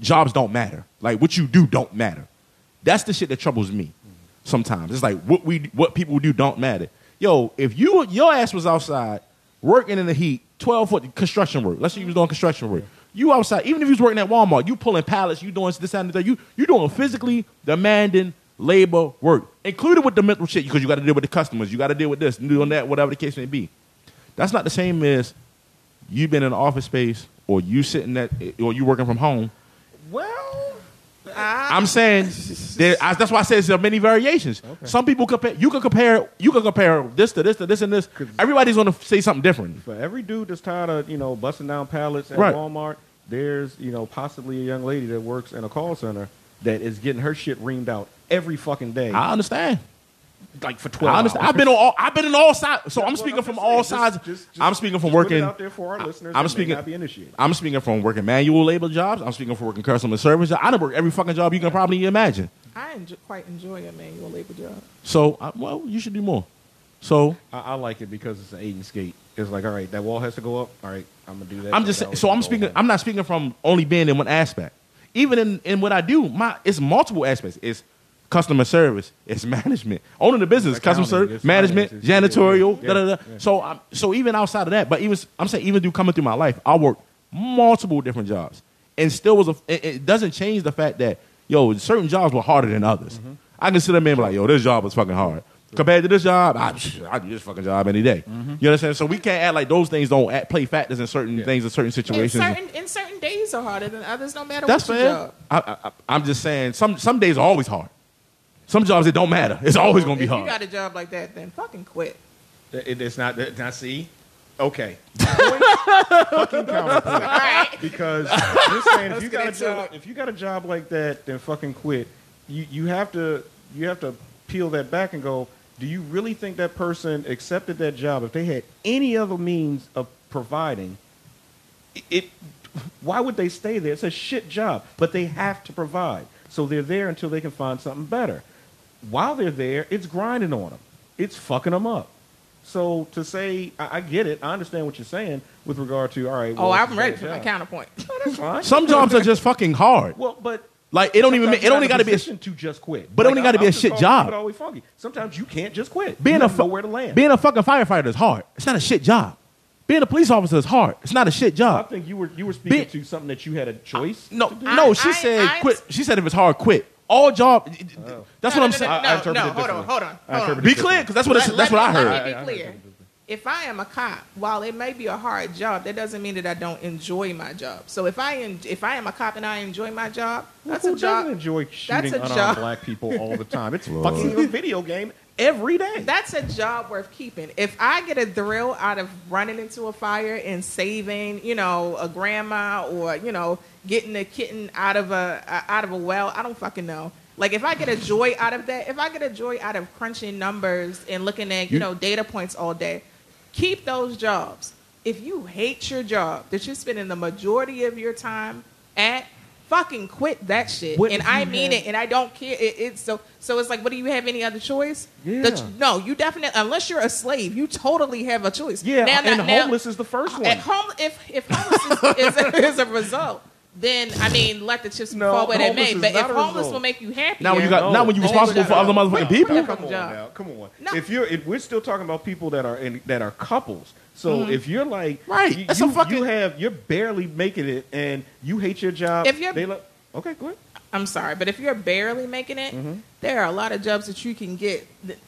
S1: jobs don't matter. Like what you do don't matter. That's the shit that troubles me sometimes. It's like what we what people do don't matter. Yo, if you your ass was outside working in the heat, twelve foot construction work. Let's say you was doing construction work. You outside, even if you was working at Walmart, you pulling pallets, you doing this that, and the other. You you doing physically demanding labor work, included with the mental shit because you got to deal with the customers, you got to deal with this, doing that, whatever the case may be. That's not the same as you been in an office space or you sitting at or you working from home.
S3: Well, I,
S1: I'm saying there, I, that's why I say there are many variations. Some people compare. You can compare. You can compare this to this to this and this. Everybody's going to say something different.
S2: For every dude that's tired of you know busting down pallets at
S1: Right.
S2: Walmart, there's you know possibly a young lady that works in a call center that is getting her shit reamed out every fucking day.
S1: I understand.
S2: like for twelve.
S1: I understand.
S2: hours.
S1: I've been on. All, I've been on all sides. So I'm
S2: Well,
S1: speaking
S2: I'm
S1: from
S2: just
S1: all
S2: saying,
S1: sides.
S2: just- just- just-
S1: I'm speaking from
S2: just put it
S1: working
S2: out there for our
S1: I-
S2: listeners
S1: I'm
S2: that may
S1: speaking.
S2: not be initiated.
S1: I'm speaking from working manual labor jobs. I'm speaking from working customer service. jobs. I done work every fucking job you can probably imagine.
S3: I enjoy, quite enjoy a manual labor job.
S1: So I, well, you should do more. So
S2: I, I like it because it's an eight skate. It's like, all right, that wall has to go up. All right, I'm gonna do that.
S1: I'm just
S2: That
S1: saying, so
S2: was
S1: I'm
S2: the goal.
S1: speaking. I'm not speaking from only being in one aspect. Even in, in what I do, my it's multiple aspects. It's customer service. It's management. Owning the business, customer
S2: Accounting,
S1: service,
S2: it's
S1: management,
S2: finances, yeah,
S1: janitorial.
S2: yeah, yeah.
S1: da, da, da. So I'm, so even outside of that, but even I'm saying even through coming through my life, I worked multiple different jobs, and still was a. It, it doesn't change the fact that yo certain jobs were harder than others. I can sit there and be like, yo, this job was fucking hard. Compared to this job, I, I do this fucking job any day. You understand? So we can't act like those things don't act, play factors in certain things in certain
S3: And
S1: situations.
S3: certain, and certain days are harder than others, no matter
S1: That's
S3: what your
S1: fair.
S3: job.
S1: I, I, I- I'm just saying some some days are always hard. Some jobs it don't matter. Oh, It's always gonna be
S3: if
S1: hard.
S3: you got a job like that, then fucking quit.
S2: It, it's not. That, now see, okay. fucking
S3: All
S2: counterpoint.
S3: right.
S2: Because just saying, if
S3: Let's
S2: you
S3: get
S2: got a
S3: into
S2: job,
S3: it.
S2: if you got a job like that, then fucking quit. You you have to you have to peel that back and go. Do you really think that person accepted that job if they had any other means of providing? it why would they stay there? It's a shit job, but they have to provide. So they're there until they can find something better. While they're there, it's grinding on them. It's fucking them up. So to say, I, I get it. I understand what you're saying with regard to all right.
S3: Oh,
S2: well,
S3: I'm
S2: it's
S3: ready
S2: a
S3: for my
S2: job.
S3: counterpoint.
S2: No, that's fine.
S1: Some jobs are just fucking hard.
S2: well, but
S1: Like it don't even.
S2: sometimes
S1: It
S2: you're
S1: only
S2: not
S1: got
S2: in
S1: to be. A,
S2: position to just quit.
S1: but it only gotta be
S2: I'm
S1: a
S2: just
S1: shit
S2: calling
S1: job.
S2: people Always funky. Sometimes you can't just quit.
S1: being
S2: you
S1: a
S2: have
S1: fu-
S2: nowhere to land.
S1: being a fucking firefighter is hard. It's not a shit job. Being a police officer is hard. It's not a shit
S2: I
S1: job.
S2: think you were you were speaking
S1: Being-
S2: to something that you had a choice.
S1: No,
S2: to do.
S1: no. She
S3: I-
S1: said
S3: I-
S1: quit. She said if it's hard, quit. All job.
S2: Oh.
S1: That's
S3: No,
S1: what I'm
S3: no,
S1: saying.
S3: No,
S2: I- I
S3: no, no,
S2: interpreted it
S3: hold on,
S2: differently.
S3: hold
S2: I
S3: on. Hold on.
S2: interpreted
S1: Be clear, because that's what it's,
S3: Let-
S1: that's
S3: let
S1: what I
S3: me-
S1: heard.
S3: Let me be clear. If I am a cop, while it may be a hard job, that doesn't mean that I don't enjoy my job. So if I en- if I am a cop and I enjoy my job, that's
S2: Who
S3: a job.
S2: doesn't enjoy
S3: that's
S2: shooting
S3: a
S2: unarmed
S3: job.
S2: black people all the time? It's fucking a video game every day.
S3: That's a job worth keeping. If I get a thrill out of running into a fire and saving, you know, a grandma or you know, getting a kitten out of a uh, out of a well, I don't fucking know. Like if I get a joy out of that, if I get a joy out of crunching numbers and looking at you
S1: You-
S3: know data points all day, keep those jobs. If you hate your job that you're spending the majority of your time at, fucking quit that shit.
S2: What
S3: and
S2: do you
S3: I mean
S2: have-
S3: it, and I don't care. It, it's so so. It's like, what do you have any other choice?
S2: Yeah.
S3: That you- no, you definitely unless you're a slave, you totally have a choice.
S2: yeah,
S3: now,
S2: and
S3: now- now-
S2: homeless is the first one.
S3: at home, if if homeless is, is, is a result, then I mean, let the chips
S2: No,
S3: fall where they
S2: homeless
S3: may.
S2: is
S3: But if
S2: not a
S3: homeless
S2: result.
S3: will make you happy,
S1: Now when you got,
S2: No.
S1: now when you
S2: Oh,
S1: responsible for other motherfucking people.
S3: Fuck
S2: Come on
S3: job.
S2: now, come on.
S3: No.
S2: If you're, if we're still talking about people that are in, that are couples. So
S3: Mm-hmm.
S2: if you're like,
S1: Right,
S2: you,
S1: that's a
S2: you-
S1: fucking-
S2: you have, you're barely making it, and you hate your job.
S3: If you're-
S2: they look, okay, go ahead.
S3: I'm sorry, but if you're barely making it,
S2: Mm-hmm.
S3: there are a lot of jobs that you can get. that-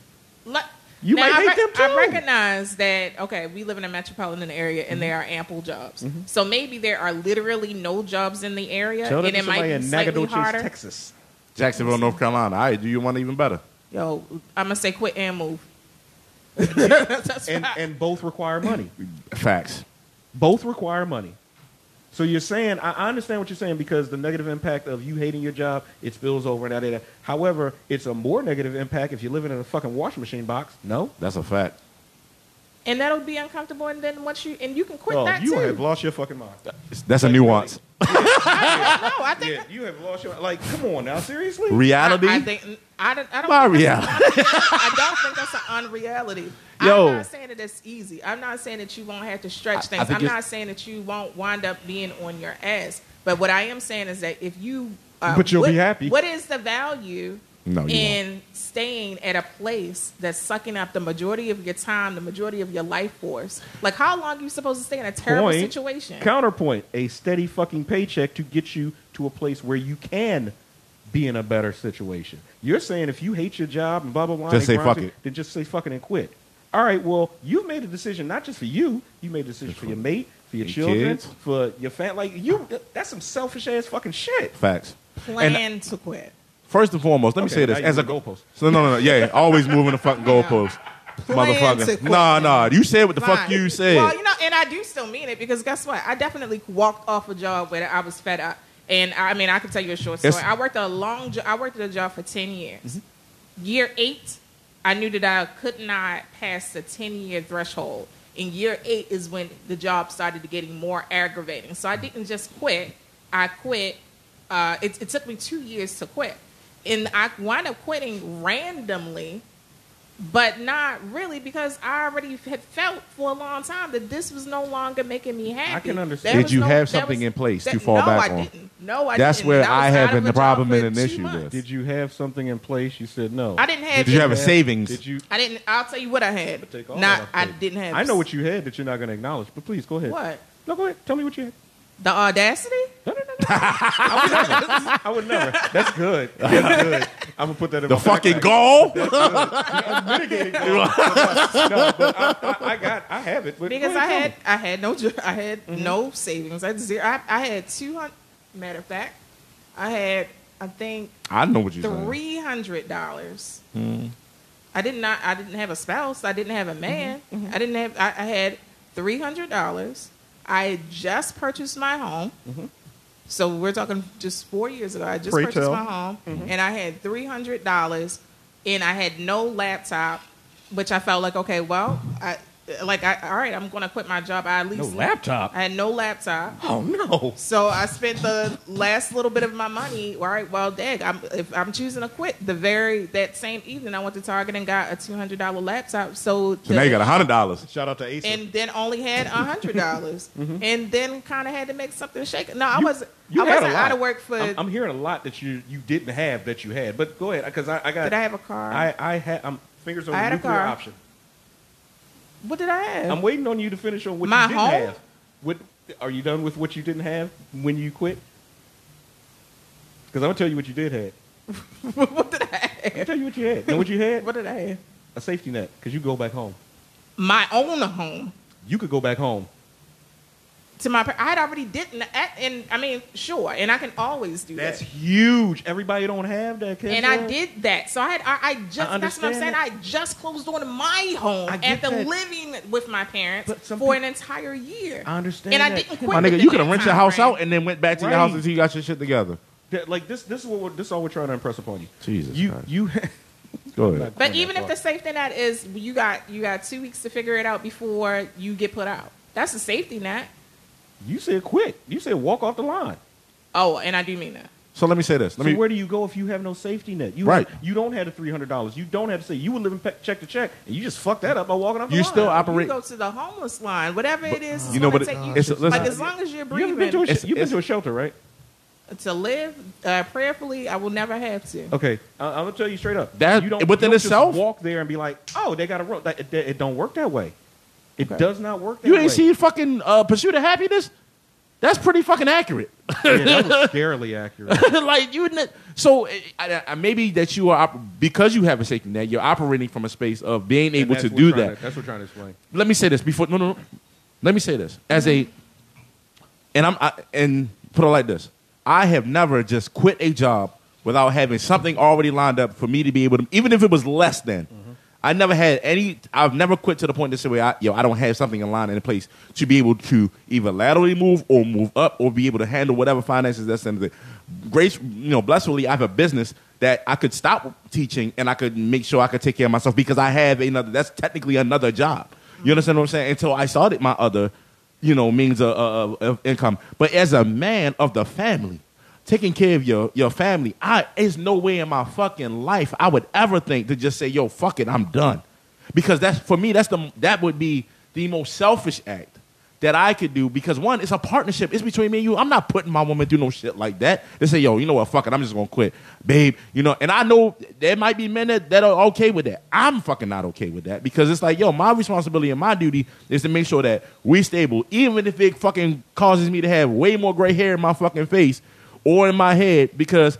S3: le-
S2: You might
S3: I
S2: hate them,
S3: I
S2: too.
S3: recognize that. Okay, we live in a metropolitan area, and there are
S2: Mm-hmm.
S3: ample jobs. So maybe there are literally no jobs in the area,
S2: Tell that
S3: and
S2: to
S3: it might
S2: somebody in
S3: be slightly
S2: Nagadoches,
S3: harder.
S2: Texas.
S1: Jacksonville, North Carolina. All right, do you want even better?
S3: Yo, I'm gonna say quit and move. That's
S2: And
S3: right.
S2: and both require money.
S1: Facts.
S2: Both require money. So you're saying I I understand what you're saying because the negative impact of you hating your job it spills over and out of that. However, it's a more negative impact if you're living in a fucking washing machine box. No,
S1: That's a fact.
S3: and that'll be uncomfortable. And then once you and you can quit
S2: Oh,
S3: that
S2: you
S3: too.
S2: have lost your fucking mind.
S1: That's a nuance.
S3: no, I think
S2: Yeah, you have lost your like. Come on now, seriously.
S1: Reality.
S3: I, I think I don't. I don't
S1: My
S3: think that's-
S1: reality.
S3: I don't think that's an unreality.
S1: Yo.
S3: I'm not saying that it's easy. I'm not saying that you won't have to stretch
S1: I- I
S3: things.
S1: think
S3: I'm
S1: it's-
S3: not saying that you won't wind up being on your ass. But what I am saying is that if you, uh,
S2: But you'll
S3: what-
S2: be happy.
S3: What is the value
S1: No, you
S3: in staying at a place that's sucking up the majority of your time, the majority of your life force? Like, how long are you supposed to stay in a terrible
S2: Point.
S3: situation?
S2: Counterpoint: a steady fucking paycheck to get you to a place where you can be in a better situation. You're saying if you hate your job and blah blah blah,
S1: Just
S2: they
S1: say
S2: grind
S1: fuck
S2: you,
S1: it.
S2: Then just say fucking and quit. All right. Well, you've made a decision not just for you. You made a decision for your mate, for your
S1: Your
S2: children,
S1: kids.
S2: for your family. Like you, that's some selfish ass fucking shit.
S1: Facts.
S3: Plan to quit.
S1: First and foremost, let me
S2: Okay,
S1: say this
S2: now you
S1: as a
S2: moving goalpost.
S1: So no, no, no. Yeah, always moving the fucking goalpost, motherfucker.
S3: to
S1: Nah, nah. You said what the fuck
S3: Fine.
S1: you said.
S3: Well, you know, and I do still mean it because guess what? I definitely walked off a job where I was fed up. And I mean, I can tell you a short story.
S1: It's-
S3: I worked a long job. I worked at a job for ten years. Year eight, I knew that I could not pass the ten year threshold. And year eight is when the job started to getting more aggravating. So I didn't just quit. I quit. Uh, it, it took me two years to quit, and I wound up quitting randomly but not really because I already had felt for a long time that this was no longer making me happy.
S2: can understand.
S3: There
S1: Did
S3: was
S1: you
S3: no-
S1: have
S3: there
S1: something
S3: was-
S1: in place to
S3: that-
S1: fall
S3: no,
S1: back
S3: I
S1: on?
S3: Didn't. No, I
S1: That's
S3: didn't.
S1: where
S3: And
S1: I
S3: was
S1: have
S3: out of
S1: been
S3: a
S1: the
S3: job
S1: problem
S3: for
S1: and an
S3: two
S1: issue
S3: months.
S1: with.
S2: Did you have something in place? You said no.
S3: I didn't have.
S1: Did you have a
S3: any-
S1: savings?
S2: Did you?
S3: I didn't. I'll tell you what I had.
S2: Take all
S3: Not.
S2: that
S3: I
S2: off the-
S3: didn't have.
S2: I know what you had that you're not going to acknowledge, but please go ahead.
S3: What?
S2: No, go ahead. Tell me what you had.
S3: The audacity.
S2: No, no, no, no. I would never. I would never. That's good. That's good. I'm gonna put that in
S1: the
S2: my
S1: fucking
S2: backpack.
S1: goal.
S2: I'm mitigating that. no, but I, I, I got. I have it. But
S3: Because
S2: go
S3: I
S2: ahead, tell
S3: had.
S2: me.
S3: I had no. jo- I had
S2: Mm-hmm.
S3: no savings. I had zero. I, I had two hundred. Matter of fact, I had. I think
S1: I know what you're saying.
S3: three hundred dollars. I did not. I didn't have a spouse. I didn't have a man. I didn't have. I, I had three hundred dollars. I just purchased my home. So we're talking just four years ago. I just
S2: Pray
S3: purchased
S2: tell.
S3: my home, and I had three hundred dollars, and I had no laptop, which I felt like okay, well, I like I all right, I'm going to quit my job. I at least
S4: laptop.
S3: I had no laptop.
S4: Oh no.
S3: So I spent the last little bit of my money. All right, well, dag, I'm, if I'm choosing to quit, the very that same evening I went to Target and got a two hundred dollar laptop. So,
S1: So now you got
S3: the-
S1: hundred dollars.
S4: Shout out to Ace.
S3: and then only had a hundred dollars, and then kind of had to make something shake. No,
S2: Mm-hmm.
S3: I
S2: You-
S3: wasn't.
S2: You
S3: I
S2: had a
S3: wasn't
S2: lot.
S3: out of work for.
S2: I'm, I'm hearing a lot that you you didn't have that you had. But go ahead, because I, I got.
S3: did I have a car?
S2: I I had. I'm fingers on
S3: I
S2: the
S3: had a
S2: nuclear
S3: car.
S2: option.
S3: what did I have?
S2: I'm waiting on you to finish on what
S3: My
S2: you didn't
S3: home?
S2: have. What are you done with? What you didn't have when you quit? Because I'm gonna tell you what you did have.
S3: what did I
S2: I'll
S3: have?
S2: tell you what you had. Know what you had?
S3: What did I have?
S2: A safety net, because you go back home.
S3: My own home.
S2: You could go back home.
S3: To my, par- I had already didn't, and I mean, sure, and I can always do
S2: That's
S3: that.
S2: huge. Everybody don't have that. Kendra.
S3: and I did that. So I had I, I just that's what I'm
S2: understand
S3: saying.
S2: that.
S3: I just closed on my home
S2: I get
S3: after
S2: that.
S3: living with my parents
S2: But some
S3: for
S2: peop-
S3: an entire year.
S2: I understand
S3: And I
S2: that.
S3: didn't quit.
S1: My nigga,
S3: within
S1: you could have
S3: that
S1: rent your
S3: time
S1: house
S3: frame.
S1: out and then went back to your
S2: Right.
S1: house until you got your shit together.
S2: That- like this. This is what we're, this is all we're trying to impress upon you.
S1: Jesus
S2: You
S1: Christ.
S2: you.
S1: Go
S2: Like,
S1: ahead.
S3: But
S2: Oh,
S3: even
S2: that's
S3: if the
S2: awesome.
S3: safety net is you got you got two weeks to figure it out before you get put out. That's a safety net.
S2: you said quit. You said walk off the line.
S3: Oh, and I do mean that.
S1: So let me say this. Let
S2: so
S1: me.
S2: where do you go if you have no safety net? You
S1: Right.
S2: You don't have the three hundred dollars. You don't have to say you were living pe- check to check, and you just fucked that up by walking off. the
S1: You
S2: line.
S1: still
S3: You
S1: operate.
S3: go to the homeless line, whatever it is.
S1: You know,
S3: what
S1: but it- it's- listen.
S3: like as long as you're
S2: You ever
S3: breathing
S2: been to a sh-
S1: It's-
S2: you've been
S1: it's-
S2: to a shelter, right?
S3: to live uh, prayerfully, I will never have to.
S2: Okay, I, I'm gonna tell you straight up.
S1: That-
S2: you
S1: within
S2: you just
S1: itself?
S2: walk there and be like, oh, they got a rope. That- It, it don't work that way. It
S1: Okay.
S2: does not work. That
S1: You
S2: way.
S1: ain't seen fucking uh, Pursuit of Happiness. That's pretty fucking accurate.
S2: Yeah, that was scarily accurate.
S1: like you, n- so uh, I, I, maybe that you are op- because you have a safety net, you're operating from a space of being
S2: And
S1: able
S2: that's
S1: to
S2: what
S1: do
S2: we're trying
S1: that.
S2: That's what we're trying to explain.
S1: let me say this before no no no let me say this as a and i'm I, and put it like this i have never just quit a job without having something already lined up for me to be able to even if it was less than i never had any i've never quit to the point to say where I, yo i don't have something in line in place to be able to either laterally move or move up or be able to handle whatever finances that's in the grace you know blessfully i have a business that i could stop teaching and i could make sure i could take care of myself because i have another that's technically another job You understand what I'm saying? Until I started my other, you know, means of, of, of income. But as a man of the family, taking care of your, your family, I there's no way in my fucking life I would ever think to just say, yo, fuck it, I'm done. Because that's for me, that's the that would be the most selfish act that I could do because one, it's a partnership. It's between me and you. I'm not putting my woman through no shit like that. They say, yo, you know what, fuck it, I'm just gonna quit. Babe, you know, and I know there might be men that, that are okay with that. I'm fucking not okay with that because it's like, yo, my responsibility and my duty is to make sure that we stable, even if it fucking causes me to have way more gray hair in my fucking face or in my head, because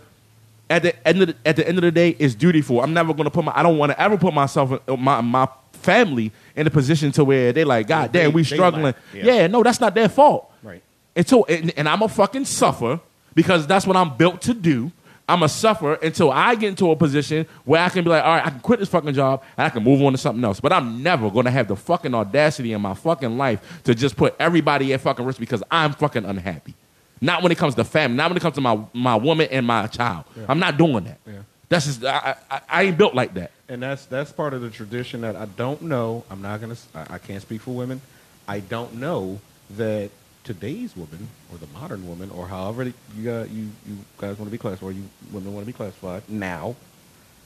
S1: at the end of the, at the end of the day, it's dutiful. I'm never gonna put my I don't want to ever put myself in, my my family in a position to where they like God
S4: They-
S1: damn we
S4: they
S1: struggling.
S4: lack,
S1: yeah.
S4: yeah.
S1: no, that's not their fault.
S4: Right.
S1: Until and, and I'm a fucking suffer because that's what I'm built to do. I'm a suffer until I get into a position where I can be like, all right, I can quit this fucking job and I can move on to something else. But I'm never gonna have the fucking audacity in my fucking life to just put everybody at fucking risk because I'm fucking unhappy. Not when it comes to family. Not when it comes to my my woman and my child. I'm not doing that.
S4: Yeah.
S1: That's just I, I I ain't built like that.
S4: and that's that's part of the tradition that I don't know. I'm not gonna. s- I, I can't speak for women. I don't know that today's woman or the modern woman or however you got, you you guys want to be classified or you women want to be classified now.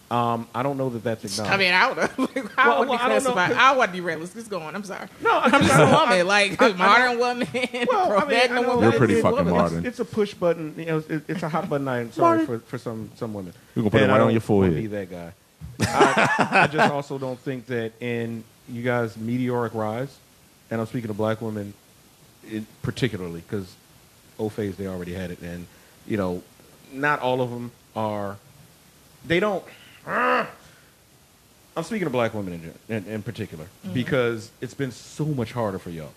S4: Um, I don't know that that's acknowledged.
S3: I mean, I would have. Like, I
S4: Well,
S3: would be
S4: well, I don't know,
S3: classified.
S4: 'cause-
S3: I would be reckless. Just going. I'm sorry.
S4: no, I'm
S3: I'm just a woman, like
S4: I- I
S3: modern woman,
S4: Well, I mean, I
S3: Romanian
S4: know
S3: woman.
S1: You're pretty
S4: it's-
S1: fucking
S4: it's-
S1: modern.
S4: It's a push button. You know, it's, it's a hot button. I'm sorry for, for some some women.
S1: We're gonna put it
S4: And I
S1: right on
S4: don't
S1: your forehead.
S4: wanna Be that guy. I, I just also don't think that in you guys' meteoric rise, and I'm speaking to black women, in particularly because phase they already had it, and you know, not all of them are. They don't. I'm speaking of black women in, gen- in, in particular because it's been so much harder for y'all.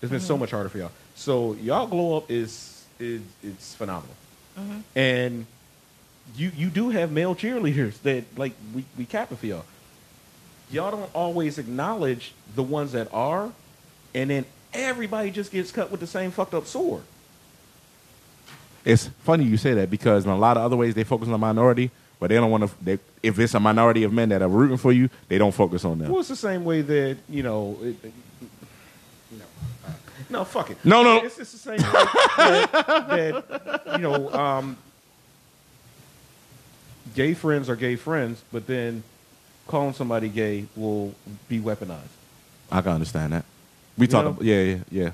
S4: It's been so much harder for y'all. So y'all glow up is, is it's phenomenal, and you you do have male cheerleaders that like we we capping for y'all. Y'all don't always acknowledge the ones that are, and then everybody just gets cut with the same fucked up sword.
S1: it's funny you say that because in a lot of other ways they focus on the minority, but they don't want to. They, if it's a minority of men that are rooting for you, they don't focus on them.
S4: Well, it's the same way that you know. It, it- no, uh, no, fuck it.
S1: No, no.
S4: It's, it's the same way that, that, you know. Um, gay friends are gay friends, but then calling somebody gay will be weaponized.
S1: I can understand that. We talked.
S4: know?
S1: About, yeah, yeah, yeah,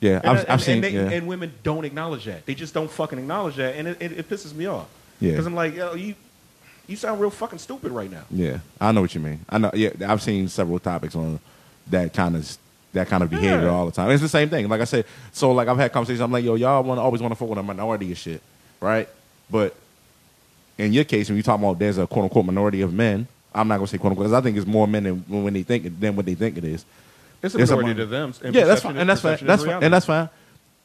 S1: yeah.
S4: And,
S1: I've,
S4: I-
S1: I've
S4: and-
S1: seen.
S4: and, they-
S1: yeah.
S4: and women don't acknowledge that. They just don't fucking acknowledge that, and it, it, it pisses me off.
S1: Yeah.
S4: because I'm like, yo, you, you sound real fucking stupid right now.
S1: Yeah, I know what you mean. I know. Yeah, I've seen several topics on that kind of that kind of behavior
S4: Yeah.
S1: all the time. It's the same thing. Like I said, so like I've had conversations. I'm like, yo, y'all want always want to fuck with a minority of shit, right? But in your case, when you talk about there's a quote unquote minority of men, I'm not gonna say quote unquote because I think it's more men than when they think it, than what they think it is.
S4: It's a
S1: It's a
S4: priority
S1: mon-
S4: to them. and
S1: yeah, that's
S4: perception
S1: fine,
S4: is-
S1: and that's fine,
S4: perception is
S1: that's fine,
S4: reality.
S1: and that's fine.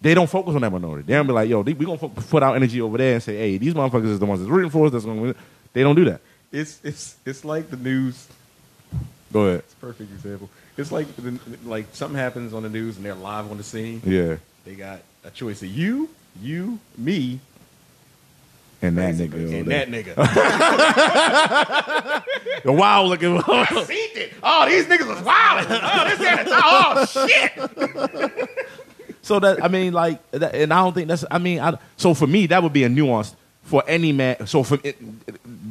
S1: They don't focus on that minority. They don't be like, yo, we're gonna fo- put our energy over there and say, hey, these motherfuckers is the ones that's rooting for us. That's gonna win. They don't do that.
S4: It's it's it's like the news.
S1: Go ahead.
S4: It's a perfect example. It's like the, like something happens on the news and they're live on the scene.
S1: Yeah,
S4: They got a choice of you, you, me,
S1: and that nigga.
S4: basically,
S1: over
S4: and
S1: there.
S4: that nigga.
S1: The wild looking. oh,
S4: Seen it. Oh, these niggas was wild. Oh, this that, oh shit.
S1: so that I mean, like, that, and I don't think that's. I mean, I, so for me, that would be a nuance for any man. So for it,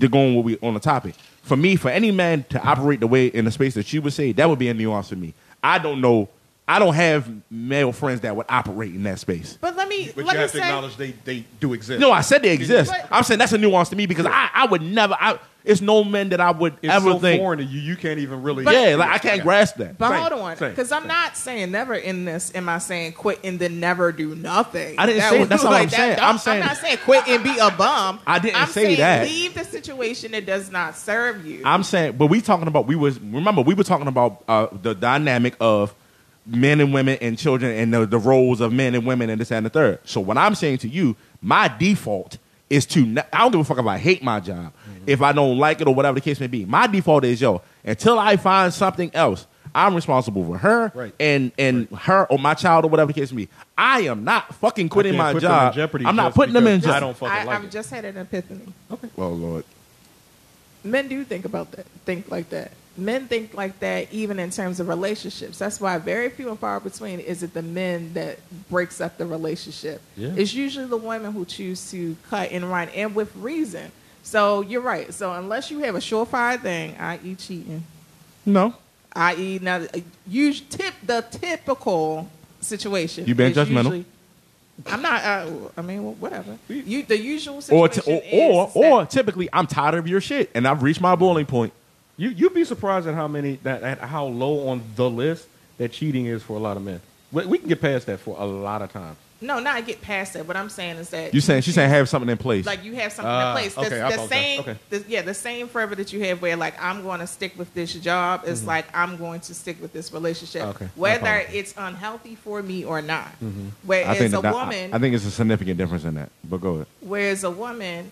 S1: to go on what we on the topic, for me, for any man to operate the way in the space that you would say, that would be a nuance for me. I don't know. I don't have male friends that would operate in that space.
S3: But let me
S4: But
S3: let
S4: you
S3: me
S4: have to
S3: say,
S4: acknowledge they they do exist.
S1: No, I said they exist.
S3: But-
S1: I'm saying that's a nuance to me because I, I would never. I, it's no men that I would
S4: it's
S1: ever
S4: so
S1: think.
S4: foreign to you. You can't even really.
S1: yeah, like I can't grasp that.
S3: but
S4: Same,
S3: hold on,
S4: same,
S3: because I'm
S4: same.
S3: not saying never in this. Am I saying quit and then never do nothing?
S1: I didn't say-
S3: was
S1: that's not what I'm
S3: that-
S1: saying.
S3: that-
S1: I'm saying-
S3: not saying quit and be a bum.
S1: I didn't
S3: I'm
S1: say
S3: saying
S1: that.
S3: Leave the situation that does not serve you.
S1: I'm saying, but we talking about we was remember we were talking about uh, the dynamic of men and women and children and the, the roles of men and women and this and the third. So what I'm saying to you, my default is to not, I don't give a fuck if I hate my job,
S4: Mm-hmm.
S1: if I don't like it or whatever the case may be. My default is yo until I find something else. I'm responsible for her
S4: Right.
S1: and and her or my child or whatever the case may be. I am not fucking quitting my
S4: can't put them in
S1: job.
S4: jeopardy
S1: I'm not
S4: just
S1: putting them in
S4: because
S1: jeopardy.
S4: I don't fucking
S3: I,
S4: like
S3: I've
S4: it.
S3: just had an epiphany.
S1: Oh Lord.
S3: Men do think about that, think like that. men think like that even in terms of relationships. That's why very few and far between is it the men that breaks up the relationship.
S2: Yeah.
S3: It's usually the women who choose to cut and run and with reason. So you're right. So unless you have a surefire thing, i.e. cheating,
S1: No.
S3: i.e. now you tip the typical situation.
S1: You being
S3: is
S1: judgmental.
S3: usually- I'm not. I, I mean, whatever. You the usual
S1: Or,
S3: situation
S1: t- or,
S3: is
S1: or,
S3: is that-
S1: or typically, I'm tired of your shit and I've reached my boiling point.
S2: You you'd be surprised at how many that at how low on the list that cheating is for a lot of men. We, we can get past that for a lot of times.
S3: No, not get past that. What I'm saying is that
S1: You saying she's saying have something in place.
S3: like you have something
S2: Ah,
S3: in place. The,
S2: okay, I
S3: the
S2: apologize.
S3: same,
S2: Okay.
S3: the, yeah, the same forever that you have where like I'm going to stick with this job is like I'm going to stick with this relationship,
S2: Mm-hmm. Okay, I
S3: whether
S2: apologize. Mm-hmm.
S3: it's unhealthy for me or not. Whereas a
S1: that-
S3: woman,
S1: I, I think it's a significant difference in that. But go ahead.
S3: whereas a woman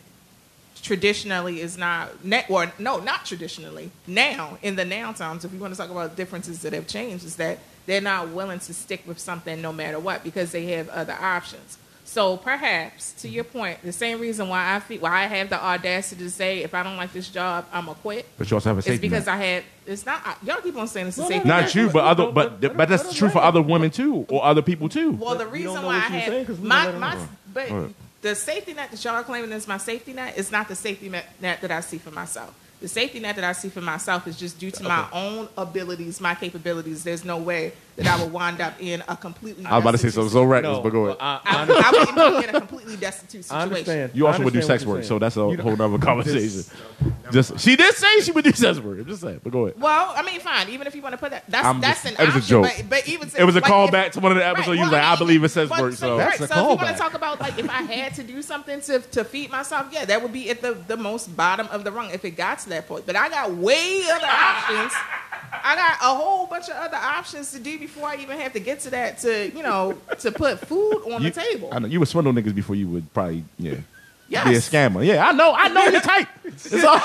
S3: traditionally is not ne- or no not traditionally now in the now times if you want to talk about differences that have changed is that they're not willing to stick with something no matter what because they have other options so perhaps to your point the same reason why i feel why i have the audacity to say if i don't like this job i'm a quit
S1: But you also have a
S3: it's
S1: safety
S3: because
S1: net.
S3: i had it's not y'all keep on saying it's a
S2: No, no,
S3: safety
S2: no,
S3: net.
S1: Not you, but other, but but that's true for other women too, or other people too.
S3: Well, the
S2: But we don't
S3: reason
S2: know
S3: why I
S2: what you were saying
S3: had
S2: 'cause we
S3: my,
S2: don't let
S3: my
S2: 'em know.
S3: but
S1: All right.
S3: the safety net that y'all claiming is my safety net is not the safety net net that I see for myself. The safety net that I see for myself is just due to my own abilities, my capabilities. There's no way that I would wind up in a completely.
S1: I was about to say
S3: destitute
S1: so.
S3: si-
S1: So reckless,
S2: No,
S1: but go ahead.
S2: I, I
S3: I, would- I would end up in a completely destitute
S2: I
S3: situation.
S2: understand.
S1: You also
S2: I
S1: would do
S2: understand
S1: sex
S2: what you're
S1: work, so
S2: saying.
S1: that's a
S2: You don't-
S1: whole other conversation. Just she did say she would do sex work. I'm just saying, but go ahead.
S3: Well, I mean, fine. Even if you want to put that, that's
S1: I'm
S3: that's
S1: just-
S3: an
S1: it was a
S3: option.
S1: joke.
S3: But, but even
S1: It was a
S3: like,
S1: callback to one of the
S3: Right,
S1: episodes. you was
S3: well,
S1: like,
S3: mean,
S1: I believe in sex
S3: but-
S1: work, so
S3: right,
S4: That's
S3: so
S4: a
S3: if you want
S4: callback.
S3: to talk about like if I had to do something to to feed myself, yeah, that would be at the the most bottom of the rung if it got to that point. But I got way other options. I got a whole bunch of other options to do before I even have to get to that to you know to put food on
S1: you,
S3: the table.
S1: I know you would swindle niggas before you would probably yeah be a
S3: Yes.
S1: scammer. Yeah, I know, I know the type. It's all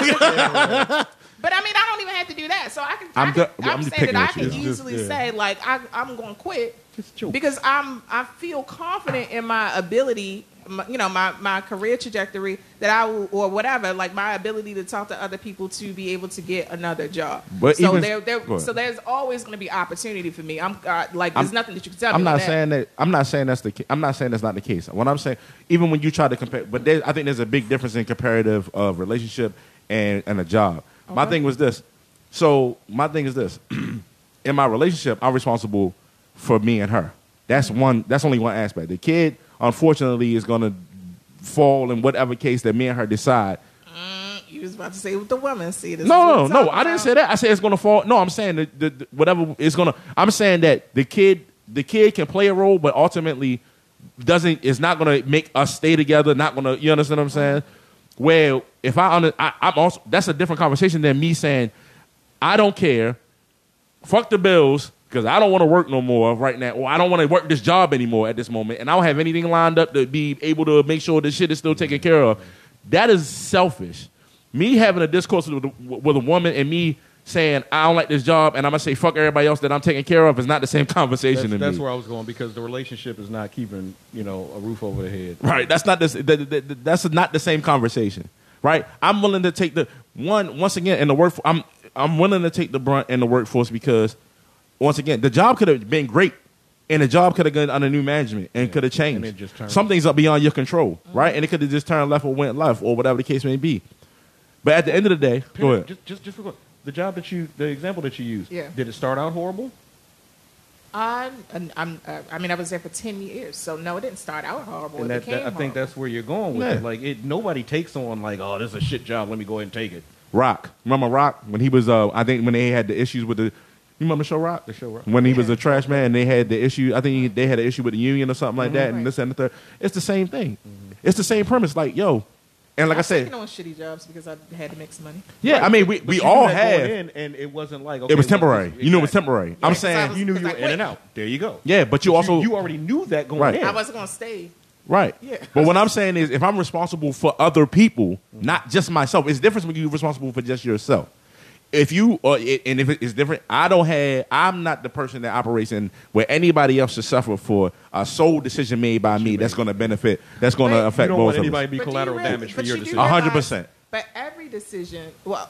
S3: But I mean, I don't even have to do that. So I can.
S1: I'm
S3: I'm, I
S1: ju-
S3: can,
S1: well,
S3: I'm,
S1: I'm just
S3: saying
S1: picking
S3: that I
S1: with you.
S3: can
S1: Yeah.
S3: easily
S2: Just- yeah.
S3: say like I, I'm going to quit
S2: Just joke.
S3: because I'm I feel confident in my ability, my, you know, my my career trajectory that I will or whatever, like my ability to talk to other people to be able to get another job.
S1: But
S3: so
S1: even-
S3: there,
S1: go
S3: there
S1: ahead.
S3: so there's always going to be opportunity for me. I'm uh, like there's
S1: I'm-
S3: nothing that you can tell
S1: I'm
S3: me.
S1: not
S3: on that.
S1: saying that. I'm not saying that's the. ca- I'm not saying that's not the case. What I'm saying, even when you try to compare, but there, I think there's a big difference in comparative of relationship and and a job. My thing was this. So my thing is this. in my relationship, I'm responsible for me and her. That's one. That's only one aspect. The kid, unfortunately, is gonna fall in whatever case that me and her decide.
S3: You was about to say with the women. See, this is what
S1: No, no, no.
S3: I'm talking
S1: I didn't
S3: about.
S1: say that. I said it's gonna fall. No, I'm saying that the, the, whatever it's gonna. I'm saying that the kid, the kid can play a role, but ultimately doesn't. It's not gonna make us stay together. Not gonna. You understand what I'm saying? Well, if I, under, I I'm also that's a different conversation than me saying I don't care. Fuck the bills because I don't want to work no more right now, or I don't want to work this job anymore at this moment, and I don't have anything lined up to be able to make sure this shit is still taken care of. That is selfish. Me having a discourse with, a- with a woman and me saying I don't like this job and I'm gonna say fuck everybody else that I'm taking care of is not the same conversation.
S2: That's,
S1: to
S2: that's
S1: me.
S2: where I was going because the relationship is not keeping you know a roof over the head.
S1: Right. That's not this. That, that- that- that's not the same conversation. Right. I'm willing to take the one once again in the work. I'm I'm willing to take the brunt in the workforce because once again the job could have been great and the job could have gone under new management and could have changed.
S2: and it just turned- Mm-hmm.
S1: Some things are beyond your control. Right. And it could have just turned left or went left or whatever the case may be. But at the end of the day, go ahead.
S2: Just just just real quick. the job that you the example that you used.
S3: Yeah.
S2: Did it start out horrible?
S3: I'm, I'm, I'm, uh, I mean, I was there for ten years, so no, it didn't start out horrible.
S2: and
S3: it
S2: that,
S3: became
S2: that- I think
S3: horrible.
S2: that's where you're going with
S1: Yeah.
S2: it. Like it, nobody takes on like, oh, this is a shit job. Let me go ahead and take it.
S1: Rock. Remember Rock when he was? Uh, I think when they had the issues with the. You remember the show Rock?
S2: The show Rock.
S1: When he was a trash man, and they had the issue. I think he- they had an issue with the union or something like
S2: Mm-hmm.
S1: that, and
S3: Right.
S1: this and the third. It's the same thing. It's the same premise. Like yo, and like I,
S3: I've
S1: said,
S3: taken on shitty jobs because I had to make some money.
S1: yeah. I mean, we,
S2: But
S1: we
S2: you
S1: all
S2: knew that
S1: have.
S2: going in, and it wasn't like okay,
S1: it was
S2: well,
S1: temporary.
S2: this-
S1: You knew it was
S2: exactly.
S1: temporary. I'm
S3: 'cause I
S1: saying,
S3: was-
S2: You knew
S3: It's
S2: you were
S3: like,
S2: in and
S3: wait.
S2: out. There you go.
S1: yeah, but you
S2: But
S1: also
S2: you, you already knew that going
S1: Right.
S2: in.
S3: I wasn't going to stay.
S1: Right.
S3: Yeah.
S1: But what I'm saying is, if I'm responsible for other people, not just myself, it's different when you're responsible for just yourself. If you uh, it, and if it- it's different, I don't have. I'm not the person that operates in where anybody else should suffer for a sole decision made by me that's going to benefit. That's going to
S3: Right. You
S2: you
S1: affect
S2: don't
S1: both
S2: want
S1: of
S2: anybody
S1: us.
S2: to be
S3: But do you
S2: collateral
S3: realize-
S2: damage for
S3: but
S2: your
S3: you do
S2: decision.
S1: A hundred
S3: realize-
S1: percent.
S3: But every decision, well,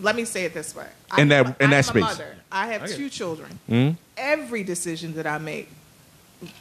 S3: let me say it this way.
S1: In that- in
S3: I'm
S1: that
S3: a
S1: space.
S3: mother. I have
S2: I get
S3: two
S2: it.
S3: children.
S1: Mhm.
S3: Every decision that I make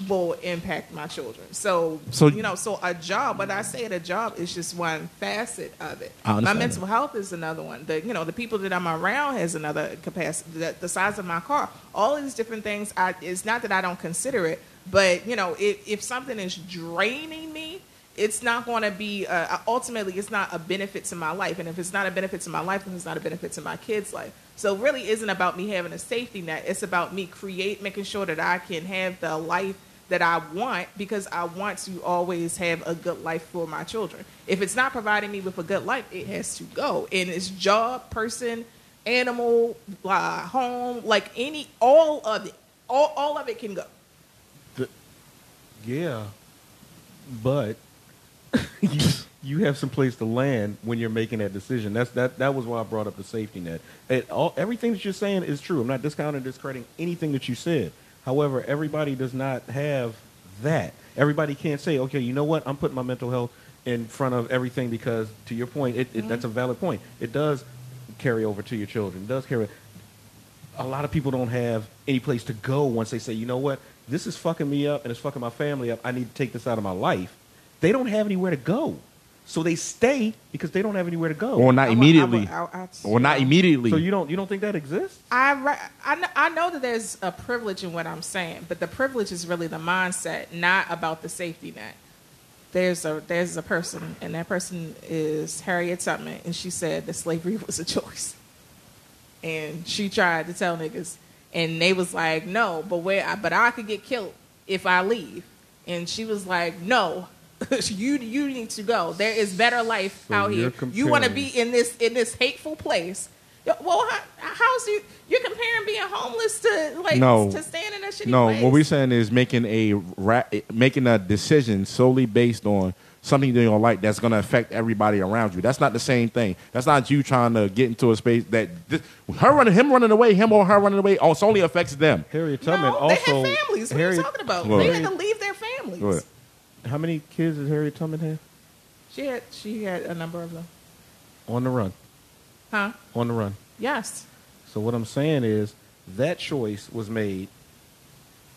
S3: will impact my children. So,
S1: So-
S3: you know, so a job. When I say it, a job is just one facet of it.
S1: I
S3: My
S1: understand
S3: mental health is another one. The you know the people that I'm around has another capacity. The, the size of my car. All these different things. I it's not that I don't consider it, but you know if if something is draining me. It's not going to be uh, ultimately. It's not a benefit to my life, and if it's not a benefit to my life, then it's not a benefit to my kids' life. So, it really, isn't about me having a safety net. It's about me create, making sure that I can have the life that I want because I want to always have a good life for my children. If it's not providing me with a good life, it has to go. And it's job, person, animal, uh, home, like any, all of it, all, all of it can go.
S2: Yeah, but you, you have some place to land when you're making that decision. That's that. That was why I brought up the safety net. It, all, everything that you're saying is true. I'm not discounting, discrediting anything that you said. However, everybody does not have that. Everybody can't say, okay, you know what? I'm putting my mental health in front of everything because, to your point, it, it, that's a valid point. It does carry over to your children. It does carry a lot of people don't have any place to go once they say, you know what, this is fucking me up and it's fucking my family up. I need to take this out of my life. They don't have anywhere to go. So they stay because they don't have anywhere to go.
S1: or not
S3: I wa- I wa-
S1: immediately,
S3: I- I-
S1: or not immediately.
S2: so you don't you don't think that exists?
S3: I, re- I, know, I know that there's a privilege in what I'm saying, but the privilege is really the mindset, not about the safety net. There's a there's a person, and that person is Harriet Tubman, and she said that slavery was a choice, and she tried to tell niggas, and they was like, no, but where I, but I could get killed if I leave, and she was like, no. you you need to go. There is better life
S2: So
S3: out
S2: you're
S3: here. You want to
S2: comparing-
S3: be in this in this hateful place. Yo, Well, how, how's you you're comparing being homeless to like
S1: No.
S3: to staying in a shitty
S1: no,
S3: place?
S1: what we're saying is making a ra- making a decision solely based on something you don't like that's going to affect everybody around you. That's not the same thing. That's not you trying to get into a space that this, her running, him running away, him or her running away. Oh, it's only affects them.
S2: Harriet
S3: no,
S2: Tubman
S3: they
S2: also
S3: had families. What are
S2: Harriet-
S3: you talking about?
S1: Look.
S3: They had to leave their families.
S1: Look.
S2: How many kids does Harriet Tubman have?
S3: She had she had a number of them.
S2: On the run.
S3: Huh?
S2: On the run.
S3: Yes.
S2: So what I'm saying is that choice was made,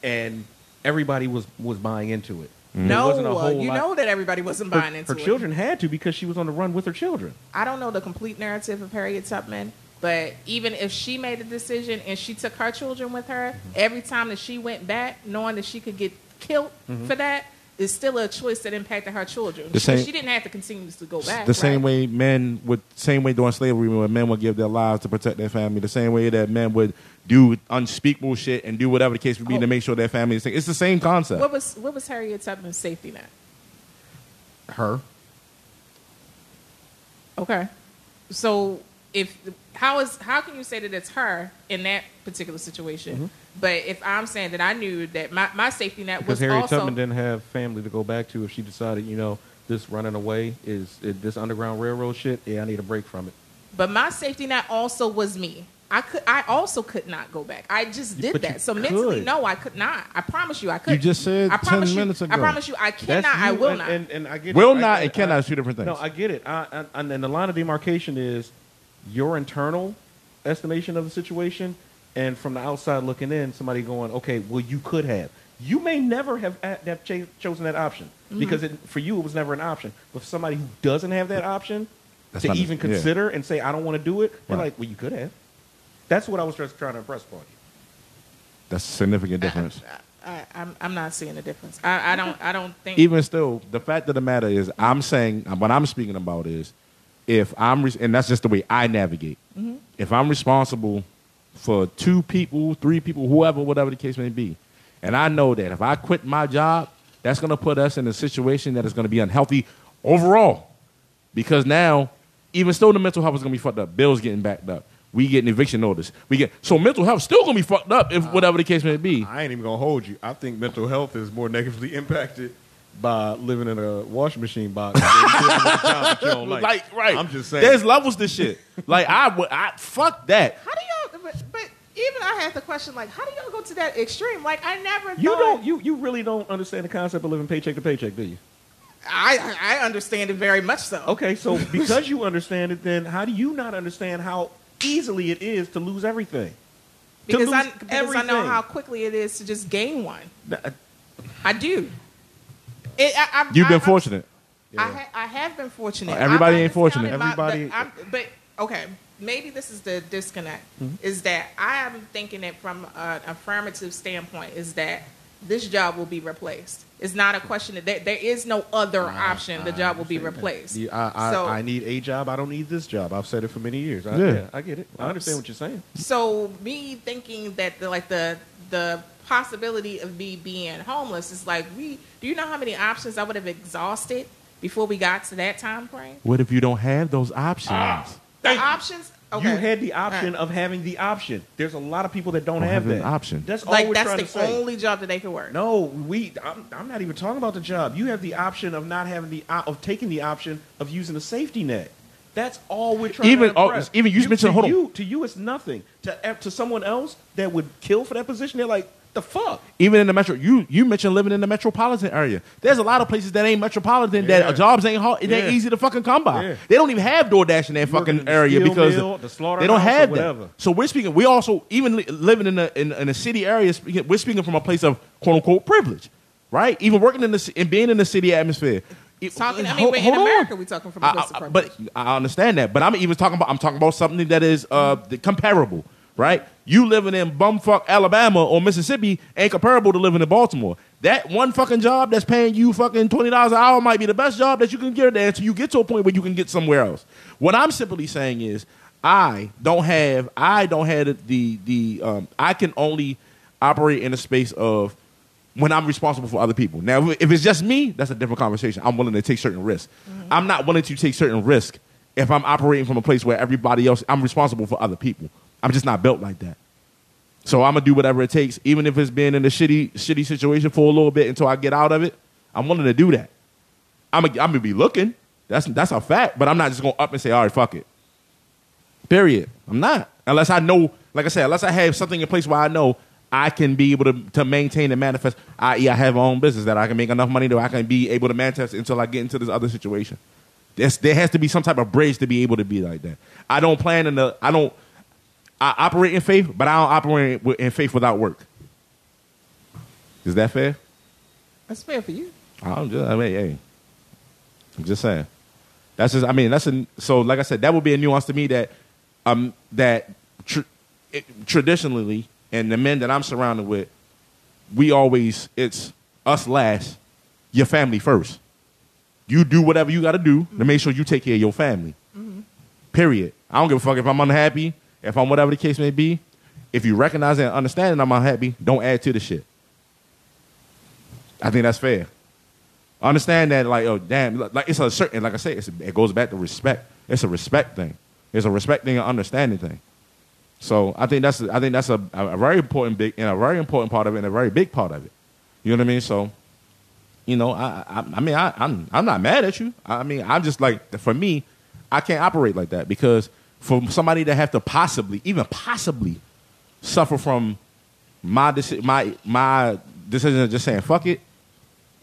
S2: and everybody was was buying into it.
S1: Mm-hmm.
S2: There
S3: No,
S2: wasn't a whole
S3: you
S2: lot-
S3: know that everybody wasn't
S2: her,
S3: buying into
S2: her
S3: it.
S2: children had to because she was on the run with her children.
S3: I don't know the complete narrative of Harriet Tubman, but even if she made a decision and she took her children with her,
S1: Mm-hmm.
S3: every time that she went back, knowing that she could get killed for that, is still a choice that impacted her children.
S1: Mm-hmm. The
S3: She-
S1: same-
S3: she didn't have to continue to go back.
S1: the same
S3: right?
S1: way men would same way during slavery when men would give their lives to protect their family the same way that men would do unspeakable shit and do whatever the case would be
S3: Oh.
S1: to make sure their family is safe it's the same concept
S3: What was what was Harriet Tubman's safety net?
S2: Her
S3: Okay, so if how is how can you say that it's her in that particular situation?
S1: Mm-hmm.
S3: But if I'm saying that I knew that my, my safety net
S2: because
S3: was
S2: Harriet
S3: also
S2: Tubman didn't have family to go back to if she decided, you know, this running away is it, this Underground Railroad shit. Yeah, I need a break from it.
S3: But my safety net also was me. I could. I also could not go back. I just did
S2: But you
S3: that. So mentally,
S2: could.
S3: no, I could not. I promise you, I could.
S1: just said
S3: I
S1: 10
S3: promise you,
S1: minutes
S3: I
S1: ago.
S3: promise you, I cannot.
S2: That's
S3: I
S2: you,
S3: will
S2: and,
S3: not.
S2: And, and I get
S1: Will
S2: it. I
S1: not
S2: get
S1: and
S2: it.
S1: cannot
S2: I-
S1: are two different things.
S2: No, I get it. I, I, and and the line of demarcation is your internal estimation of the situation, and from the outside looking in, somebody going, "Okay, well, you could have. You may never have, a- have cha- chosen that option because it, for you it was never an option. But for somebody who doesn't have that option
S1: That's
S2: to
S1: not-
S2: even
S1: yeah.
S2: consider and say, "I don't want to do it," they're
S1: Right.
S2: like, "Well, you could have." That's what I was just trying to impress upon you.
S1: that's a significant difference
S3: I, I'm, I'm not seeing a difference. I, I don't. I don't think.
S1: even still the fact of the matter is i'm saying what i'm speaking about is if i'm res- and that's just the way i navigate if i'm responsible for two people three people whoever whatever the case may be and i know that if i quit my job that's going to put us in a situation that is going to be unhealthy overall because now even still the mental health is going to be fucked up bills getting backed up we getting eviction notice we get so mental health still going to be fucked up if whatever the case may be
S4: I ain't even gonna hold you. I think mental health is more negatively impacted by living in a washing machine box. than doing a job that you don't like.
S1: like right.
S4: I'm just saying.
S1: There's levels to shit. like I would, I fuck that.
S3: how do y'all? But, but even I have to question. Like, how do y'all go to that extreme? Like, I never.
S2: You
S3: thought,
S2: don't. You you really don't understand the concept of living paycheck to paycheck, do you?
S3: I I understand it very much so.
S2: Okay, so because you understand it, then how do you not understand how easily it is to lose everything. To
S3: because I
S2: lose
S3: because I know
S2: everything.
S3: how quickly it is to just gain one.
S2: Th-
S3: I do. It, I, I,
S1: You've
S3: I,
S1: been
S3: I'm-
S1: fortunate.
S3: I, ha- I have been fortunate.
S1: Uh, everybody
S3: I've
S1: ain't
S3: always
S1: fortunate.
S3: counted my-
S2: Everybody-
S3: the- I'm- but okay, maybe this is the disconnect. Is that I am thinking it from an affirmative standpoint. Is that this job will be replaced? It's not a question that there, there is no other option. The job will be replaced.
S4: You- I, I,
S3: so,
S4: I need a job. I don't need this job. I've said it for many years. I,
S1: Yeah.
S4: yeah. I get it. I understand what you're saying.
S3: so me thinking that the, like the the possibility of me being homeless is like we. Do you know how many options I would have exhausted before we got to that time frame?
S1: What if you don't have those options?
S2: Ah.
S3: The
S2: Thank you.
S3: options. Okay.
S2: You had the option
S3: All
S2: of having the option. There's a lot of people that don't,
S1: Don't
S2: have
S1: have an
S2: that
S1: option.
S2: That's all
S3: like
S2: we're
S3: that's
S2: trying
S3: the
S2: to say.
S3: only job that they could work.
S2: No, we. I'm, I'm not even talking about the job. You have the option of not having the op- of taking the option of using a safety net. That's all we're trying.
S1: Even-
S2: to
S1: oh,
S2: impress.
S1: even you mentioned-
S2: to
S1: hold on.
S2: You, to you, it's nothing. To eh, to someone else that would kill for that position, they're like the fuck.
S1: Even in the metro, you you mentioned living in the metropolitan area. There's a lot of places that ain't metropolitan
S4: Yeah.
S1: that jobs ain't hard. It ain't
S4: Yeah.
S1: easy to fucking come by.
S4: Yeah.
S1: They don't even have DoorDash in that
S2: working
S1: fucking
S2: in the
S1: area
S2: steel
S1: because
S2: mill, the
S1: they don't
S2: slaughterhouse or
S1: have
S2: whatever.
S1: that. So we're speaking. We also even li- living in a in, in a city area. speaking- We're speaking from a place of quote unquote privilege, right? Even working in the ci- and being in the city atmosphere. It-
S3: Talking, I
S1: ho-
S3: mean, we're in
S1: hold on.
S3: America, we talking from a
S1: I,
S3: place
S1: I-
S3: of
S1: I-
S3: privilege.
S1: but I understand that. But I'm even talking about I'm talking about something that is uh, the comparable, right? You living in bumfuck Alabama or Mississippi ain't comparable to living in Baltimore. That one fucking job that's paying you fucking twenty dollars an hour might be the best job that you can get there until you get to a point where you can get somewhere else. What I'm simply saying is, I don't have I don't have the the um, I can only operate in a space of when I'm responsible for other people. Now, if if it's just me, that's a different conversation. I'm willing to take certain risks. I'm not willing to take certain risks if I'm operating from a place where everybody else, I'm responsible for other people. I'm just not built like that. So I'm gonna do whatever it takes, even if it's being in a shitty, shitty situation for a little bit until I get out of it. I'm willing to do that. I'm gonna, I'm gonna be looking. That's that's a fact. But I'm not just gonna up and say, all right, fuck it. Period. I'm not. Unless I know, like I said, unless I have something in place where I know I can be able to, to maintain and manifest, i.e., I have my own business that I can make enough money that I can be able to manifest until I get into this other situation. There's, there has to be some type of bridge to be able to be like that. I don't plan in the, I don't, I operate in faith, but I don't operate wi- in faith without work. Is that fair?
S3: That's fair for you.
S1: I'm just, I mean, hey, I'm just saying. That's just, I mean, that's an, so. Like I said, that would be a nuance to me that, um, that tr- it, traditionally, and the men that I'm surrounded with, we always it's us last, your family first. You do whatever you got to do to make sure you take care of your family. Period. I don't give a fuck if I'm unhappy, if I'm whatever the case may be. If you recognize and understand that I'm unhappy, don't add to the shit. I think that's fair. Understand that, like, oh, damn, like like, it's a certain, like I said, it's, it goes back to respect. It's a respect thing. It's a respect thing and understanding thing. So I think that's, I think that's a, a very important big and a very important part of it and a very big part of it. You know what I mean? So, you know, I, I, I mean, I, I'm, I'm not mad at you. I mean, I'm just like, for me, I can't operate like that because for somebody to have to possibly, even possibly, suffer from my deci- my my decision of just saying fuck it.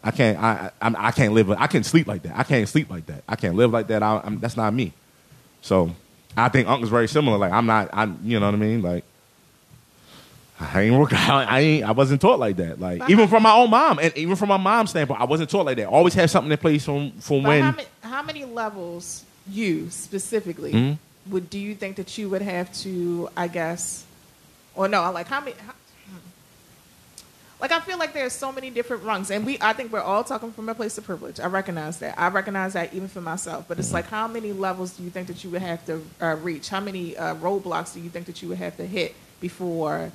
S1: I can't. I I, I can't live. I can't sleep like that. I can't sleep like that. I can't live like that. I, I'm, that's not me. So I think Uncle's very similar. Like I'm not. I you know what I mean. Like I ain't work. I, I ain't. I wasn't taught like that. Like
S3: But
S1: even
S3: how-
S1: from my own mom, and even from my mom's standpoint, I wasn't taught like that. Always have something in place from from
S3: But
S1: when.
S3: how, many, how many levels you specifically
S1: Mhm.
S3: would do you think that you would have to? I guess, or no, like how many? How, hmm. like I feel like there's so many different rungs, and we I think we're all talking from a place of privilege. I recognize that. I recognize that even for myself. But it's like, how many levels do you think that you would have to uh, reach? How many uh, roadblocks do you think that you would have to hit before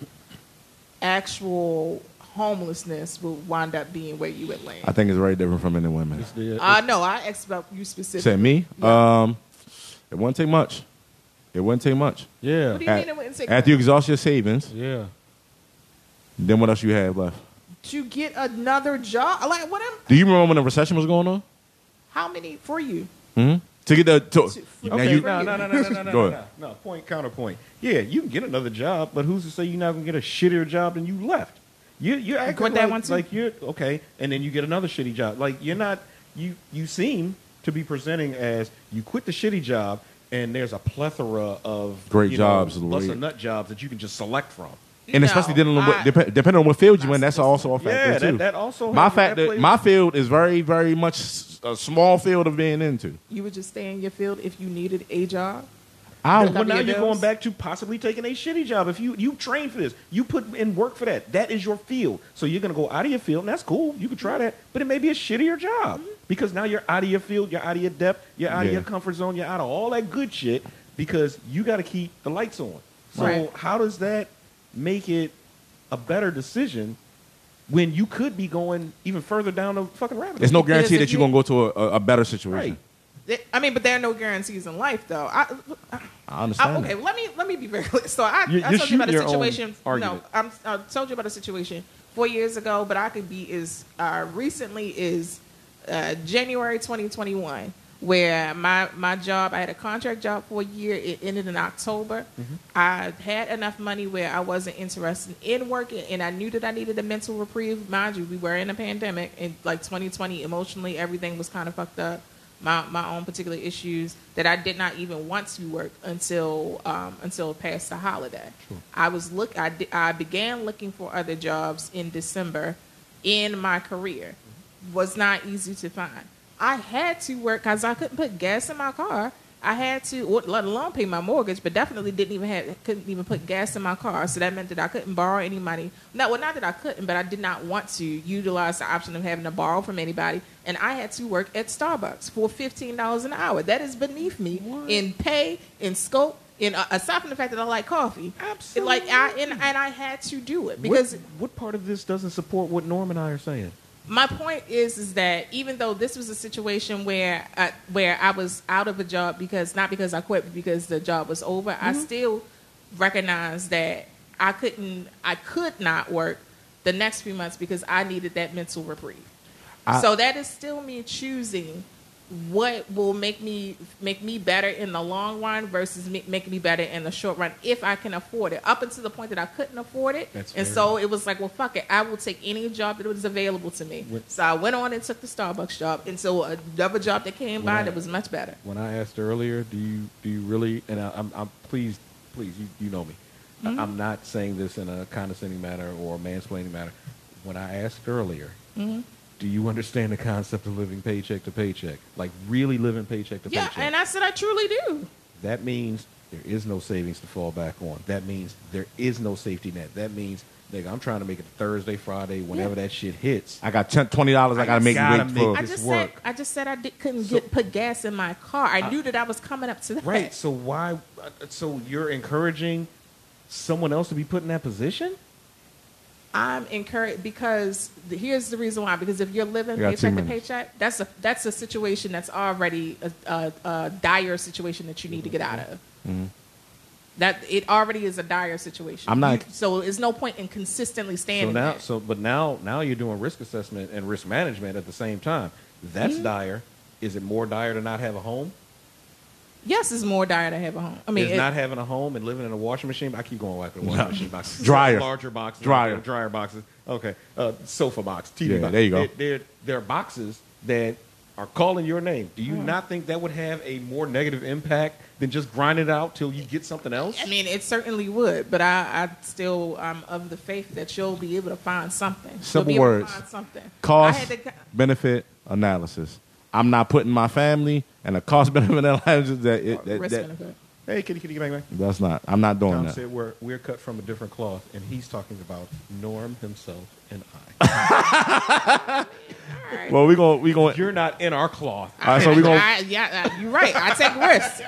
S3: actual homelessness would wind up being where you would land?
S1: I think it's very different from men and women.
S3: Uh, no, I asked about you specifically.
S1: Said me.
S3: Yeah.
S1: Um, it wouldn't take much. It wouldn't take much.
S3: What do
S2: yeah,
S3: you
S1: At-
S3: mean it wouldn't take
S1: After you
S3: much?
S1: exhaust your savings,
S2: yeah.
S1: then what else you have left?
S3: to get another job? Like what? Am,
S1: Do you remember when the recession was going on?
S3: how many for you?
S1: Mm-hmm. To get the to,
S3: To-
S1: now
S3: okay,
S1: you
S3: now-
S2: no, no, no, no, no, no,
S1: Go
S2: no, no,
S1: ahead.
S2: no. Point counterpoint. Yeah, you can get another job, but who's to say you're not gonna get a shittier job than you left? You you're acting
S3: Got
S2: like,
S3: that one too?
S2: like you're okay, and then you get another shitty job. Like you're not you you seem to be presenting as you quit the shitty job
S4: and there's a plethora of
S1: Great
S4: you
S1: jobs in
S4: know,
S1: the
S4: bust a
S1: league.
S4: nut jobs that you can just select from.
S1: And especially
S3: No,
S1: depending on
S3: I-
S1: what, dep- depending on what field you in, that's also a factor
S4: Yeah,
S1: too.
S4: that, that also
S1: my
S4: helps. That
S1: factor,
S4: plays-
S1: my field is very, very much s- a small field of being into.
S3: You would just stay in your field if you needed a job.
S1: I
S4: well, now
S3: Yeah,
S4: you're
S3: those.
S4: going back to possibly taking a shitty job. If you you train for this, you put in work for that. That is your field. So you're gonna go out of your field, and that's cool. You can try that, but it may be a shittier job because now you're out of your field, you're out of your depth, you're out
S1: Yeah.
S4: of your comfort zone, you're out of all that good shit because you got to keep the lights on. So
S3: Right.
S4: how does that make it a better decision when you could be going even further down the fucking rabbit?
S1: There's no
S4: hole?
S1: guarantee
S3: if
S1: that you're
S3: you-
S1: gonna go to a, a, a better situation.
S4: right.
S3: Th- I mean, but there are no guarantees in life, though. I, I,
S1: I understand.
S3: I, okay,
S1: that.
S3: well, let me let me be very clear. So I,
S4: You're-
S3: I
S4: you're
S3: told you about a
S4: shooting your own
S3: situation. No,
S4: argument.
S3: I'm, I told you about a situation four years ago, but I could be as uh, recently as uh, January 2021, where my my job, I had a contract job for a year. It ended in October. I had enough money where I wasn't interested in working, and I knew that I needed a mental reprieve. Mind you, we were in a pandemic, and like 2020, emotionally, everything was kind of fucked up my, my own particular issues that I did not even want to work until um, until past the holiday. I was look I, di- I began looking for other jobs in December in my career. Was not easy to find. I had to work because I couldn't put gas in my car. I had to, or let alone pay my mortgage, but definitely didn't even have, couldn't even put gas in my car. So that meant that I couldn't borrow any money. No, well, not that I couldn't, but I did not want to utilize the option of having to borrow from anybody. And I had to work at Starbucks for fifteen dollars an hour. That is beneath me in pay, in scope, in uh, aside from the fact that I like coffee.
S4: Absolutely.
S3: Like I and, and I had to do it
S4: What-
S3: because
S4: what part of this doesn't support what Norm and I are saying?
S3: my point is is that even though this was a situation where I, where I was out of a job because not because I quit but because the job was over, I still recognized that I couldn't I could not work the next few months because I needed that mental reprieve. so that is still me choosing what will make me make me better in the long run versus me, making me better in the short run if I can afford it. Up until the point that I couldn't afford it,
S4: That's
S3: and
S4: fair.
S3: so it was like, well, fuck it, I will take any job that was available to me.
S2: What-
S3: So I went on and took the Starbucks job, and so another job that came by
S2: What I-
S3: that was much better.
S2: when I asked earlier, do you do you really? And I, I'm, I'm please, please, you, you know me.
S3: Mm-hmm.
S2: I, am not saying this in a condescending manner or a mansplaining manner. When I asked earlier,
S3: Mm-hmm.
S2: do you understand the concept of living paycheck to paycheck, like really living paycheck to
S3: Yeah,
S2: paycheck?
S3: and I said I truly do.
S2: that means there is no savings to fall back on. That means there is no safety net. That means, nigga, I'm trying to make it Thursday, Friday, whenever that shit hits.
S1: I got 10, twenty dollars. I gotta make
S2: gotta
S1: wait
S2: make
S1: for.
S3: I
S2: This
S3: just
S2: work.
S3: said I just said I did, couldn't get put gas in my car. I, knew that I was coming up to that.
S4: Right. So why? uh, So you're encouraging someone else to be put in that position?
S3: I'm encouraged because the, here's the reason why. Because if you're living
S1: You got two
S3: paycheck to
S1: minutes.
S3: paycheck, that's a that's a situation that's already a, a, a dire situation that you need to get out of. That it already is a dire situation.
S1: Mm-hmm. I'm not-
S3: You- so it's no point in consistently
S4: So
S3: standing.
S4: now,
S3: there.
S4: so but now, now you're doing risk assessment and risk management at the same time. That's dire. Is it more dire to not have a home?
S3: yes, it's more dire to have a home. I mean,
S4: is
S3: it-
S4: not having a home and living in a washing machine? I keep going back to the washing machine boxes.
S1: Dryer.
S4: Larger boxes.
S1: Dryer.
S4: okay, Dryer boxes. Okay. Uh, sofa box. TV
S1: Yeah,
S4: box.
S1: there you go.
S4: There, there, there are boxes that are calling your name. Do you not think that would have a more negative impact than just grind it out till you get something else?
S3: I mean, it certainly would, but I, I still I'm of the faith that you'll be able to find something. You'll
S1: Simple
S3: be able to
S1: words.
S3: find something. I
S1: cost
S3: had to,
S1: benefit analysis. I'm not putting my family and a cost benefit analysis that, it, that,
S3: risk
S1: that-
S3: benefit.
S4: Hey, kitty, kitty, bang, bang.
S1: that's not. I'm not doing
S4: Tom
S1: that.
S4: said we're, we're cut from a different cloth, and he's talking about Norm himself and I.
S3: All right.
S1: Well, we going we going.
S4: You're not in our cloth.
S1: All right, so we going.
S3: I- yeah, uh, you're right. I take risks.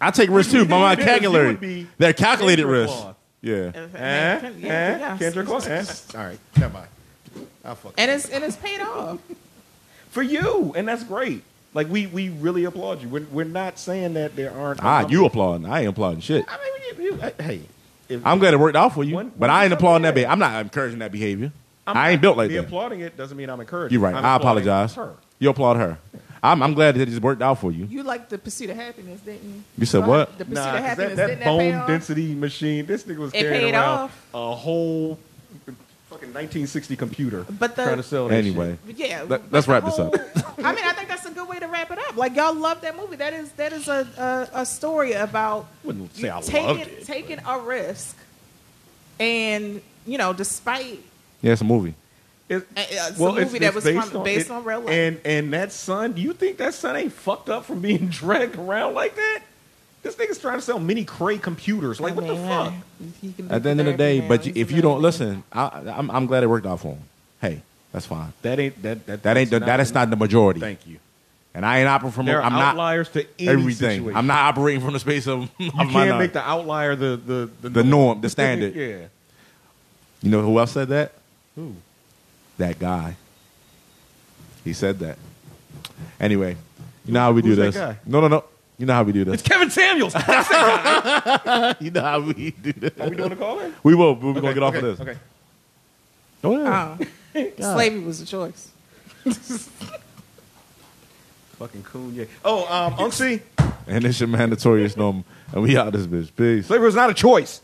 S1: I take risks too, but my
S4: You would
S1: calculated.
S4: be
S1: They're calculated
S4: Kendrick
S1: risks.
S4: Lamar.
S1: Yeah.
S4: Eh?
S3: Yeah,
S4: Eh?
S3: yes.
S4: Kendrick Lamar? Eh? All right, never mind. I'll fuck
S3: And it's and it's paid off.
S4: for you, and that's great. Like we we really applaud you. We're, we're not saying that there aren't.
S1: Ah, you applauding? I ain't applauding shit.
S4: I mean, you, you, I- hey, if,
S1: I'm glad it worked out for you,
S4: When-
S1: but
S4: when
S1: I ain't
S4: did
S1: applauding
S4: that-
S1: that. Be- I'm not encouraging that behavior.
S4: I'm
S1: I ain't
S4: not-
S1: built like
S4: me
S1: that.
S4: applauding it doesn't mean I'm encouraging.
S1: You're right.
S4: I'm
S1: i
S4: applauding
S1: apologize.
S4: her.
S1: You applaud her. I'm, I'm glad that it just worked out for you.
S3: You liked the pursuit of happiness, didn't you?
S1: You said what?
S3: The pursuit
S4: Nah,
S3: of
S4: 'cause
S3: happiness
S4: that, that
S3: didn't that
S4: bone
S3: pay off?
S4: density machine. This nigga was
S3: It
S4: carrying
S3: paid
S4: around
S3: off.
S4: a whole fucking fucking 1960 computer
S3: But the-
S4: trying to sell that
S1: Anyway,
S4: shit.
S3: Yeah,
S1: Let- let's wrap this up.
S3: I mean, I think that's a good way to wrap it up. Like y'all love that movie. That is that is a a, a story about
S4: Wouldn't say
S3: you
S4: I loved
S3: taking
S4: it,
S3: taking a risk, and you know, despite
S1: yeah, it's a movie.
S4: It-
S3: Uh, it's a movie that was from- based on real life.
S4: And and that son, you think that son ain't fucked up from being dragged around like that? This nigga's trying to sell mini Cray computers. Like what the fuck?
S1: At the end of the day, but you, if you don't listen, I, I'm, I'm glad it worked out for him. Hey, that's fine.
S4: That ain't that that
S1: That ain't the,
S4: that's
S1: that is not the majority.
S4: Thank you.
S1: And I ain't operating from.
S4: There are
S1: I'm not
S4: outliers to any
S1: everything.
S4: Situation.
S1: I'm not operating from the space of. You
S4: You can't make the outlier the the the,
S1: The norm, the standard.
S4: yeah.
S1: You know who else said that?
S4: Who?
S1: That guy. He said that. Anyway, you know how we do
S4: Who's that
S1: this.
S4: guy?
S1: No, no, no. You know how we do this.
S4: It's Kevin Samuels. Are
S1: you know how we do this.
S4: we doing a call in?
S1: We will. We're gonna get off
S4: okay,
S1: of this.
S4: Okay. Uh-huh.
S1: Oh, yeah.
S3: Oh. slavery was a choice.
S4: Fucking coon. Yeah. Oh, um, Unc C.
S1: And it's your mandatory norm, and we out this bitch. Peace.
S4: Slavery was not a choice.